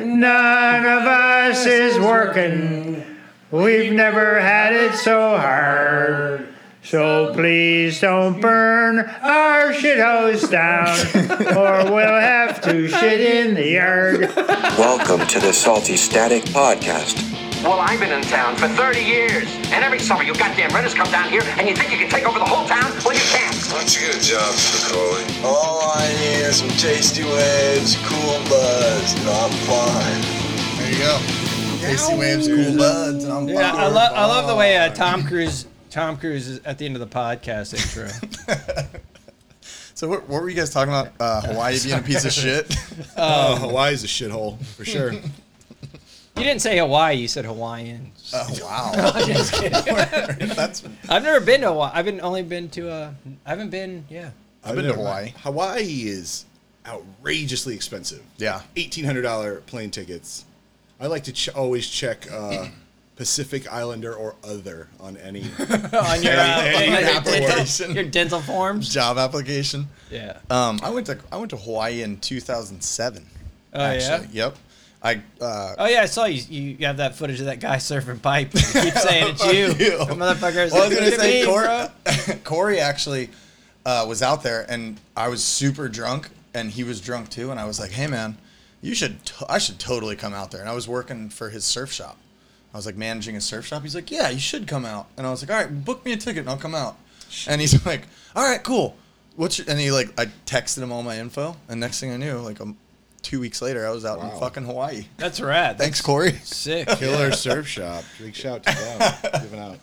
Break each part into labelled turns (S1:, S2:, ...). S1: None of us is working. We've never had it so hard. So please don't burn our shit house down, or we'll have to shit in the yard.
S2: Welcome to the Salty Static Podcast.
S3: Well, I've been in town for 30 years, and every summer you goddamn renters come down here, and you think you can take over the whole town? Well, you can't.
S4: Why don't you get a job, Spicoli?
S5: All I need are some tasty waves, cool buds, and I'm fine.
S4: There you go.
S5: Tasty waves, cool buds, and I'm fine.
S6: Yeah, I, love I love the way uh, Tom Cruise Tom Cruise is at the end of the podcast intro.
S7: So what, what were you guys talking about? Uh, Hawaii being a piece of shit.
S5: Um,
S8: Oh, Hawaii's a shithole for sure.
S6: you didn't say Hawaii, you said Hawaiian.
S7: Oh wow, that's
S6: I've never been to Hawaii. I've been only been to uh I haven't been yeah.
S7: I've been to Hawaii.
S8: Hawaii is outrageously expensive.
S7: Yeah.
S8: eighteen hundred dollar plane tickets. I like to ch- always check uh, Pacific Islander or other on any.
S6: On your, uh,
S8: Any- any
S6: your dental,
S7: application.
S6: your dental forms.
S7: job application.
S6: Yeah.
S7: Um, I went to I went to Hawaii in 2007.
S6: Oh yeah.
S7: Yep. I uh,
S6: Oh yeah, I saw you. You have that footage of that guy surfing pipe. You keep saying it's you,
S7: you.
S6: The motherfucker. is
S7: Well, I was
S6: like,
S7: gonna
S6: "Look at
S7: say
S6: me,
S7: Corey,
S6: bro."
S7: Corey actually uh, was out there, and I was super drunk, and he was drunk too, and I was like, "Hey man, you should t- I should totally come out there." And I was working for his surf shop. I was like managing his surf shop. He's like, "Yeah, you should come out," and I was like, "All right, book me a ticket, and I'll come out." And he's like, "All right, cool." What's your, and he like I texted him all my info, and next thing I knew, like um, two weeks later, I was out in fucking Hawaii.
S6: That's rad. That's
S7: Thanks, Corey.
S6: sick.
S8: Killer Surf Shop. Big shout to them. Giving out.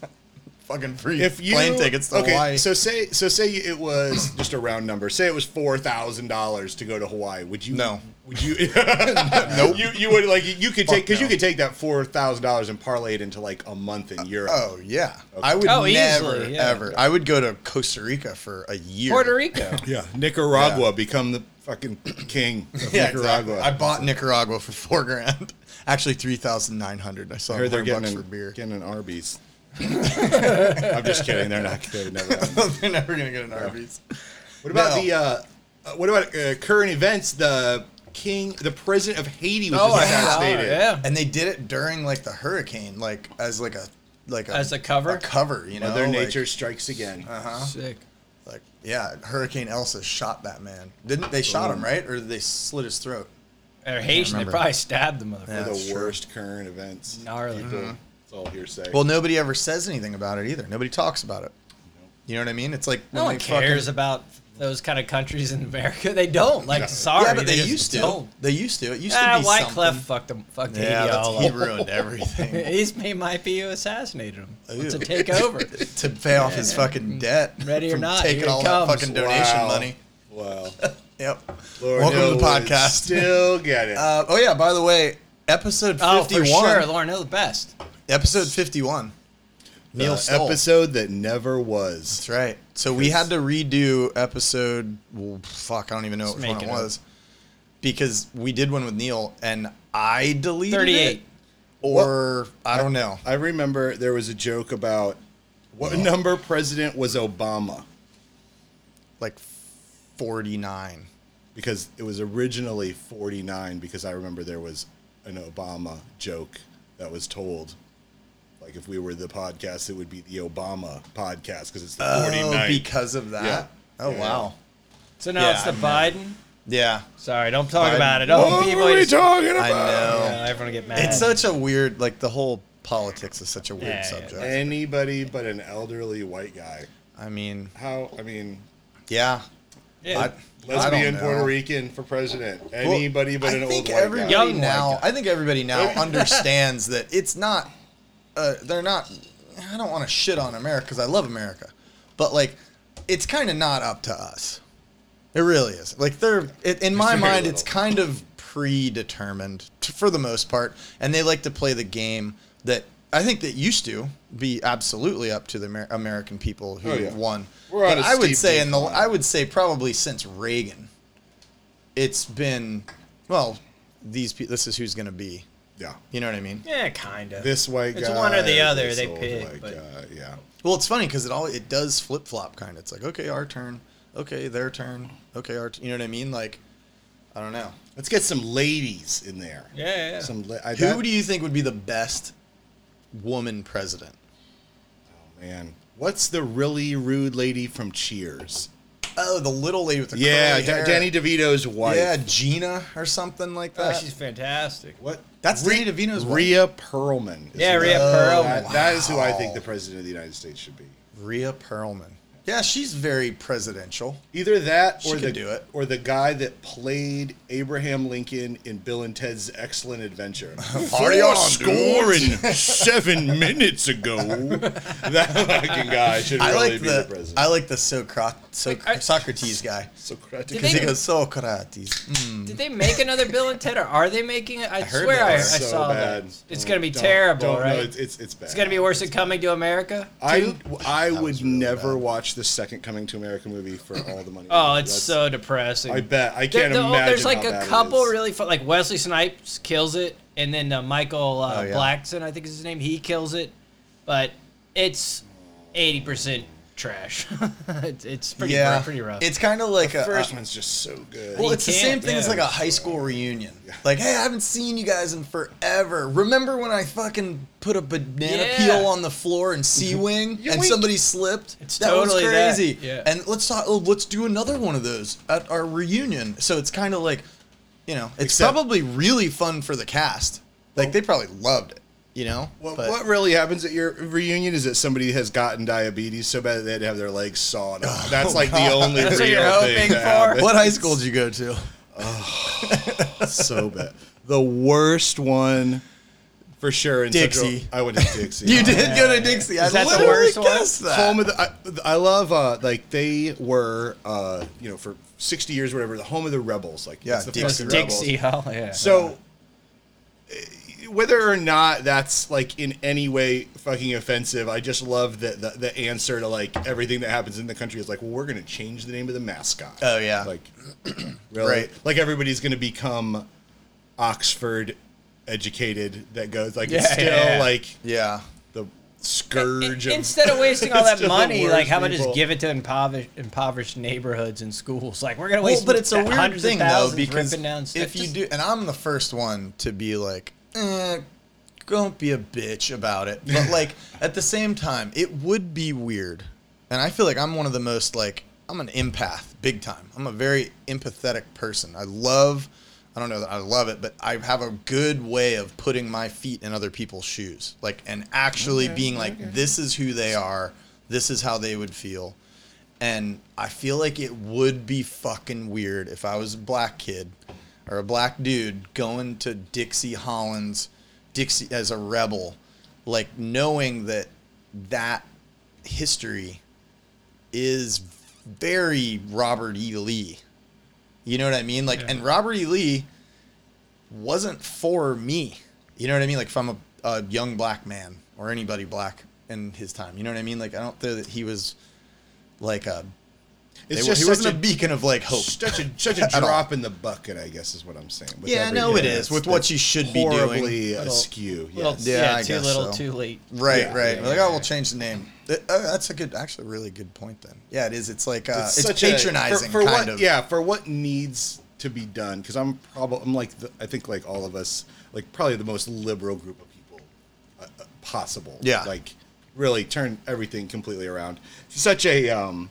S7: fucking free
S8: If you
S7: plane tickets to
S8: okay,
S7: Hawaii.
S8: so say so say it was just a round number. Say it was four thousand dollars to go to Hawaii. Would you?
S7: No.
S8: Would you? nope. You you would like you could take because you
S7: no.
S8: could take that four thousand dollars and parlay it into like a month in Europe.
S7: Oh yeah, I would
S6: Oh,
S7: never
S6: easily, yeah.
S7: ever. I would go to Costa Rica for a year.
S6: Puerto Rico.
S8: Yeah,
S7: Yeah.
S8: Nicaragua become the fucking king of
S7: Yeah,
S8: Nicaragua.
S7: Nicaragua. I bought Nicaragua for four grand. Actually, three thousand nine hundred. I saw
S8: I heard they're
S7: they're
S8: getting
S7: bucks
S8: an,
S7: for beer.
S8: getting an Arby's. I'm just kidding. They're not. They would never. have one.
S7: they're never gonna get an Arby's.
S8: What about
S7: No.
S8: the? Uh, uh, what about uh, current events? The king, the president of Haiti was
S6: Oh,
S8: just
S6: yeah.
S8: assassinated.
S6: yeah.
S7: And they did it during like the hurricane, like as like a like a,
S6: As a cover?
S7: a cover. You know,
S8: Mother
S7: like-
S8: Nature strikes again.
S6: Sick.
S7: Like yeah, Hurricane Elsa shot that man. Didn't they shot him right, or they slit his throat?
S6: Or Haitian. They
S7: remember.
S6: probably stabbed the motherfucker.
S7: Yeah. that's
S8: the
S7: true.
S8: worst current events.
S6: Gnarly.
S8: People, It's all hearsay.
S7: Well, nobody ever says anything about it either. Nobody talks about it. You know what I mean? It's like
S6: No
S7: when
S6: one
S7: they fucking-
S6: cares about those kind of countries in America. They don't. Like, sorry.
S7: yeah, but they
S6: just
S7: used to.
S6: don't.
S7: They used to. It used to
S6: Ah,
S7: be
S6: Wyclef
S7: something.
S6: fucked him. Fucked
S7: Yeah,
S6: Haiti
S7: that's,
S6: all
S7: he
S6: up.
S7: ruined everything
S6: He's he might be who assassinated him
S7: Ew.
S6: to take over.
S7: to pay off his fucking debt.
S6: Ready or
S7: from
S6: not,
S7: taking
S6: here it
S7: all
S6: comes.
S7: that fucking donation
S8: Wow.
S7: money.
S8: Wow.
S7: Yep.
S8: Lord
S7: Welcome to
S8: Hill
S7: the
S8: would
S7: podcast.
S8: Still get it.
S7: Uh, oh yeah. By the way, episode
S6: Oh,
S7: fifty-one.
S6: for sure, Lauren Hill the best.
S7: Episode fifty-one.
S8: The
S7: Neil Stoll.
S8: episode that never was.
S7: That's right. So we had to redo episode. Well, fuck, I don't even know
S6: Just
S7: which one
S6: make
S7: it
S6: it up.
S7: was because we did one with Neil and I deleted it,
S6: Thirty-eight.
S7: or I don't know.
S8: I remember there was a joke about what number president was Obama
S7: like 49.
S8: because it was originally 49 because I remember there was an Obama joke that was told like if we were the podcast it would be the Obama podcast because it's the 49th.
S7: Oh, because of that.
S8: Yeah.
S7: Oh
S8: Yeah.
S7: wow.
S6: So now
S7: Yeah,
S6: it's the
S7: I know.
S6: Biden.
S7: Yeah.
S6: Sorry, don't talk
S7: Biden.
S6: about it. Oh, people
S8: what are we
S6: just-
S8: talking about?
S7: I know.
S6: Yeah, everyone get mad.
S7: It's such a weird like the whole politics is such a weird
S6: Yeah, yeah,
S7: subject.
S8: Anybody but an elderly white guy.
S7: I mean,
S8: How I mean
S7: yeah.
S6: Yeah.
S7: I- I don't
S8: lesbian
S7: know.
S8: Puerto Rican for president.
S7: Well,
S8: Anybody but
S7: I
S8: an old
S7: think
S8: white
S7: everybody
S8: guy.
S6: Young white
S7: now
S6: guy.
S7: I think everybody now understands that it's not uh, they're not I don't want to shit on America cuz I love America. But like it's kind of not up to us. It really is. Like they're it, in my
S8: very
S7: mind, it's
S8: little.
S7: kind of predetermined t- for the most part, and they like to play the game that I think that used to be absolutely up to the Amer- American people who
S8: Oh, yeah.
S7: won.
S8: We're on
S7: But
S8: a
S7: I would
S8: steep
S7: say in the
S8: decline.
S7: I would say probably since Reagan, it's been well. These pe- this is who's going to be.
S8: Yeah.
S7: You know what I mean?
S6: yeah, kind of.
S8: This white guy.
S6: It's one or the other.
S8: this
S6: They
S8: old
S6: pick,
S8: white
S6: but-
S8: guy, yeah.
S7: Well, it's funny because it all it does flip flop kind of. It's like okay, our turn. Okay, their turn. Okay, our. T-, you know what I mean? Like, I don't know.
S8: Let's get some ladies in there.
S6: Yeah, yeah, yeah.
S8: Some. La- I,
S7: Who
S8: that-
S7: do you think would be the best woman president?
S8: man? What's the really rude lady from Cheers?
S7: Oh, the little lady with the
S8: Yeah,
S7: curly
S8: Da-
S7: hair.
S8: Danny DeVito's wife.
S7: Yeah, Gina or something like
S6: Oh,
S7: that.
S6: she's fantastic.
S8: What?
S7: That's Danny DeVito's wife.
S8: Rhea Perlman. is
S6: Yeah,
S8: who
S6: Rhea
S8: that-
S6: Perlman.
S8: that- that is who I
S7: Wow.
S8: think the president of the United States should be.
S7: Rhea Perlman. Yeah, she's very presidential.
S8: Either that,
S7: She
S8: or
S7: could
S8: the
S7: do it.
S8: or the guy that played Abraham Lincoln in Bill and Ted's Excellent Adventure.
S7: Party
S8: Four
S7: on,
S8: scoring seven minutes ago. That fucking guy should
S7: I
S8: really
S7: like
S8: be
S7: the,
S8: the, president.
S7: I like the Socrat, Soc-
S9: I-
S7: Socrates guy.
S8: Socratic.
S7: Because he
S9: They-
S7: goes Socrates. Mm.
S9: Did they make another Bill and Ted, or are they making it? I,
S7: heard
S9: swear
S7: that
S9: I, I
S7: was
S8: so
S9: saw
S8: bad.
S9: that. It's gonna be
S8: Don't-
S9: terrible,
S8: don't- no,
S9: right?
S8: it's, it's it's bad.
S9: it's gonna be worse than Coming to America.
S8: I I would
S7: was really
S8: never
S7: bad.
S8: watch the second Coming to America movie for all the money.
S9: Oh, it's
S8: That's-
S9: so depressing.
S8: I bet I
S9: There-
S8: can't
S9: the- oh,
S8: imagine.
S9: there's like
S8: how
S9: a
S8: bad it
S9: couple
S8: is.
S9: really fun, like Wesley Snipes kills it, and then uh, Michael uh,
S7: Oh, yeah.
S9: Blackson, I think is his name, he kills it, but it's eighty percent trash. it's, it's pretty
S7: Yeah,
S9: pretty rough.
S7: it's kind of like a
S8: First
S7: a-
S8: one's just so good.
S7: Well,
S9: You
S7: it's the
S9: can't,
S7: same thing as
S9: yeah.
S7: like a high school reunion. Like, hey, I haven't seen you guys in forever. Remember when I fucking put a banana
S9: Yeah.
S7: peel on the floor in Sea
S8: Mm-hmm.
S7: Wing and
S9: Yoink.
S7: somebody slipped?
S9: It's
S7: that
S9: totally
S7: was
S9: that,
S7: crazy.
S9: yeah.
S7: And let's talk. Oh, let's do another one of those at our reunion. So it's kind of like, you know, it's
S8: Except-
S7: probably really fun for the cast. Like they probably loved it. You know,
S8: What,
S7: But-
S8: what really happens at your reunion is that somebody has gotten diabetes so bad that they had to have their legs sawed off. That's like the only
S9: That's
S8: real
S9: what you're
S8: thing
S9: hoping
S8: that
S9: for?
S8: happens.
S7: Oh, what high school did you go to?
S8: so bad. The worst one for sure in
S7: Dixie.
S8: Central, I went to Dixie.
S7: You did go to Dixie. I
S9: Is that the
S7: literally
S9: worst one?
S7: guessed that.
S8: home of the I, I love uh like they were uh you know for 60 years or whatever the home of the rebels like
S7: Yeah,
S8: it's the
S7: Dixie.
S8: fucking rebels.
S9: Dixie Hall, yeah.
S8: So, uh, whether or not that's like in any way fucking offensive, I just love that the, the answer to like everything that happens in the country is like, well, we're gonna change the name of the mascot.
S7: Oh, yeah.
S8: like really,
S7: Right.
S8: like everybody's gonna become Oxford educated. That goes like it's
S9: Yeah,
S8: still
S9: yeah, yeah.
S8: like
S7: yeah.
S8: the scourge. of,
S9: Instead of wasting all that
S8: Still the
S9: money,
S8: worst
S9: like how about just
S8: people.
S9: give it to impoverished, impoverished neighborhoods and schools? Like we're gonna
S7: Well,
S9: waste.
S7: but it's a weird
S9: hundreds of
S7: thing though
S9: thousands
S7: because
S9: ripping down stuff.
S7: if you
S9: Just-
S7: do, and I'm the first one to be like, eh, don't be a bitch about it. But like at the same time, it would be weird, and I feel like I'm one of the most like I'm an empath, big time. I'm a very empathetic person. I love. I don't know that I love it, but I have a good way of putting my feet in other people's shoes, like and actually being like, this is who they are, this is how they would feel and I feel like it would be fucking weird if I was a black kid or a black dude going to Dixie Hollins, Dixie as a rebel, like knowing that that history is very Robert E. Lee. You know what I mean? Like, and Robert E. Lee wasn't for me. You know what I mean? Like, if I'm a, a young black man or anybody black in his time, you know what I mean? Like, I don't think that he was like a.
S8: it's
S7: they-
S8: just
S7: he wasn't
S8: such
S7: a beacon of like hope.
S8: Such a such a
S7: At all.
S8: drop in the bucket, I guess, is what I'm saying. with
S7: Yeah, I
S8: everything
S7: know it
S8: that's-
S7: is, with
S8: that's
S7: what you should be doing.
S8: horribly
S9: Little-
S8: askew.
S9: little,
S8: yes.
S7: Yeah,
S9: yeah,
S7: I
S9: too
S7: guess
S9: little,
S7: so.
S9: too late.
S7: Right,
S8: Yeah,
S7: right.
S8: yeah,
S7: We're like,
S8: yeah,
S7: oh, we'll change the name. Th- oh, that's a good, actually, a really good point. Then, yeah, it is. It's like uh, it's,
S8: such a-
S7: patronizing,
S8: for, for
S7: kind
S8: what,
S7: of.
S8: Yeah, for what needs to be done, because I'm probably I'm like the, I think like all of us like probably the most liberal group of people uh, uh, possible.
S7: Yeah.
S8: like really turn everything completely around. Such a um.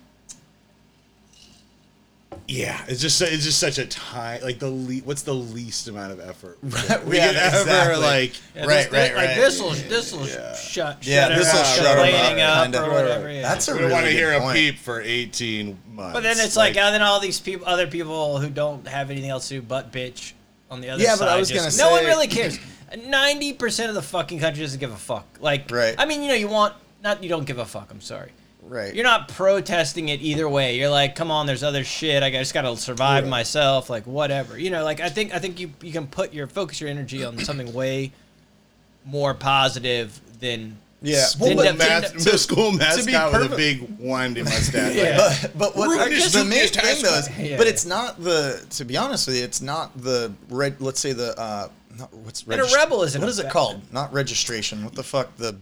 S8: Yeah, it's just it's just such a time like the le- what's the least amount of effort we
S7: Yeah,
S8: could ever
S7: exactly.
S8: like
S9: Yeah,
S7: Right,
S9: this-
S7: right,
S9: this- like
S7: right.
S9: This will, this will shut,
S7: Yeah,
S9: shut
S7: this will shut 'em
S9: everyone from
S7: up,
S9: complaining up,
S7: kinda.
S9: or whatever. yeah.
S7: That's a
S8: we
S7: really
S8: want to
S7: good
S8: hear a
S7: point.
S8: peep for eighteen months.
S9: But then it's like, uh, and then all these people, other people who don't have anything else to do but bitch on the other
S7: Yeah,
S9: side.
S7: but I was
S9: just-
S7: gonna
S9: no one
S7: say-
S9: really cares. Ninety percent of the fucking country doesn't give a fuck. Like,
S7: Right.
S9: I mean, you know, you want not you don't give a fuck. I'm sorry.
S7: Right.
S9: You're not protesting it either way. You're like, come on, there's other shit. I just gotta survive myself. Like, whatever. You know, like I think I think you you can put your focus your energy on something way more positive than
S7: Yeah.
S9: Well,
S8: Well,
S9: but
S8: the,
S9: then
S8: mas-
S9: to-
S8: the school
S7: be
S8: mascot with a
S7: perfect-
S8: big windy mustache.
S9: Yeah.
S7: But, but what
S8: Ruin
S7: I
S8: his
S7: guess the main
S8: weakest high
S7: thing though is,
S9: school. Yeah,
S7: but
S9: yeah.
S7: it's not the. To be honest with you, it's not the red. Let's say the uh, not what's
S9: And a
S7: regist-
S9: rebel isn't
S7: What
S9: a
S7: is it
S9: bad-
S7: called? Not registration. What the fuck? The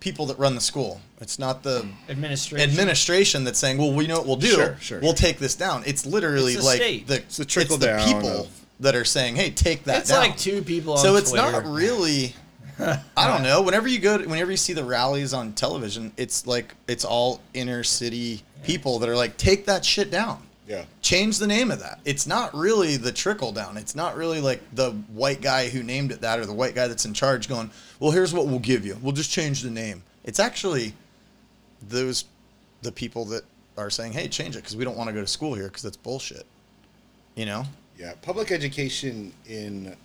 S7: people that run the school. It's not the
S9: administration.
S7: administration that's saying, well, we know what we'll do.
S8: Sure, sure.
S7: We'll take this down. It's literally
S9: It's the
S7: like
S9: state.
S7: the
S8: It's the trickle down
S7: people
S8: of-
S7: that are saying, "Hey, take that
S9: It's
S7: down."
S9: like two people on
S7: so it's
S9: Twitter.
S7: not really. I don't know. Whenever you go, to, whenever you see the rallies on television, it's like it's all inner city people that are like, "Take that shit down."
S8: Yeah.
S7: Change the name of that. It's not really the trickle down. It's not really like the white guy who named it that or the white guy that's in charge going, "Well, here's what we'll give you. We'll just change the name." It's actually those the people that are saying, "Hey, change it because we don't want to go to school here because that's bullshit." You know?
S8: Yeah, public education in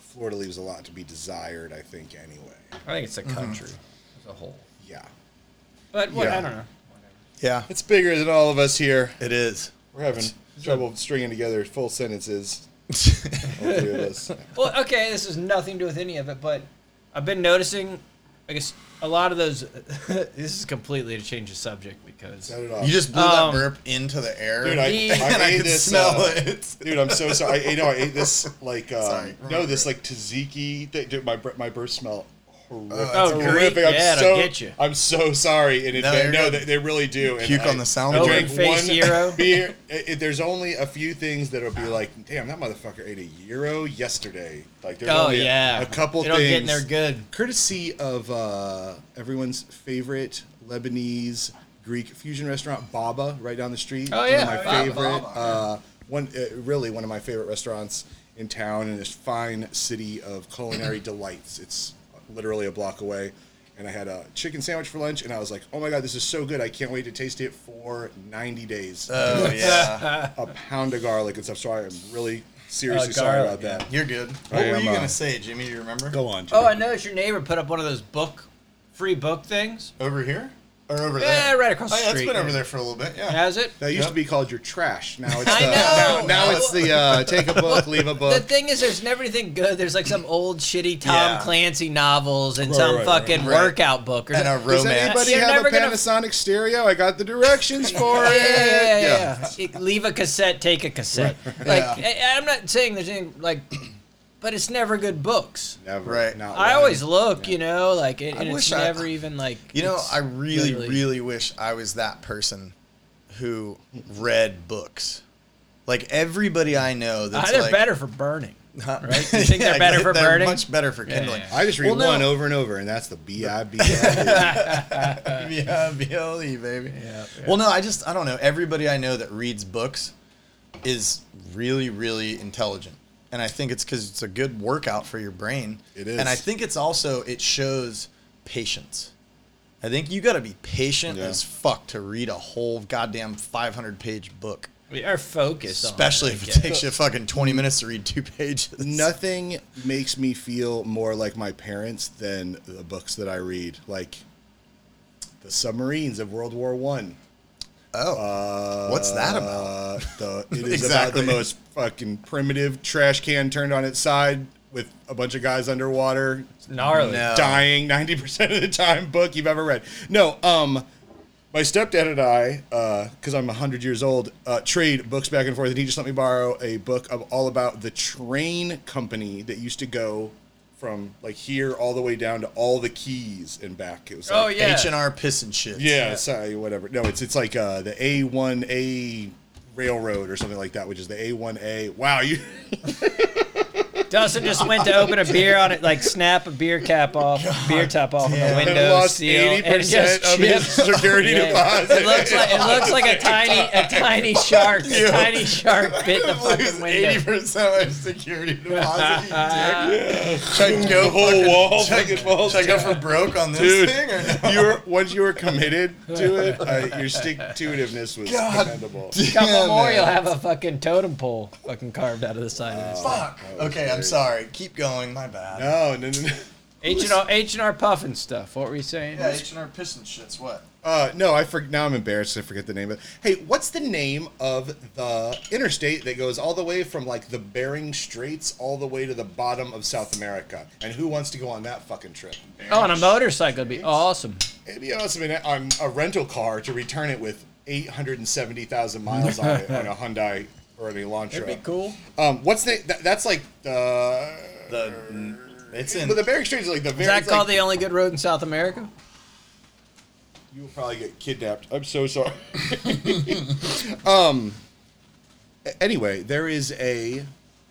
S8: Florida leaves a lot to be desired, I think, anyway.
S9: I think it's
S7: Mm-hmm.
S9: the country as a whole.
S8: Yeah.
S9: But what,
S8: Yeah.
S9: I don't know.
S7: Yeah.
S8: It's bigger than all of us here.
S7: It is.
S8: We're having trouble stringing together full sentences. all three of us.
S9: Well, okay, this has nothing to do with any of it, but I've been noticing, I guess, a lot of those. this is completely to change the subject because.
S8: Cut it off.
S7: You just blew
S9: Um,
S7: that burp into the air.
S8: Dude, I,
S9: Me-
S8: I
S7: and I
S8: ate
S7: could
S8: this,
S7: smell
S8: uh,
S7: it.
S8: Dude, I'm so sorry. I, you know, I ate this like um,
S7: Sorry.
S8: no, this like tzatziki. Thing. Dude, my br- my breath smell horrific.
S9: Oh,
S8: It's
S9: Greek.
S8: horrific. I'm
S9: Yeah,
S8: so
S9: it'll get you.
S8: I'm so sorry. And
S7: No,
S8: no,
S7: you're
S8: no
S7: good.
S8: they, they really do. And
S7: Puke
S8: I-
S7: on the sound
S8: I
S7: board.
S8: drank
S9: Over
S8: one
S9: face Euro.
S8: beer. It, it- there's only a few things that'll be like, damn, that motherfucker ate a euro yesterday. Like, there's
S9: Oh
S8: only a-
S9: yeah,
S8: a, couple
S9: It'll
S8: things
S9: get in there good.
S8: courtesy of uh, everyone's favorite Lebanese Greek fusion restaurant, Baba, right down the street.
S9: Oh,
S8: One of
S9: yeah,
S8: my
S9: Baba.
S8: favorite. Uh, one uh, really one of my favorite restaurants in town in this fine city of culinary delights. It's literally a block away. And I had a chicken sandwich for lunch, and I was like, "Oh my god, this is so good! I can't wait to taste it for 90 days."
S7: Oh yeah.
S8: a pound of garlic and stuff. Sorry, I'm really seriously
S9: Uh,
S8: sorry
S9: garlic,
S8: about that.
S7: You're good. What
S8: I
S7: were
S8: am,
S7: you
S8: uh,
S7: gonna say, Jimmy? Do you remember?
S8: Go on.
S9: Oh, I noticed your neighbor put up one of those book, free book things.
S7: Over here or
S8: Eh,
S7: over
S9: Yeah,
S7: there?
S9: right across
S7: Oh,
S9: the
S7: yeah, it's
S9: street.
S7: been over there for a little bit. Yeah.
S9: Has it?
S8: That used to be called your trash. Now it's
S9: I
S8: the,
S9: know.
S8: Now, now it's the uh, take a book, leave
S9: The
S8: a book.
S9: thing is, there's never anything good. There's like some old shitty Tom
S7: Yeah.
S9: Clancy novels and some
S8: right, right,
S9: fucking
S7: right.
S9: workout book or
S7: And a
S9: something.
S8: Does
S7: romance.
S8: anybody
S9: You're
S8: have a
S9: never gonna-
S8: Panasonic stereo? I got the directions for
S9: Yeah,
S8: it.
S9: yeah, yeah, yeah. It- Leave a cassette, take a cassette. Like I, I'm not saying there's anything like, but it's never good books.
S8: Never.
S7: Right.
S8: Not
S9: I
S8: one.
S9: always look, you know, like it,
S7: I
S9: and it's
S7: wish I-
S9: never even like.
S7: You know,
S9: it's
S7: I really,
S9: literally-
S7: really wish I was that person who read books. Like everybody I know, that's
S9: Ah, they're
S7: like,
S9: better for burning.
S7: huh?
S9: right? You think they're better for
S7: they're
S9: burning?
S7: Much better for kindling.
S9: yeah,
S8: I just read
S7: Well, no.
S8: one over and over, and that's the B I B I.
S7: yeah, BLE, baby.
S9: Yeah, yeah.
S7: Well, no, I just, I don't know. Everybody I know that reads books is really, really intelligent. And I think it's because it's a good workout for your brain.
S8: It is.
S7: And I think it's also, it shows patience. I think you got to be patient
S8: Yeah.
S7: as fuck to read a whole goddamn 500 page book.
S9: We are focused, on it,
S7: Especially
S9: I
S7: if it
S9: guess.
S7: takes you fucking 20 minutes to read two pages.
S8: Nothing makes me feel more like my parents than the books that I read, like the submarines of World War One.
S7: Oh. what's that about?
S8: Uh, the, it is
S7: Exactly.
S8: about the most fucking primitive trash can turned on its side with a bunch of guys underwater
S9: gnarly.
S7: No.
S8: dying 90% of the time book you've ever read. No, um, my stepdad and I, because I'm 100 years old, uh, trade books back and forth, and he just let me borrow a book of all about the train company that used to go from like here all the way down to all the keys and back. It was like,
S9: Oh yeah.
S7: H&R piss and shit.
S8: yeah, sorry, whatever. No, it's it's like uh, the A one A railroad or something like that, which is the A one A. Wow, you
S9: Dustin just went to open a beer on it, like snap a beer cap off, beer top off on the
S8: have
S9: window
S8: lost
S9: seal,
S8: eighty
S9: and it just
S8: percent of his
S9: chipped.
S8: security
S9: Yeah.
S8: deposit.
S9: It looks like it looks like a tiny a tiny shark, a tiny shark bit the
S7: Lose
S9: fucking window.
S7: 80% of security deposit, you dick.
S8: Check the whole wall. Check it falls
S7: Should I go
S8: down.
S7: for broke on this
S8: Dude,
S7: thing or no?
S8: you're once you were committed to it, uh, your stick to itiveness was
S7: God
S8: commendable.
S9: Come
S7: Yeah,
S9: more, you'll
S7: man.
S9: have a fucking totem pole fucking carved out of the side of this.
S7: Fuck. Okay, I'm sorry. Keep going. My bad.
S8: No, no, no, no.
S9: H and R H and R puffin stuff. What were you saying?
S7: Yeah, H&R Piston shit's what?
S8: Uh, no, I for, now I'm embarrassed. I forget the name of. it. Hey, what's the name of the interstate that goes all the way from like the Bering Straits all the way to the bottom of South America? And who wants to go on that fucking trip?
S9: Oh, on a motorcycle would be awesome.
S8: It'd be awesome in a- on a rental car to return it with 870,000 miles on it on a Hyundai or an Elantra.
S9: That'd be cool.
S8: Um, what's the? That, that's like the.
S7: The it's in
S8: But the Bering Straits is like the very.
S9: Is that
S8: it's like-
S9: called the only good road in South America?
S8: You will probably get kidnapped. I'm so sorry. um. a- Anyway, there is a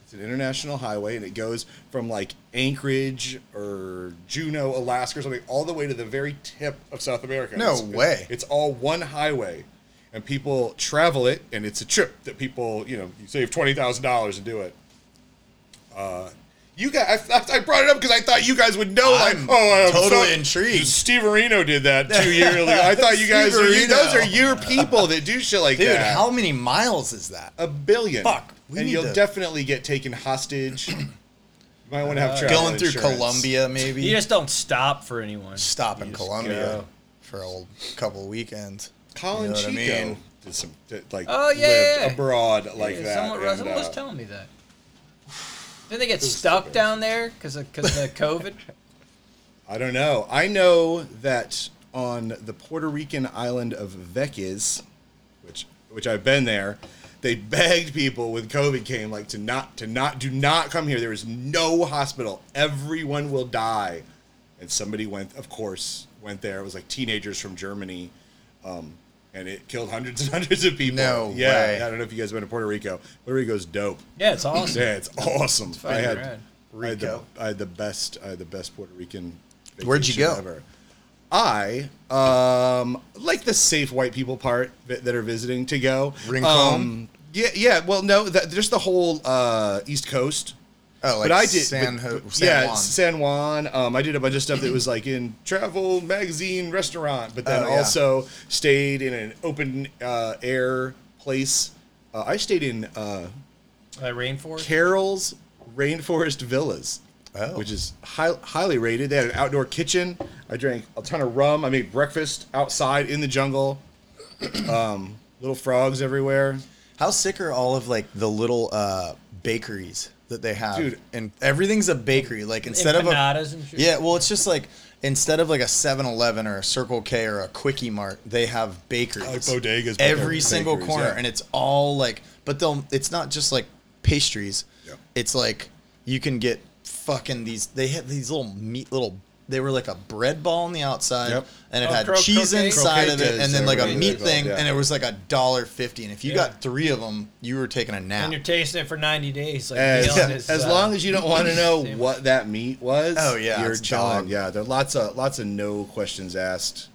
S8: It's an international highway, and it goes from like Anchorage or Juneau, Alaska, or something, all the way to the very tip of South America.
S7: No
S8: It's-
S7: way.
S8: It's all one highway, and people travel it, and it's a trip that people, you know, you save twenty thousand dollars and do it. Uh, You guys, I, I brought it up because I thought you guys would know.
S7: I'm
S8: like, oh, I'm
S7: totally
S8: so-
S7: intrigued.
S8: Steve Arino did that two years ago. I thought you guys are.
S7: Steve
S8: Those are
S7: Arino.
S8: your people that do shit like
S7: Dude,
S8: that.
S7: how many miles is that?
S8: a billion?
S7: Fuck, we
S8: and
S7: need
S8: you'll
S7: to-
S8: definitely get taken hostage. you might want to have travel
S7: Going through
S8: insurance.
S7: Colombia, maybe.
S9: You just don't stop for anyone.
S7: stop in
S8: just
S7: Colombia
S8: go.
S7: for a couple weekends.
S8: Colin
S7: You know what I
S8: Chico
S7: mean?
S8: did some did, like
S9: Oh, yeah,
S8: lived
S9: yeah.
S8: abroad like that.
S9: Someone,
S8: and,
S9: someone was
S8: uh,
S9: telling me that. Didn't they get stuck down there because of, 'cause of the COVID?
S8: I don't know. I know that on the Puerto Rican island of Vecchis, which which I've been there, they begged people when COVID came like to not to not do not come here. There is no hospital. Everyone will die. And somebody went, of course, went there. It was like teenagers from Germany, um, and it killed hundreds and hundreds of people.
S7: No
S8: yeah.
S7: way.
S8: I don't know if you guys have been to Puerto Rico. Puerto Rico's dope.
S9: Yeah, it's awesome.
S8: Yeah, it's awesome. I
S9: fucking
S8: had,
S9: rad.
S8: I had the
S7: Rico.
S8: I had the best I had the best Puerto Rican.
S7: Where'd you
S8: vacation
S7: go?
S8: Ever. I um like the safe white people part that, that are visiting to go.
S7: Rincon?
S8: Um, yeah, yeah. Well, no, that, just the whole uh, East Coast.
S7: Oh, like
S8: but I did
S7: San, Ho-
S8: but-
S7: San
S8: yeah,
S7: Juan.
S8: San Juan. Um, I did a bunch of stuff that was like in travel magazine restaurant, but then
S7: Oh, yeah.
S8: also stayed in an open uh, air place. Uh, I stayed in uh,
S9: That rainforest.
S8: Carol's Rainforest Villas,
S7: Oh.
S8: which is high, highly rated. They had an outdoor kitchen. I drank a ton of rum. I made breakfast outside in the jungle. Um, little frogs everywhere.
S7: How sick are all of like the little uh, bakeries that they have?
S8: Dude.
S7: and everything's a bakery. Like instead of
S9: Empanadas
S7: a
S9: and shit.
S7: yeah, well, it's just like instead of like a 7-Eleven or a Circle K or a Quickie Mart, they have bakeries,
S8: Like bodegas, but
S7: every
S8: they're
S7: single
S8: bakeries,
S7: corner,
S8: yeah.
S7: and it's all like. But they'll. It's not just like pastries.
S8: Yeah.
S7: It's like you can get fucking these. They had these little meat little. They were like a bread ball on the outside,
S8: Yep.
S7: and it
S9: Oh,
S7: had
S9: cro-
S7: cheese
S9: croquettes?
S7: inside of it,
S8: Croquettes,
S7: and then like a
S8: everybody
S7: meat
S8: they call it,
S7: thing,
S8: yeah.
S7: and it was like a dollar fifty. And if you
S9: Yeah.
S7: got three of them, you were taking a nap.
S9: And you're tasting it for 90 days. Like
S8: As,
S9: beyond this,
S8: as
S9: uh,
S8: long as you don't want to know
S9: same.
S8: what that meat was,
S7: Oh, yeah,
S8: you're
S7: it's
S8: chilling.
S7: dog.
S8: Yeah, there are lots of lots of no questions asked.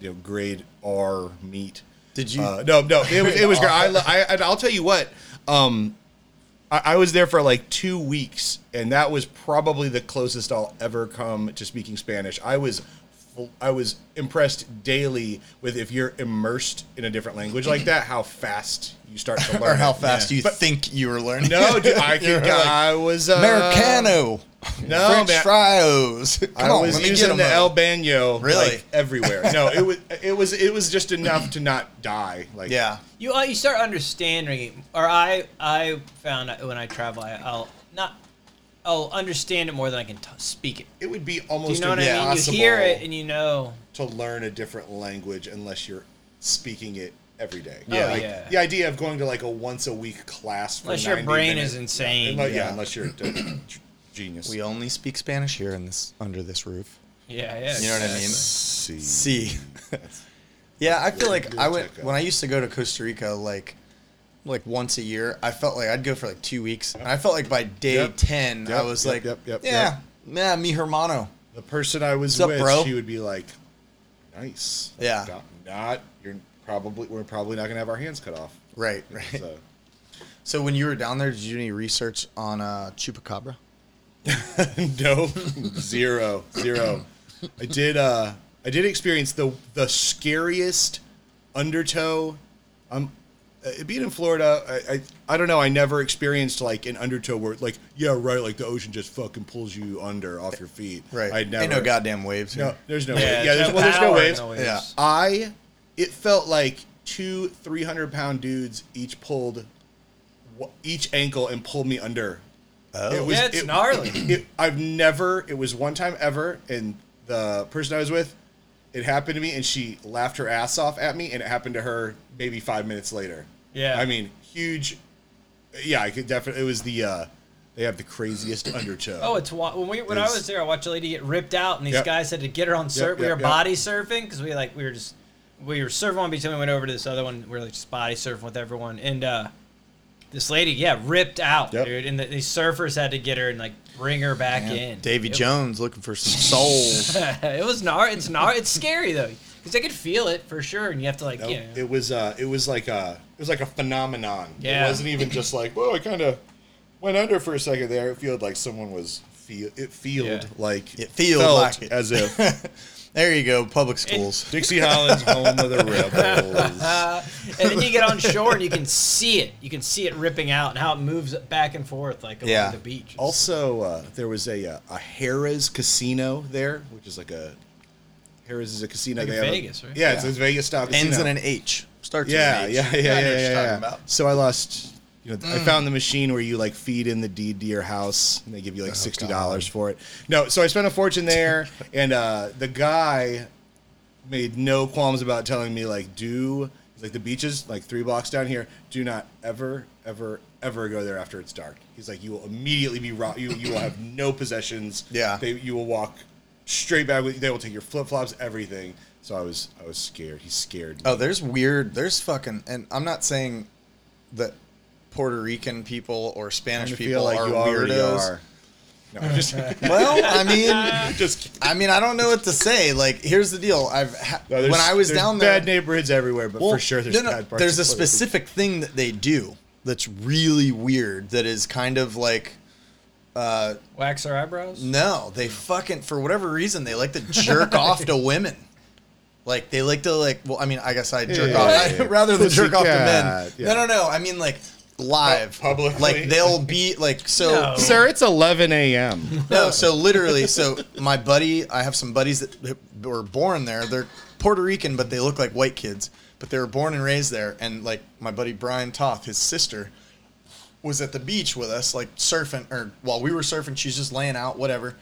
S8: You know, grade R meat.
S7: Did you-
S8: Uh, no, no, it was it was. great. I, lo- I and I'll tell you what. Um, I, I was there for like two weeks, and that was probably the closest I'll ever come to speaking Spanish. I was, full- I was impressed daily with if you're immersed in a different language like that, how fast you start to
S7: or
S8: learn,
S7: how
S8: it.
S7: fast you
S8: But-
S7: think you were learning.
S8: No, dude, I
S7: You're
S8: think I was uh,
S7: Americano,
S8: No,
S7: French
S8: man.
S7: fries. Come
S8: I
S7: on,
S8: was
S7: let me get
S8: using
S7: 'em
S8: the
S7: up.
S8: El Bano
S7: Really?
S8: like, everywhere. No, it was it was it was just enough to not die. Like
S7: Yeah,
S9: you uh, you start understanding it, or I I found that when I travel, I, I'll not I'll understand it more than I can t- speak it.
S8: it would be
S9: Do you
S8: almost
S9: know what I mean? You
S8: impossible
S9: hear it and you know.
S8: to learn a different language unless you're speaking it every day.
S9: Yeah.
S8: Like,
S9: yeah.
S8: The idea of going to like a once a week class for
S9: Unless your
S8: 90
S9: brain
S8: minutes-
S9: is insane.
S8: Unless- yeah.
S7: Yeah.
S8: unless you're a genius.
S7: we only speak Spanish here in this under this roof.
S9: Yeah, yeah.
S7: You know what I mean?
S8: See.
S7: See. yeah, I feel like
S8: good
S7: I went
S8: checkup.
S7: when I used to go to Costa Rica like like once a year. I felt like I'd go for like two weeks, and I felt like by day
S8: Yep.
S7: ten, I
S8: Yep,
S7: was
S8: yep,
S7: like,
S8: yep, yep,
S7: yeah, yeah, mi hermano.
S8: The person I was
S7: What's up,
S8: with,
S7: bro?
S8: she would be like, "Nice,
S7: Yeah.
S8: not, not- you're probably we're probably not gonna have our hands cut off."
S7: Right, right.
S8: So,
S7: So when you were down there, did you do any research on uh, chupacabra?
S8: no, zero, zero. I did. Uh, I did experience the the scariest undertow. Um, uh, being in Florida, I, I I don't know. I never experienced like an undertow where like yeah right like the ocean just fucking pulls you under off your feet. I
S7: Ain't
S8: never.
S7: no goddamn waves.
S8: No,
S7: here.
S8: there's no
S9: Yeah,
S8: way. Yeah,
S9: there's
S8: there's,
S9: no
S8: well, there's no
S9: power,
S8: waves.
S9: no waves.
S7: Yeah.
S8: I, it felt like two 300 pound dudes each pulled wa- each ankle and pulled me under. Oh, it
S9: Yeah, it's gnarly.
S8: It, I've never, it was one time ever, and the person I was with, it happened to me, and she laughed her ass off at me, and it happened to her maybe five minutes later.
S9: Yeah.
S8: I mean, huge. Yeah, I could definitely, it was the, uh, they have the craziest undertow.
S9: Oh, it's wa- when we when I
S8: Is-
S9: was there, I watched a lady get ripped out, and these
S8: Yep.
S9: guys had to get her on surf. we
S8: yep,
S9: were
S8: yep.
S9: body surfing because we like we were just we were surfing on beach, and we went over to this other one. We were like just body surfing with everyone, and uh, This lady, yeah, ripped out,
S8: Yep.
S9: dude. And the, these surfers had to get her and like bring her back in.
S7: Davy
S9: It-
S7: Jones looking for some souls.
S9: it was gnar. It's gnar. It's scary though, because I could feel it for sure, and you have to like,
S8: No,
S9: you know,
S8: It was uh, it was like a it was like a phenomenon.
S9: Yeah.
S8: It wasn't even just like whoa, I kind of went under for a second there. It felt like someone was feel it feeled
S6: Yeah.
S8: like
S7: It feeled
S8: felt
S7: like it.
S8: as if
S7: there you go, public schools.
S8: Dixie Holland's home of the rebels.
S9: and then you get on shore and you can see it. You can see it ripping out and how it moves back and forth like along
S7: Yeah. Oh.
S9: the beach. It's-
S8: Also, uh, there was a uh, a Harrah's casino there, which is like a Harrah's is a casino.
S9: Like
S8: they
S9: in
S8: have a-
S9: Vegas, right?
S8: Yeah, it's a Vegas style casino.
S7: Ends in an H. Starts
S8: yeah,
S7: in an H.
S8: yeah, yeah, yeah,
S7: I know
S8: yeah,
S7: what you're
S8: yeah,
S7: talking
S8: yeah.
S7: about. Mm.
S8: So I lost. You know, I found the machine where you like feed in the deed to your house, and they give you like sixty dollars for it. No, so I spent a fortune there, and uh, the guy made no qualms about telling me like, do like the beaches like three blocks down here. Do not ever, ever, ever go there after it's dark. He's like, you will immediately be robbed. You you will have no possessions.
S7: Yeah.
S8: they, you will walk straight back. With, they will take your flip flops, everything. So I was I was scared. He scared me.
S7: Oh, there's weird. There's fucking. And I'm not saying that Puerto Rican people or
S8: I
S7: Spanish
S8: feel
S7: people
S8: like
S7: are
S8: you already
S7: weirdos.
S8: are. No, I'm just,
S7: Well, I mean,
S8: just kidding.
S7: I mean, I don't know what to say. Like, here's the deal. I've ha-
S8: No, there's-
S7: when I was
S8: there's
S7: down there,
S8: bad neighborhoods everywhere, but for sure there's
S7: no, no,
S8: bad parts.
S7: There's
S8: of
S7: a
S8: Puerto Rico.
S7: specific thing that they do that's really weird. That is kind of like
S9: wax our eyebrows.
S7: no, they fucking for whatever reason they like to jerk off to women. Like they like to like. Well, I mean, I guess I jerk
S8: Yeah.
S7: off I'd rather than jerk off to men.
S8: Pussycat, yeah.
S7: No, no, no. I mean like live
S8: Pu- publicly.
S7: Like they'll be like so.
S9: No.
S8: Sir, it's 11 a.m.
S7: No, so literally, so my buddy, I have some buddies that were born there. They're Puerto Rican, but they look like white kids. But they were born and raised there. And like my buddy Brian Toth, his sister, was at the beach with us, like surfing, or while we were surfing, she's just laying out, whatever.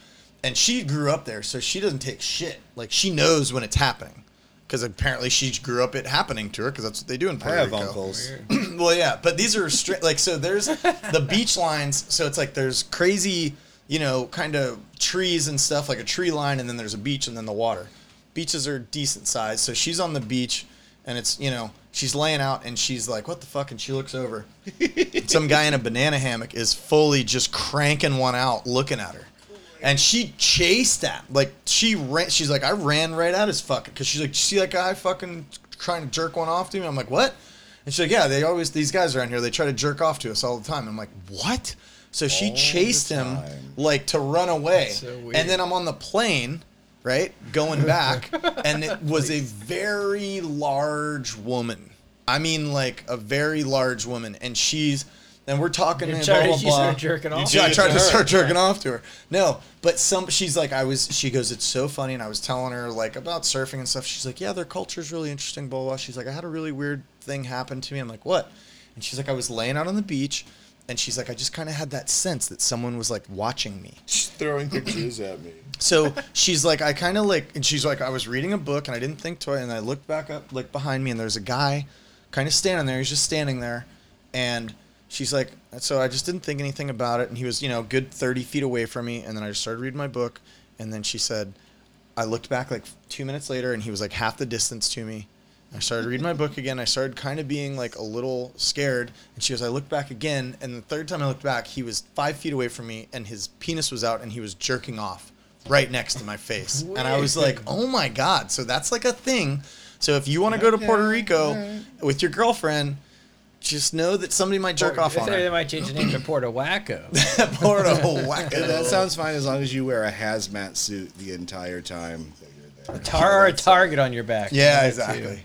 S7: And she grew up there, so she doesn't take shit. Like she knows when it's happening, because apparently she grew up it happening to her, because that's what they do in
S8: I
S7: Puerto
S8: have
S7: Rico.
S8: uncles.
S7: Well, yeah, but these are straight. Like, so there's the beach lines. So it's like there's crazy, you know, kind of trees and stuff, like a tree line, and then there's a beach, and then the water. Beaches are decent size. So she's on the beach, and it's you know she's laying out, and she's like, "What the fuck?" And she looks over. Some guy in a banana hammock is fully just cranking one out, looking at her. And she chased that. Like she ran. She's like, I ran right at his fucking. Cause she's like, "You see that guy fucking trying to jerk one off to me. I'm like, what? And she's like, yeah, they always these guys around here. They try to jerk off to us all the time. I'm like, what? So she chased him like to run away.
S9: so weird.
S7: and then I'm on the plane, right, going back, and it was a very large woman. I mean, like a very large woman, and she's. And we're talking
S9: You're
S7: and
S9: trying
S7: blah
S9: to-
S7: blah blah.
S9: you started jerking off.
S7: Yeah, I
S9: did it
S7: tried
S9: to
S7: to
S9: her.
S7: start jerking off to her. No, but some she's like, I was. She goes, it's so funny, and I was telling her like about surfing and stuff. She's like, yeah, their culture's really interesting. Blah blah. blah. She's like, I had a really weird thing happen to me. I'm like, what? And she's like, I was laying out on the beach, and she's like, I just kind of had that sense that someone was like watching me.
S8: She's throwing her jizz at me.
S7: So she's like, I kind of like, and she's like, I was reading a book and I didn't think twice, and I looked back up like behind me, and there's a guy, kind of standing there. He's just standing there, and she's like, so I just didn't think anything about it, and he was, you know, a good thirty feet away from me, and then I just started reading my book, and then she said, I looked back like two minutes later, and he was like half the distance to me. I started reading my book again. I started kind of being like a little scared. And she goes, I looked back again. And the third time I looked back, he was five feet away from me and his penis was out and he was jerking off right next to my face. And I was like, oh my God. So that's like a thing. So if you want to go to Puerto Rico with your girlfriend, just know that somebody might jerk off on
S9: They
S7: her.
S9: might change the name to Puerto Wacko.
S7: Puerto
S8: And
S7: Wacko.
S8: that sounds fine as long as you wear a hazmat suit the entire time that you're there.
S9: Tar or a target on your back.
S7: Yeah, exactly.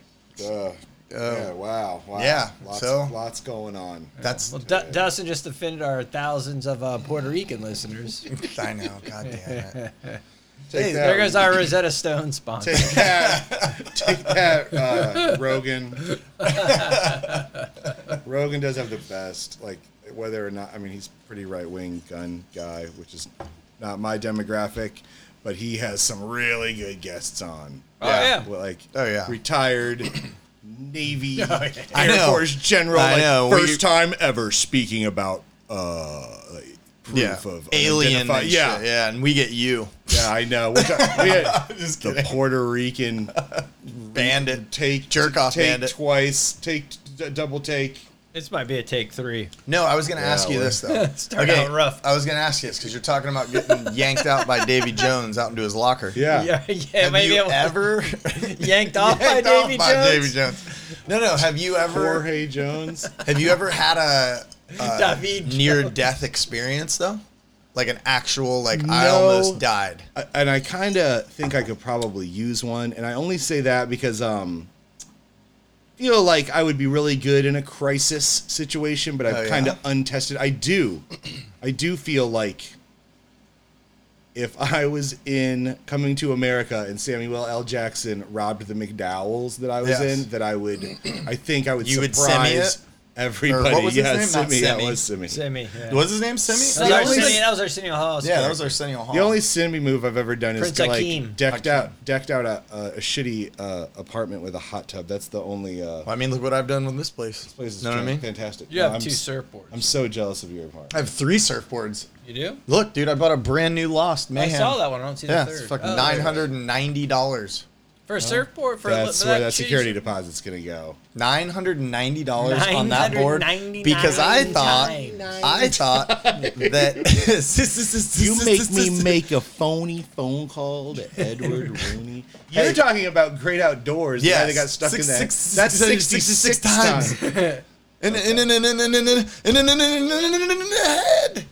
S8: Ugh. yeah, Oh, wow, wow.
S7: Yeah,
S8: lots,
S7: so-
S8: lots going on.
S7: That's,
S9: Well, Du- Dustin just offended our thousands of uh, Puerto Rican listeners.
S7: I know. God damn it.
S8: Take
S7: Hey,
S8: that,
S9: There goes our Rosetta Stone sponsor.
S8: Take that, take that, uh, Rogan. Rogan does have the best, like whether or not. I mean, he's pretty right wing gun guy, which is not my demographic, but he has some really good guests on.
S9: Oh, yeah.
S8: Well, like
S7: Oh, yeah. Oh,
S8: retired Navy
S7: I
S8: Air
S7: know.
S8: Force general,
S7: I
S8: like,
S7: know.
S8: first
S7: We-
S8: time ever speaking about uh, like, proof of
S7: alien.
S8: unidentified-
S7: and
S8: Yeah,
S7: shit. yeah, and we get you.
S8: yeah, I know. Which I, we had the Puerto Rican
S7: Bandit.
S8: take
S7: Jerk off
S8: take
S7: bandit.
S8: twice, take d- double take.
S9: This might be a take three.
S7: No, I was going to ask you
S8: we're-
S7: this though.
S9: Started out rough.
S7: I was going to ask you this because you're talking about getting yanked out by Davy Jones out into his locker.
S8: Yeah.
S9: Yeah, yeah.
S7: Have
S9: maybe
S7: you
S9: I was
S7: ever
S9: yanked off by
S7: yanked off
S9: Davy
S7: by Davy
S9: Jones.
S7: Jones? No, no. Have you ever
S8: Jorge Jones.
S7: have you ever had a,
S9: Davy Jones.
S7: near death experience though? Like an actual like I
S8: No. Uh,
S7: almost died.
S8: I- and I kind of think I could probably use one. And I only say that because um, feel like I would be really good in a crisis situation, but
S7: Oh,
S8: I've
S7: yeah.
S8: kind of untested. I do, I do feel like if I was in Coming to America and Samuel L. Jackson robbed the McDowells that I was
S7: Yes.
S8: in, that I would, I think I would
S7: You would
S8: surprise
S7: Semi it?
S8: everybody.
S7: Or what was his
S8: yeah,
S7: name? Not
S8: Simi, that
S7: Semi.
S8: was Simi.
S9: Semi. Yeah.
S7: What's his name? Simi?
S9: That,
S8: The
S9: was
S8: only-
S9: Arsenio, that was Arsenio Hall.
S7: Yeah, that was Arsenio Hall.
S8: The only Simi move I've ever done is
S9: Prince
S8: to, like
S9: Hakeem.
S8: decked out decked out a, a, a shitty uh, apartment with a hot tub. That's the only uh,
S7: Well, I mean, look what I've done with this place.
S8: place. is
S7: know what I mean?
S8: Fantastic.
S9: You
S8: No,
S9: have
S8: I'm
S9: two
S8: s-
S9: surfboards.
S8: I'm so jealous of your apartment.
S7: I have three surfboards.
S9: you do?
S7: Look, dude, I bought a brand new Lost
S9: I
S7: Mayhem.
S9: saw that one. I don't see
S7: Yeah,
S9: the third.
S7: it's fucking
S9: Oh,
S7: nine Oh. hundred and ninety dollars.
S9: for a surfboard. For a li-
S8: That's
S9: for
S8: where
S9: that
S8: that
S9: cheese-
S8: security deposit's gonna go.
S7: Nine hundred and ninety dollars on that board
S9: $999
S7: because I thought
S9: times.
S7: I thought that
S8: make a phony phone call to Edward Rooney. You're talking about Great Outdoors. Yeah,
S7: Yes.
S8: they got stuck
S7: Six-
S8: in that.
S7: six-
S8: That's
S7: six-
S8: 66
S7: six- six
S8: times.
S7: head.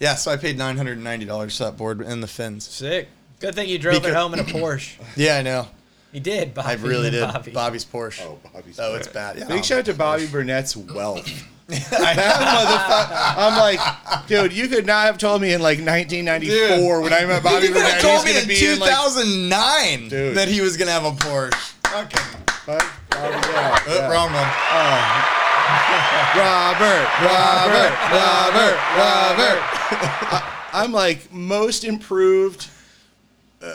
S7: Yeah, so I paid nine hundred and ninety dollars for that board and the fins.
S9: Sick. Good thing you drove
S7: Because-
S9: it home in a Porsche.
S7: Yeah, I know.
S9: He did, Bobby.
S7: I really did.
S9: Bobby.
S7: Bobby's Porsche.
S8: Oh, Bobby's
S7: Oh, it's bad. Yeah.
S8: Big shout out to Bobby Burnett's wealth.
S7: I know.
S8: Motherfuck- I'm like, dude, you could not have told me in like 1994 when I met Bobby
S7: you could
S8: Burnett.
S7: have told
S8: he's
S7: me
S8: gonna
S7: in
S8: be in, like,
S7: 2009
S8: Dude.
S7: that he was gonna have a Porsche. Okay,
S8: Bobby, yeah,
S7: Oh,
S8: yeah.
S7: wrong one.
S8: Robert,
S7: Robert, Robert, Robert.
S8: I'm like most improved uh,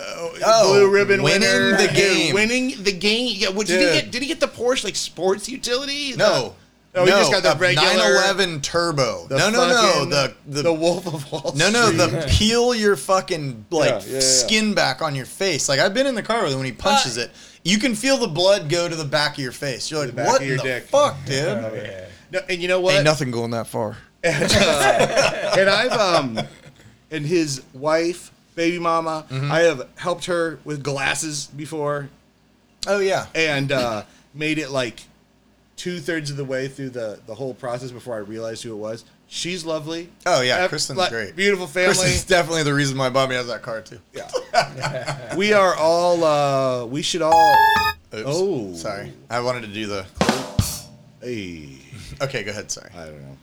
S7: Oh,
S8: blue ribbon
S7: winning
S8: winner,
S7: the
S8: dude,
S7: game.
S8: winning the game. Yeah, what, did he
S7: Dude.
S8: get? Did he get the Porsche like sports utility?
S7: No.
S8: No, he just got the
S7: a
S8: regular-
S7: 911 turbo.
S8: The
S7: no, no, no.
S8: fucking-
S7: The, the
S8: the, Wolf of Wall
S7: no, no.
S8: Street.
S7: The peel your fucking like
S8: Yeah, yeah, yeah.
S7: skin back on your face. Like I've been in the car with him when he punches
S9: But-
S7: it. You can feel the blood go to the back of your face. You're like,
S8: back
S7: what
S8: of your
S7: the
S8: dick."
S7: fuck, dude?
S8: No, and you know
S7: Ain't
S8: what?
S7: nothing going that far.
S8: and I've um and his wife, baby mama,
S7: Mm-hmm.
S8: I have helped her with glasses before
S7: Oh yeah.
S8: and uh made it like two thirds of the way through the the whole process before I realized who it was. She's lovely.
S7: Oh yeah.
S8: Ev-
S7: Kristen's
S8: like,
S7: great.
S8: Beautiful family.
S7: Kristen's definitely the reason why Bobby has that car too.
S8: we are all uh we should all
S7: Oops.
S8: Oh.
S7: Sorry. I wanted to do the.
S8: Hey,
S7: Okay, go ahead. Sorry.
S8: I don't know.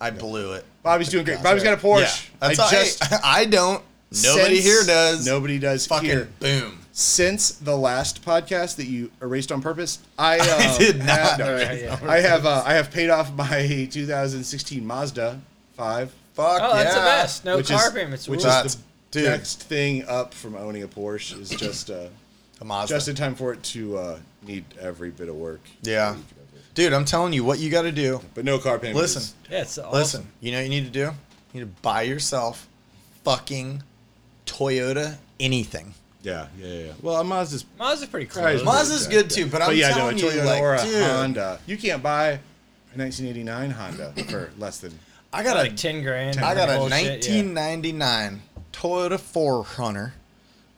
S7: I blew it.
S8: Bobby's doing great. Bobby's got a Porsche.
S7: Yeah. That's
S8: I
S7: all- hey,
S8: just
S7: I don't. Nobody
S8: sense-
S7: here does.
S8: Nobody does
S7: Fucking
S8: here.
S7: boom.
S8: since the last podcast that you erased on purpose, I, uh,
S7: did not
S8: Have, no,
S7: erase
S8: I- I have uh, I have paid off my 2016 Mazda five,
S7: Fuck
S9: Oh, that's the
S7: yeah.
S9: best. No
S8: Which
S9: car
S8: is-
S9: payments.
S8: which
S9: Which
S7: That's-
S8: is the
S7: dude.
S8: next thing up from owning a Porsche is just uh,
S7: A Mazda.
S8: just in time for it to uh, need every bit of work.
S7: Yeah. Dude, I'm telling you what you got to do.
S8: But no car payments.
S7: Listen,
S9: yeah, it's awesome.
S7: listen. You know what you need to do? You need to buy yourself fucking Toyota anything.
S8: Yeah, yeah, yeah. yeah. Well, a Mazda's
S9: Mazda's pretty cool.
S8: Guys, Maz-
S7: Mazda's good too, but I'm
S8: but yeah, no, a
S7: telling you,
S8: Toyota
S7: like,
S8: or a
S7: dude,
S8: Honda. You can't buy a 1989 Honda for less than.
S7: I got
S9: like
S7: a,
S9: ten grand.
S7: I got a
S9: Bullshit, yeah.
S7: 1999 Toyota 4Runner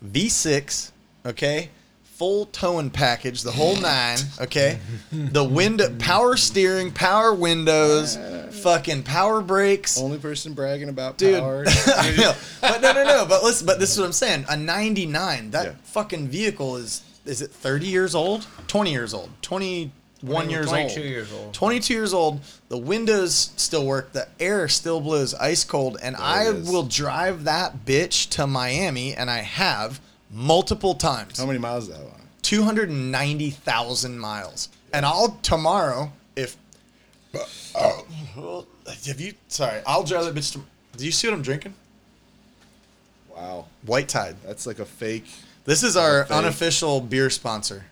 S7: V6. Okay, full towing package, the whole nine. Okay, the window, power steering, power windows, fucking power brakes.
S8: Only person bragging about
S7: Dude.
S8: power.
S7: I know. But no, no, no. But listen. But this is what I'm saying. A 99. That
S8: Yeah.
S7: fucking vehicle is. Is it 30 years old? 20 years old. 21 years
S9: 22
S7: old.
S9: years old.
S7: 22 years old. The windows still work. The air still blows ice cold. And I
S8: it is.
S7: will drive that bitch to Miami, and I have multiple times.
S8: How many miles is that on?
S7: 290,000 miles. And I'll tomorrow, if. Oh, well, have you. Sorry. I'll drive that bitch to. Do you see what I'm drinking?
S8: Wow,
S7: White Tide.
S8: that's like a fake.
S7: This is our
S8: Fake.
S7: unofficial beer sponsor.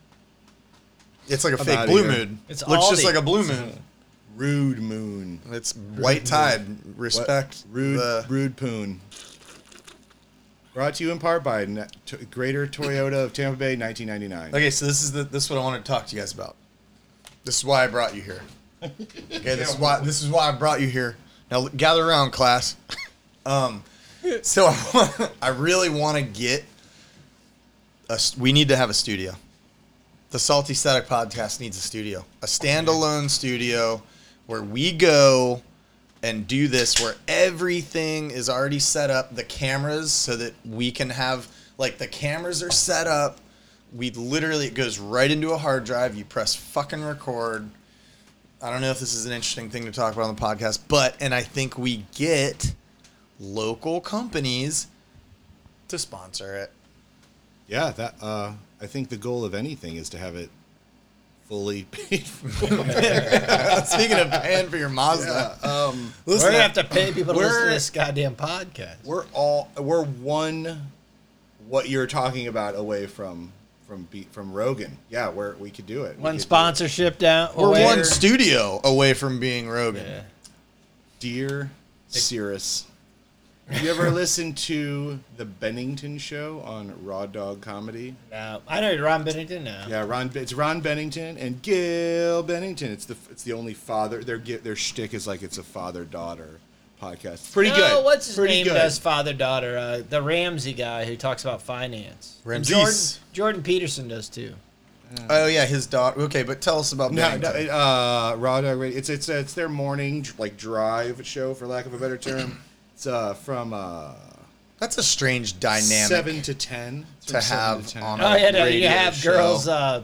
S7: It's like a
S8: I'm
S7: fake
S8: outta
S7: Blue
S8: here.
S7: Moon.
S9: It's
S7: Looks just
S9: Aldi.
S7: like a Blue Moon.
S8: Rude moon.
S7: It's White Tide.
S8: What-
S7: Respect.
S8: rude,
S7: the-
S8: rude poon. Brought to you in part by Na- T- Greater Toyota of Tampa Bay, 1999.
S7: Okay, so this is the, this is what I wanted to talk to you guys about. This is why I brought you here. Okay, this is why this is why I brought you here. Now l- gather around, class. Um, so I, wa- I really want to get. A, s- we need to have a studio. The Salty Static Podcast needs a studio, a standalone studio, where we go and do this, where everything is already set up, the cameras, so that we can have like the cameras are set up. We literally it goes right into a hard drive. You press fucking record. I don't know if this is an interesting thing to talk about on the podcast, but and I think we get local companies to sponsor it.
S8: Yeah, that uh, I think the goal of anything is to have it fully paid for.
S7: Speaking of paying for your Mazda,
S8: um,
S9: We're
S7: listen,
S9: gonna have to pay people to listen
S7: We're-
S9: to this goddamn podcast.
S8: we're all we're one what you're talking about away from from be, from Rogan. Yeah, where we could do it. We
S9: One
S8: could
S9: sponsorship down.
S7: we're
S9: away.
S7: one studio away from being Rogan.
S9: Yeah.
S8: do it. Dear Cirrus, have you ever listened to the Bennington show on Raw Dog Comedy?
S9: No, I know Ron Bennington now.
S8: Yeah, Ron. It's Ron Bennington and Gil Bennington. It's the it's the only father. Their gi- their shtick is like it's a father daughter podcast. Pretty
S9: no,
S8: good.
S9: Oh, what's his
S8: Pretty
S9: name?
S8: good.
S9: Does father daughter? Uh, the Ramsey guy who talks about finance. And
S7: Ramses.
S9: Jordan, Jordan Peterson does too.
S7: Oh yeah, his daughter. Okay, but tell us about
S8: No, no,
S7: Bennington.
S8: it, uh, Raw Dog Radio. It's it's it's their morning like drive show for lack of a better term. It's uh from uh
S7: That's a strange dynamic.
S8: seven to ten Uh, It's from
S7: to
S8: seven
S7: have on a
S9: Oh yeah, no, you
S7: radio
S9: have
S7: show.
S9: girls uh,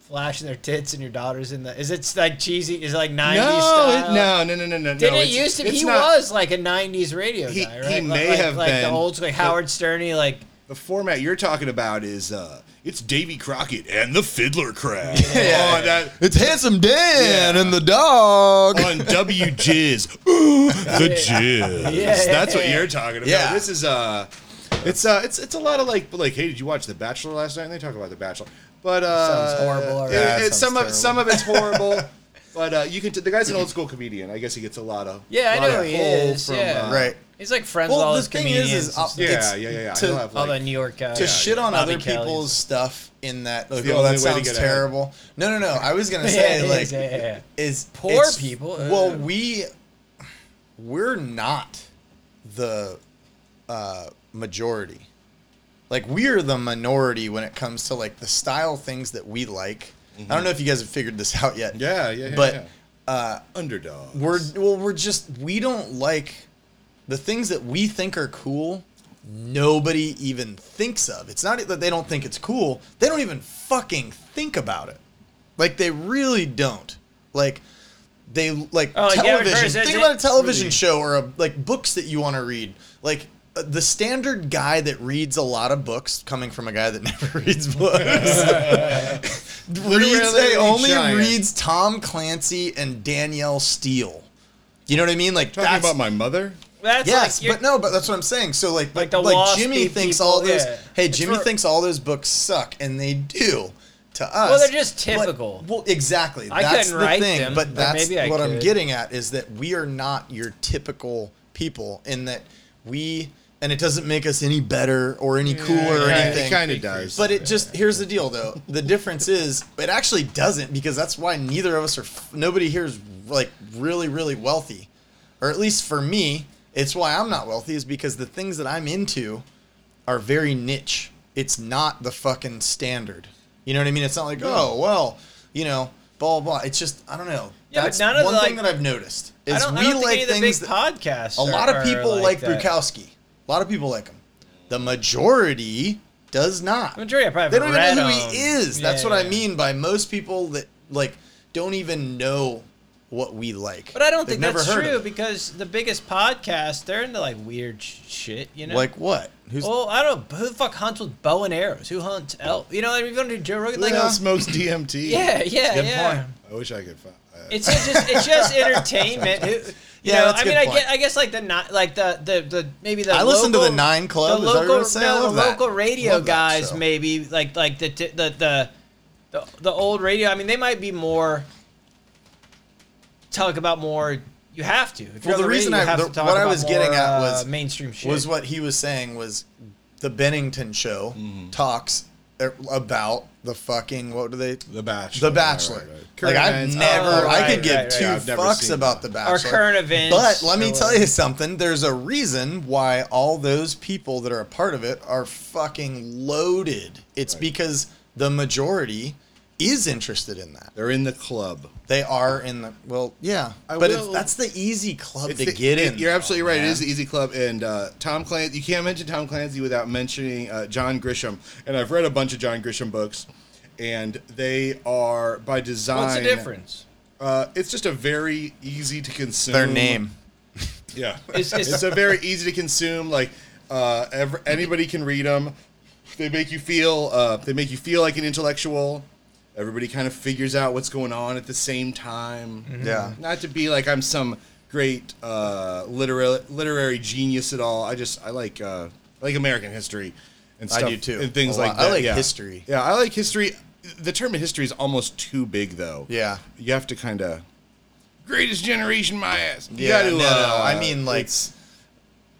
S9: flashing their tits and your daughter's in the. Is it like cheesy? Is it like '90s
S8: no,
S9: style?
S8: it- no, no, no, no, no.
S9: Didn't
S8: no,
S9: it
S8: it's-
S9: used to? be?
S8: it's
S9: He
S8: not-
S9: was like a '90s radio
S8: He-
S9: guy,
S8: he
S9: right?
S8: may
S9: like,
S8: have
S9: like the
S8: been,
S9: old school like
S8: but-
S9: Howard Sterny, like
S8: The format you're talking about is uh, it's Davy Crockett and the Fiddler Crab Oh,
S7: Yeah.
S8: on that
S7: It's handsome Dan
S8: Yeah.
S7: and the dog.
S8: on W Jizz. Ooh, the Jizz.
S9: Yeah, yeah,
S8: That's what
S9: yeah.
S8: you're talking about.
S7: Yeah.
S8: This is uh, it's uh, it's it's a lot of like like hey, did you watch The Bachelor last night? And they talk about The Bachelor, but uh,
S7: Sounds horrible already.
S8: it-
S7: Yeah,
S8: it-
S7: sounds
S8: some of
S7: terrible.
S8: some of it's horrible. But uh, you can. T- the guy's an old school comedian. I guess he gets a lot of
S9: Yeah, I
S8: lot
S9: know
S8: of
S9: he
S8: pull uh,
S9: is, yeah.
S7: right.
S9: he's like friends with
S7: Well,
S9: all
S7: the
S9: his
S7: thing is,
S9: comedians.
S7: is uh,
S8: Yeah,
S7: it's-
S8: yeah, yeah, yeah.
S7: to-
S8: He'll have,
S9: all
S8: like-
S9: the New York guys.
S7: to shit on
S9: Bobby
S7: other
S9: Kelly.
S7: people's stuff in that like,
S8: the
S7: oh that
S8: only way to
S7: sounds
S8: get out.
S7: terrible. No, no, no. I was gonna
S9: Yeah,
S7: say
S9: it
S7: like
S9: is, yeah, yeah, yeah.
S7: is
S9: Poor
S7: it's-
S9: people, uh.
S7: Well, we we're not the uh, majority. Like we are the minority when it comes to like the style things that we like. I don't know if you guys have figured this out yet.
S8: Mm-hmm. Yeah, yeah, yeah,
S7: But uh,
S8: yeah. underdog.
S7: we're well, we're just we don't like the things that we think are cool. Nobody even thinks of. It's not that they don't think it's cool. They don't even fucking think about it. Like they really don't. Like they like
S9: Oh, like Gavin
S7: television.
S9: Ferris,
S7: think
S9: that's
S7: about
S9: it.
S7: a television show or a, like books that you want to read. Like uh, the standard guy that reads a lot of books, coming from a guy that never reads books, reads,
S8: Literally
S7: they only
S8: giant.
S7: reads Tom Clancy and Danielle Steele. You know what I mean? Like
S8: talking
S7: that's,
S8: about my mother.
S9: That's
S7: yes,
S9: like your-
S7: but no, but that's what I'm saying. So like,
S9: Like
S7: like,
S9: the
S7: like
S9: WASPy
S7: Jimmy thinks
S9: people,
S7: all those.
S9: yeah.
S7: Hey,
S9: It's
S7: Jimmy
S9: for-
S7: thinks all those books suck, and they do to us.
S9: they're just
S7: but-
S9: typical.
S7: well, exactly.
S9: I
S7: that's
S9: couldn't
S7: the
S9: write
S7: thing.
S9: them,
S7: but
S9: but
S7: that's
S9: maybe I
S7: what I'm
S9: could.
S7: getting at is that we are not your typical people in that we, and it doesn't make us any better or any cooler or anything.
S8: It kind of does.
S7: But it just here's the deal though. The difference is it actually doesn't because that's why neither of us are f- nobody here is like really really wealthy. Or at least for me, it's why I'm not wealthy is because the things that I'm into are very niche. It's not the fucking standard. You know what I mean? It's not like, "Oh, well, you know, blah blah." blah. It's just I don't know.
S9: Yeah, but
S7: that's
S9: none of
S7: one
S9: the,
S7: thing
S9: like-
S7: that I've noticed. Is
S9: I don't,
S7: we
S9: I don't think
S7: like
S9: any of the big
S7: things that,
S9: podcasts.
S7: a
S9: are-
S7: lot
S9: are
S7: of people like,
S9: that.
S7: Bukowski. A lot of people like him. The majority does not.
S9: The majority I probably
S7: they don't even
S9: haven't
S7: know who
S9: read
S7: he
S9: on.
S7: is. That's
S9: Yeah,
S7: what
S9: yeah.
S7: I mean by most people that like don't even know what we like.
S9: But I don't
S7: They've
S9: think that's
S7: never heard
S9: true
S7: of it.
S9: because the biggest podcasts they're into like weird sh- shit. You know,
S7: Like what? Who's
S9: Well, I don't know. Who the fuck hunts with bow and arrows? Who hunts elk? You know, like, if you're going to do Joe Rogan,
S8: Who the
S9: like,
S8: hell smokes DMT.
S9: yeah, yeah,
S7: Good
S9: yeah.
S7: point.
S8: I wish I could find. Uh,
S9: It's just, it's just entertainment. Who, you
S7: Yeah,
S9: know,
S7: that's
S9: I
S7: a
S9: mean,
S7: good
S9: I
S7: point.
S9: get, I guess, like the not, like the, the, the maybe the.
S7: I listen to
S9: local-
S7: the Nine Club,
S9: The
S7: is that what
S9: local,
S7: you're saying? I
S9: no,
S7: love
S9: the
S7: that.
S9: local radio
S7: Love that
S9: guys,
S7: show.
S9: maybe like, like the, t- the, the, the, the old radio. I mean, they might be more. Talk about more. You have to. If
S7: Well,
S9: you're on
S7: the
S9: radio,
S7: reason
S9: you
S7: I-
S9: have
S7: the-
S9: to talk
S7: what I
S9: about
S7: was getting
S9: more,
S7: at
S9: uh,
S7: was-
S9: mainstream shit.
S8: Mm-hmm.
S7: was what he was saying was the Bennington show talks er, about the fucking what do they?
S8: The Bachelor.
S7: The Bachelor.
S8: Right, right.
S7: Like I've
S6: events.
S7: never,
S6: Oh,
S7: I could
S6: right,
S7: give
S6: right,
S7: two
S8: right. I've never
S7: fucks
S8: seen
S7: about
S8: that.
S7: the Bachelor.
S9: current events
S7: But let
S9: or
S7: me tell
S9: whatever.
S7: you something. There's a reason why all those people that are a part of it are fucking loaded. It's because the majority is interested in that.
S8: They're in the club.
S7: They are in the well, yeah.
S8: I
S7: but it's,
S8: will-
S7: that's the easy club
S8: It's
S7: to
S8: the-
S7: get
S8: it-
S7: in.
S8: You're
S7: though,
S8: absolutely right. It
S7: man.
S8: is the easy club, and uh, Tom Clancy. You can't mention Tom Clancy without mentioning uh, John Grisham. And I've read a bunch of John Grisham books, and they are by design.
S9: What's the difference?
S8: Uh, it's just a very easy to consume.
S7: their name.
S8: Yeah,
S9: It's-
S8: it's,
S9: it's-
S8: a very easy to consume. Like uh, ever, anybody can read them. They make you feel. Uh, they make you feel like an intellectual. Everybody kind of figures out what's going on at the same time.
S7: Yeah.
S8: Not to be like I'm some great uh, literary literary genius at all. I just I like uh, I like American history and
S7: I
S8: stuff
S7: do too,
S8: and things
S7: a
S8: like
S7: lot. I
S8: that.
S7: like
S8: yeah.
S7: history.
S8: Yeah, I like history. The term history is almost too big though.
S7: Yeah.
S8: You have to kind of greatest generation my ass. You
S7: Yeah,
S8: gotta,
S7: no, no,
S8: uh,
S7: I mean like
S8: it's-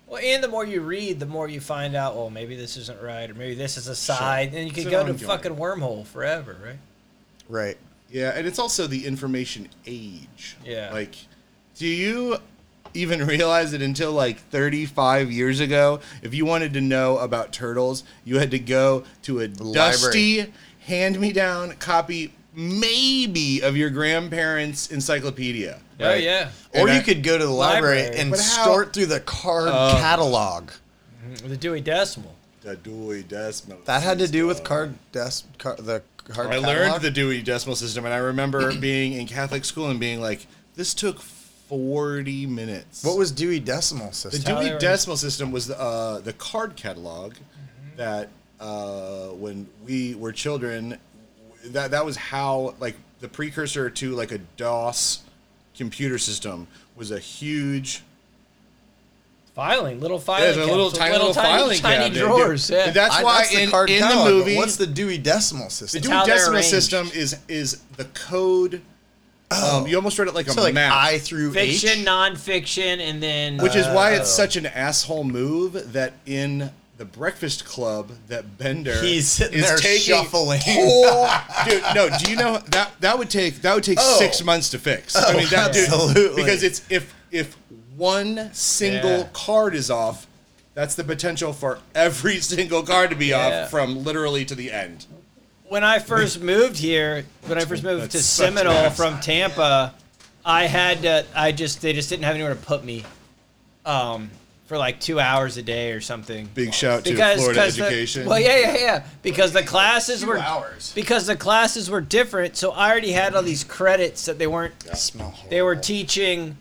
S9: Well, and the more you read, the more you find out. Well, maybe this isn't right, or maybe this is a side, and you
S8: It's
S9: can
S8: an
S9: go to
S8: ongoing.
S9: fucking wormhole forever, right?
S7: right.
S8: yeah, and it's also the information age.
S9: Yeah.
S8: Like, do you even realize that until like 35 years ago, if you wanted to know about turtles, you had to go to a dusty, hand-me-down copy, maybe of your grandparents' encyclopedia.
S9: Oh
S8: right?
S9: yeah,
S7: Or
S8: And
S7: you
S8: I-
S7: could go to the library, Oh.
S9: Library.
S7: and
S8: But how-
S7: sort through the card catalog.
S9: the Dewey Decimal.
S8: The Dewey Decimal.
S7: That had to do with card desk, car, the card.
S8: I
S7: catalog?
S8: learned the Dewey Decimal System, and I remember being in Catholic school and being like, "This took 40 minutes."
S7: What was Dewey Decimal
S8: the
S7: System?
S8: Dewey
S9: Tyler-
S8: Decimal System? Was the, uh, the card catalog
S9: Mm-hmm.
S8: that uh, when we were children, that that was how like the precursor to like a DOS computer system was a huge
S9: Filing, little filing,
S8: there's a little
S9: cabinets,
S8: tiny little filing
S9: tiny
S8: cabinet.
S9: drawers. Yeah.
S8: And That's
S7: I-
S8: why
S7: the
S8: in,
S7: card
S8: in the
S7: catalog, but
S8: movie,
S7: What's the Dewey Decimal
S8: the
S7: System?
S8: Dewey
S9: how they're
S8: Decimal
S9: arranged.
S8: system is is the code. Um, you almost read it like a
S7: Oh. so like
S8: map.
S7: I through H.
S9: fiction, nonfiction, and then uh,
S8: which is why
S9: Oh.
S8: it's such an asshole move that in the Breakfast Club that Bender
S7: He's sitting
S8: is
S7: there
S8: taking
S7: shuffling.
S8: whole- dude, no, do you know that that would take that would take
S7: Oh.
S8: six months to fix. I mean, that, dude,
S7: absolutely.
S8: because it's if if one single
S9: Yeah.
S8: card is off. That's the potential for every single card to be
S9: Yeah.
S8: off from literally to the end.
S9: when I first moved here, when I first moved
S8: That's
S9: to
S8: such an
S9: Seminole
S8: ass.
S9: from Tampa, I had to, I just they just didn't have anywhere to put me, um, for like two hours a day or something.
S8: Big shout
S9: Because,
S8: to Florida
S9: 'cause the-
S8: Education.
S9: well, yeah, yeah, yeah. Because the classes
S7: Two
S9: were
S7: hours.
S9: because the classes were different, so I already had all these credits that they weren't.
S7: Smell
S9: They were teaching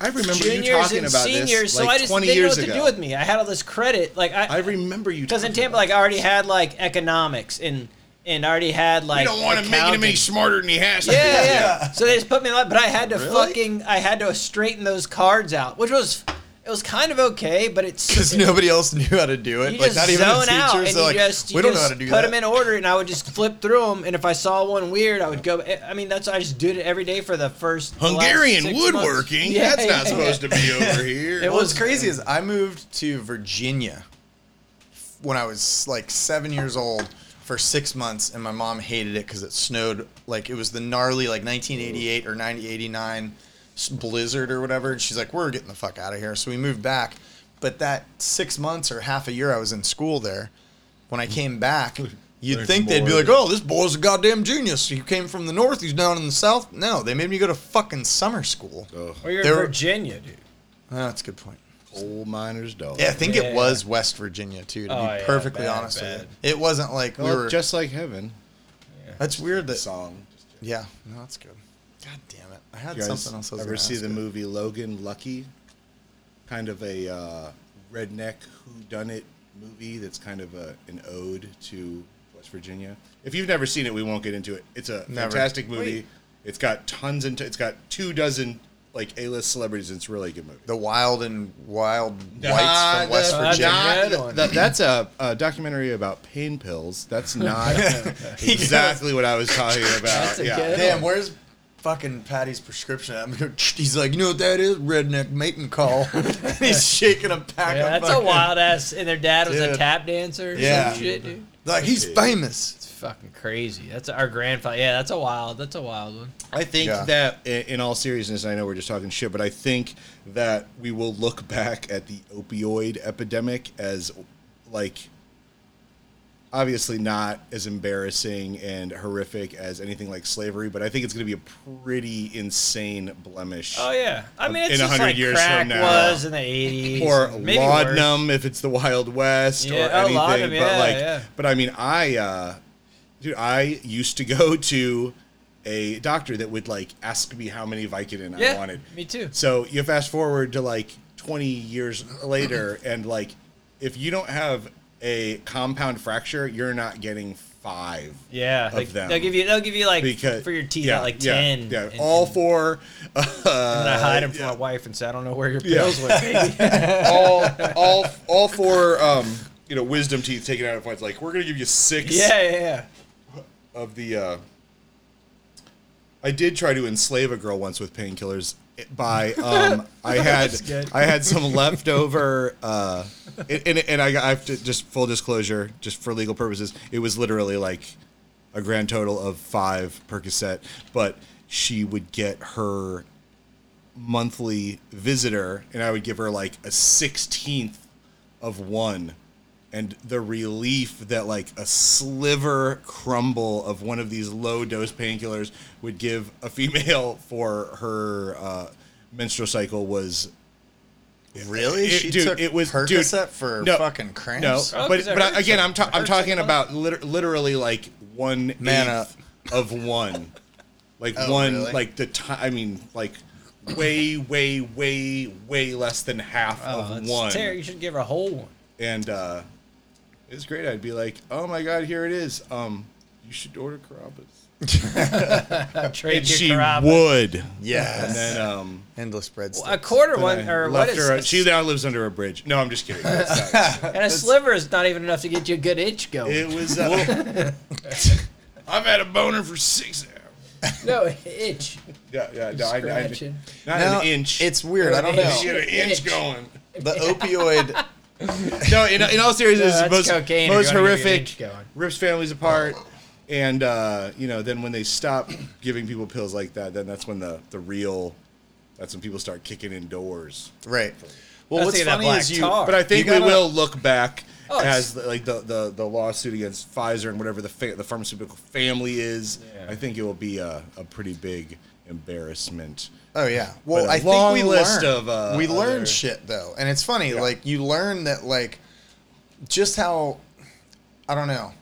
S8: I remember you
S9: juniors
S8: talking
S9: and
S8: about
S9: seniors,
S8: this
S9: so
S8: like
S9: I just
S8: 20
S9: didn't know
S8: years
S9: what
S8: ago.
S9: to do with me. I had all this credit, like
S8: I remember you
S9: because in
S8: talking
S9: Tampa, like I already had like economics and and I already had like.
S8: You don't want to make him any
S9: accounting.
S8: smarter than he has to.
S9: Yeah,
S8: be.
S9: yeah. So they just put me in line, but I had to
S7: Really?
S9: fucking, I had to straighten those cards out, which was, it was kind of okay, but it's
S7: Because
S9: it-
S7: nobody else knew how to do it.
S9: you
S7: like
S9: just
S7: not even the
S9: zone out and
S7: teachers. They're
S9: you
S7: like,
S9: just you
S7: we don't know
S9: just
S7: how to do
S9: put
S7: that.
S9: them in order, and I would just flip through them, and if I saw one weird, I would go. eh, I mean, that's I just did it every day for the first the last
S8: Hungarian
S9: six
S8: woodworking.
S9: months. Yeah,
S8: That's
S9: yeah,
S8: not supposed to be over here.
S9: It
S7: Well, what's
S9: was-
S7: crazy is I moved to Virginia when I was like seven years old for six months, and my mom hated it because it snowed. Like it was the gnarly like 1988 or 1989 s- blizzard or whatever. And she's like, "We're getting the fuck out of here." So we moved back. But that six months or half a year I was in school there, when I came back, you'd
S8: Learned
S7: think they'd be
S8: more.
S7: like, "Oh, this boy's a goddamn genius. He came from the north. He's down in the south." No, they made me go to fucking summer school.
S8: Oh,
S9: Or you're
S7: They
S9: in
S7: were-
S9: Virginia, dude.
S7: Oh, that's a good point.
S8: Coal miner's dog.
S7: Yeah, I think
S9: Yeah.
S7: it was West Virginia too. To
S9: Oh,
S7: be
S9: yeah,
S7: perfectly
S9: bad,
S7: honest
S9: bad.
S7: with you, it wasn't like we
S8: Well,
S7: were. Just
S8: just like heaven.
S7: that's weird. That
S8: song.
S7: yeah, no, that's good. God damn it! I had
S8: You guys
S7: something else. I was
S8: ever
S7: gonna
S8: see
S7: ask
S8: the
S7: you.
S8: movie Logan Lucky? Kind of a uh, redneck whodunit movie that's kind of a, an ode to West Virginia. If you've never seen it, we won't get into it. It's a
S7: Never.
S8: fantastic movie. It's got tons and t- it's got two dozen like A-list celebrities. It's a really good movie.
S7: The wild and wild whites
S8: Nah,
S7: from West
S8: the-
S7: Virginia.
S8: nah,
S9: Red
S8: th-
S9: one.
S8: th- that's a, a documentary about pain pills. That's not exactly what I was talking about.
S9: a
S8: yeah.
S9: good-
S7: Damn, where's fucking Patty's prescription. I'm gonna, he's like, you know what that is? Redneck mating call. and he's shaking a pack
S9: Yeah,
S7: of
S9: that's a
S7: fucking-
S9: wild ass. And their dad was a
S7: Dude.
S9: tap dancer. Or
S7: Yeah.
S9: Some shit, dude.
S7: Like, he's famous.
S9: It's fucking crazy. That's our grandfather. Yeah, that's a wild. That's a wild one.
S8: I think
S7: Yeah.
S8: that, i- in all seriousness, I know we're just talking shit, but I think that we will look back at the opioid epidemic as, like, obviously not as embarrassing and horrific as anything like slavery, but I think it's going to be a pretty insane blemish.
S9: Oh yeah. I mean, it's
S8: In
S9: just
S8: 100
S9: like
S8: years
S9: crack
S8: from now.
S9: was in the eighties.
S8: or
S9: maybe worse.
S8: laudanum if it's the Wild West
S9: Yeah,
S8: or
S9: oh,
S8: anything.
S9: laudanum, yeah,
S8: but like,
S9: yeah.
S8: but I mean, I, uh, dude, I used to go to a doctor that would like ask me how many Vicodin
S9: Yeah,
S8: I wanted.
S9: me too.
S8: So you fast forward to like 20 years later, and like, if you don't have a compound fracture, you're not getting five.
S9: Yeah,
S8: of
S9: like,
S8: them.
S9: they'll give you. They'll give you like
S8: Because
S9: for your teeth
S8: yeah,
S9: out like
S8: yeah,
S9: ten.
S8: Yeah,
S9: and-
S8: all four. Uh,
S9: And I hide them from my wife and say, I don't know where your pills went. baby."
S8: all all all four um you know wisdom teeth taken out of points like we're gonna give you six
S9: yeah, yeah, yeah.
S8: of the uh i did try to enslave a girl once with painkillers by um i had
S9: good.
S8: i had some leftover uh and, and, and i got- i have to just full disclosure just for legal purposes it was literally like a grand total of five percocet but she would get her monthly visitor and I would give her like a 16th of one and the relief that like a sliver crumble of one of these low dose painkillers would give a female for her uh, menstrual cycle was
S7: Really?
S8: It-
S7: she
S8: dude,
S7: took
S8: it was- dude,
S7: Percocet for
S8: no,
S7: fucking cramps.
S8: no
S9: Oh, 'cause
S8: but
S9: it
S8: but I,
S9: hurts
S8: again
S9: so-
S8: I'm ta-
S9: it
S8: I'm
S9: hurts so
S8: talking
S9: much.
S8: about lit- literally like one
S7: Man uh,
S8: eighth of one like one
S7: Oh, really?
S8: like the time I mean like way way way way less than half
S9: Oh,
S8: of
S9: that's
S8: one
S9: Terry, you should give her a whole one.
S8: and uh, it was great. I'd be like, "Oh my god, here it is. Um, you should order Carabas."
S9: Trade
S8: And
S9: your
S8: she
S9: Carrabba's.
S8: would.
S7: Yes.
S8: And then um,
S7: Endless bread.
S9: A quarter
S8: then
S9: one,
S8: I
S9: or what
S8: left
S9: is
S8: her.
S9: a-
S8: she now lives under a bridge. No, I'm just kidding. That sucks.
S9: and a sliver is not even enough to get you a good itch going.
S8: it was. Uh, I've had a boner for six hours.
S9: no itch.
S8: Yeah, yeah. No, I, I, not
S9: Scratching.
S8: an inch.
S7: It's weird. I don't
S9: An
S8: you
S7: know.
S8: get an inch,
S9: Itch.
S8: going.
S7: The opioid.
S8: No, in, in all seriousness,
S9: No, that's
S8: most,
S9: cocaine if
S8: most
S9: you wanna get your
S8: horrific
S9: itch going.
S8: rips families apart. And uh, you know, then when they stop giving people pills like that, then that's when the the real, that's when people start kicking in doors.
S7: Right.
S9: I
S7: Well,
S9: was
S7: what's
S9: thinking that
S7: funny
S9: black
S7: is you.
S9: tar.
S8: But I think
S7: You
S8: we
S7: gotta-
S8: will look back
S9: Oh, it's-
S8: as the, like the, the the lawsuit against Pfizer and whatever the fa- the pharmaceutical family is. I think it will be a, a pretty big embarrassment.
S7: Oh yeah. Well,
S8: But a
S7: I
S8: long
S7: think we
S8: list
S7: learn.
S8: of, uh,
S7: we learn
S8: other-
S7: shit though, and it's funny. Like you learn that like just how I don't know.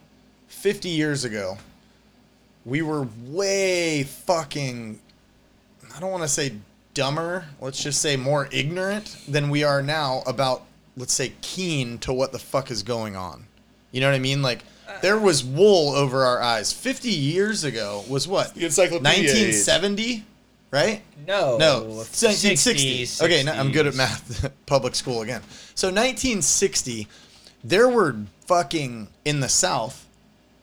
S7: Fifty years ago, we were way fucking. I don't want to say dumber. Let's just say more ignorant than we are now about. Let's say keen to what the fuck is going on. You know what I mean? Like there was wool over our eyes. Fifty years ago was what?
S8: The encyclopedia age.
S7: Nineteen seventy, right?
S9: No.
S7: No,
S9: 1960s,
S7: 1960. Okay, no, I'm good at math. Public school again. So 1960, there were fucking in the South,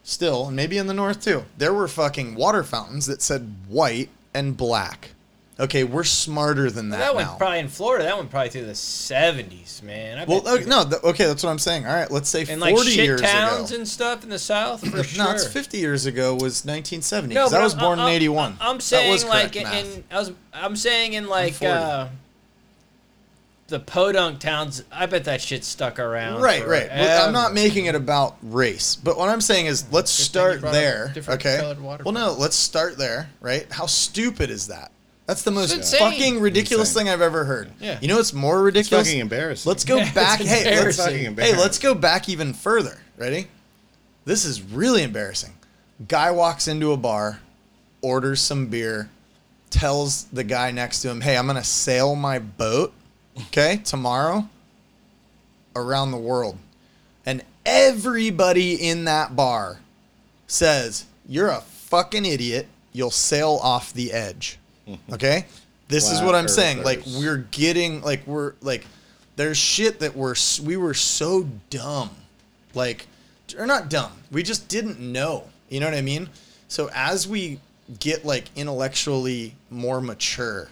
S7: still, and maybe in the North too. There were fucking water fountains that said white and black. Okay, we're smarter than that,
S9: That one's
S7: now.
S9: probably in Florida. That one probably through the seventies, man. I bet
S7: well,
S9: people-
S7: okay, no, th- okay, that's what I'm saying. All right, let's say 40
S9: and like shit
S7: years
S9: towns
S7: ago.
S9: and stuff in the South for sure.
S7: No, it's 50 years ago was 1970.
S9: No,
S7: 'cause
S9: but
S7: I was
S9: I'm-
S7: born
S9: I'm-
S7: in 81.
S9: I'm saying
S7: that was correct
S9: like in,
S7: math.
S9: in I was I'm saying in like
S7: 40.
S9: uh, the podunk towns. I bet that shit's stuck around.
S7: Right, right. Well, I'm not
S9: forever.
S7: making it about race, but what I'm saying is let's start
S9: brought up
S7: there.
S9: different
S7: Okay.
S9: colored water
S7: Well, no, let's start there. Right? How stupid is that? That's the
S9: It's
S7: most
S9: insane.
S7: fucking ridiculous
S8: Insane.
S7: thing I've ever heard.
S9: Yeah.
S7: You know what's more ridiculous?
S8: fucking embarrassing.
S7: Let's go
S9: Yeah, it's
S7: back. Hey, let's,
S9: embarrassing.
S8: Fucking
S7: hey, let's go back even further. Ready? This is really embarrassing. Guy walks into a bar, orders some beer, tells the guy next to him, "Hey, I'm gonna sail my boat, okay, tomorrow, around the world," and everybody in that bar says, "You're a fucking idiot. You'll sail off the edge." Okay? This is
S8: Flat
S7: what I'm saying. Like
S8: earthers.
S7: we're getting like we're like there's shit that we're s- we were so dumb. Like or not dumb. We just didn't know. You know what I mean? So as we get like intellectually more mature.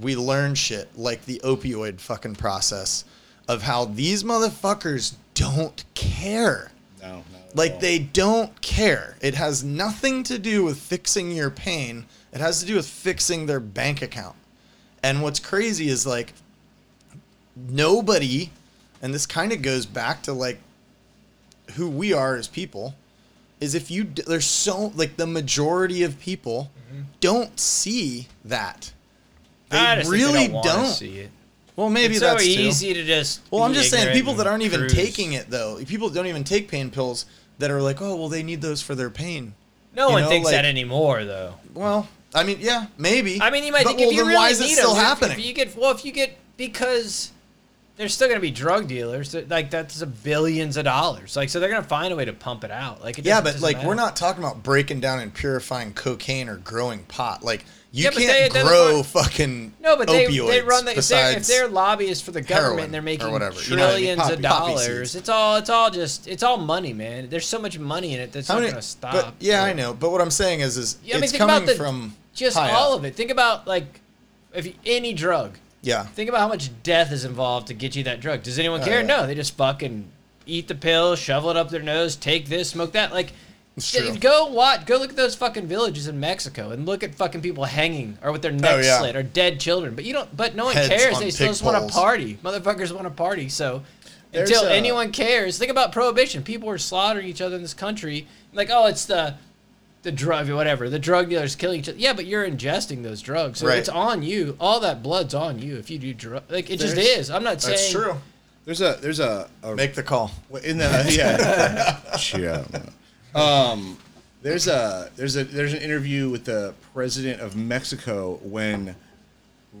S7: We learn shit like the opioid fucking process of how these motherfuckers don't care.
S8: No, not at
S7: Like
S8: all.
S7: they don't care. It has nothing to do with fixing your pain. It has to do with fixing their bank account. And what's crazy is like nobody and this kind of goes back to like who we are as people is if you d- there's so like the majority of people don't see that. They
S9: Mm-hmm. I just think
S7: really
S9: they don't, wanna see it.
S7: Well, maybe
S9: It's so
S7: that's too.
S9: easy to just.
S7: Well, I'm
S9: be
S7: just saying
S9: ignorant
S7: people that
S9: and
S7: aren't even
S9: cruise.
S7: taking it though. People that don't even take pain pills that are like, oh, well, they need those for their pain.
S9: No
S7: you
S9: one
S7: know,
S9: thinks
S7: like-
S9: that anymore, though.
S7: Well, I mean, yeah, maybe.
S9: I mean, you might
S7: But,
S9: think
S7: well,
S9: if you
S7: then
S9: really
S7: why is
S9: need
S7: it still
S9: 'em, if-
S7: happening?
S9: If you get well, if you get because there's still gonna be drug dealers. that- Like that's a billions of dollars. Like so, they're gonna find a way to pump it out. Like it
S7: yeah,
S9: doesn't-
S7: but
S9: doesn't
S7: like
S9: matter.
S7: we're not talking about breaking down and purifying cocaine or growing pot. Like you
S9: Yeah, but they
S7: can't
S9: identify-
S7: grow fucking
S9: No, but they,
S7: opioids
S9: they run the, if, they're, if
S7: besides
S9: they're lobbyists for the government
S7: heroin
S9: and they're making
S7: or whatever, you know what I mean?
S9: trillions
S7: Poppy-
S9: of
S7: poppy
S9: dollars,
S7: seeds.
S9: it's all it's all just it's all money, man. There's so much money in it that's
S7: How
S9: not
S7: many-
S9: gonna stop.
S7: But yeah,
S9: Like,
S7: I know. But what I'm saying is, is
S9: Yeah, I mean,
S7: it's
S9: think about
S7: coming
S9: the-
S7: from
S9: Just
S7: high
S9: all
S7: up.
S9: of it. Think about like if you, any drug.
S7: Yeah, Oh,
S9: Think about how much death is involved to get you that drug. Does anyone care?
S7: yeah.
S9: No, they just fucking eat the pill, shovel it up their nose, take this, smoke that. Like, d-
S7: true.
S9: go what? Go look at those fucking villages in Mexico and look at fucking people hanging or with their necks
S7: Oh, yeah.
S9: slit or dead children. But you don't. But no one
S7: Heads
S9: cares.
S7: on
S9: They still
S7: pig
S9: just want
S7: poles.
S9: to party. Motherfuckers want to party. So.
S8: There's
S9: Until
S8: a-
S9: anyone cares, think about prohibition. People were slaughtering each other in this country. Like, oh, it's the the drug whatever the drug dealers killing each other yeah but you're ingesting those drugs so
S7: Right.
S9: it's on you all that blood's on you if you do drug like it just
S8: There's-
S9: is i'm not saying
S7: that's true.
S8: There's a there's a, a
S7: Make the call.
S8: Well, in the yeah, yeah. Um, there's a there's a there's an interview with the president of Mexico when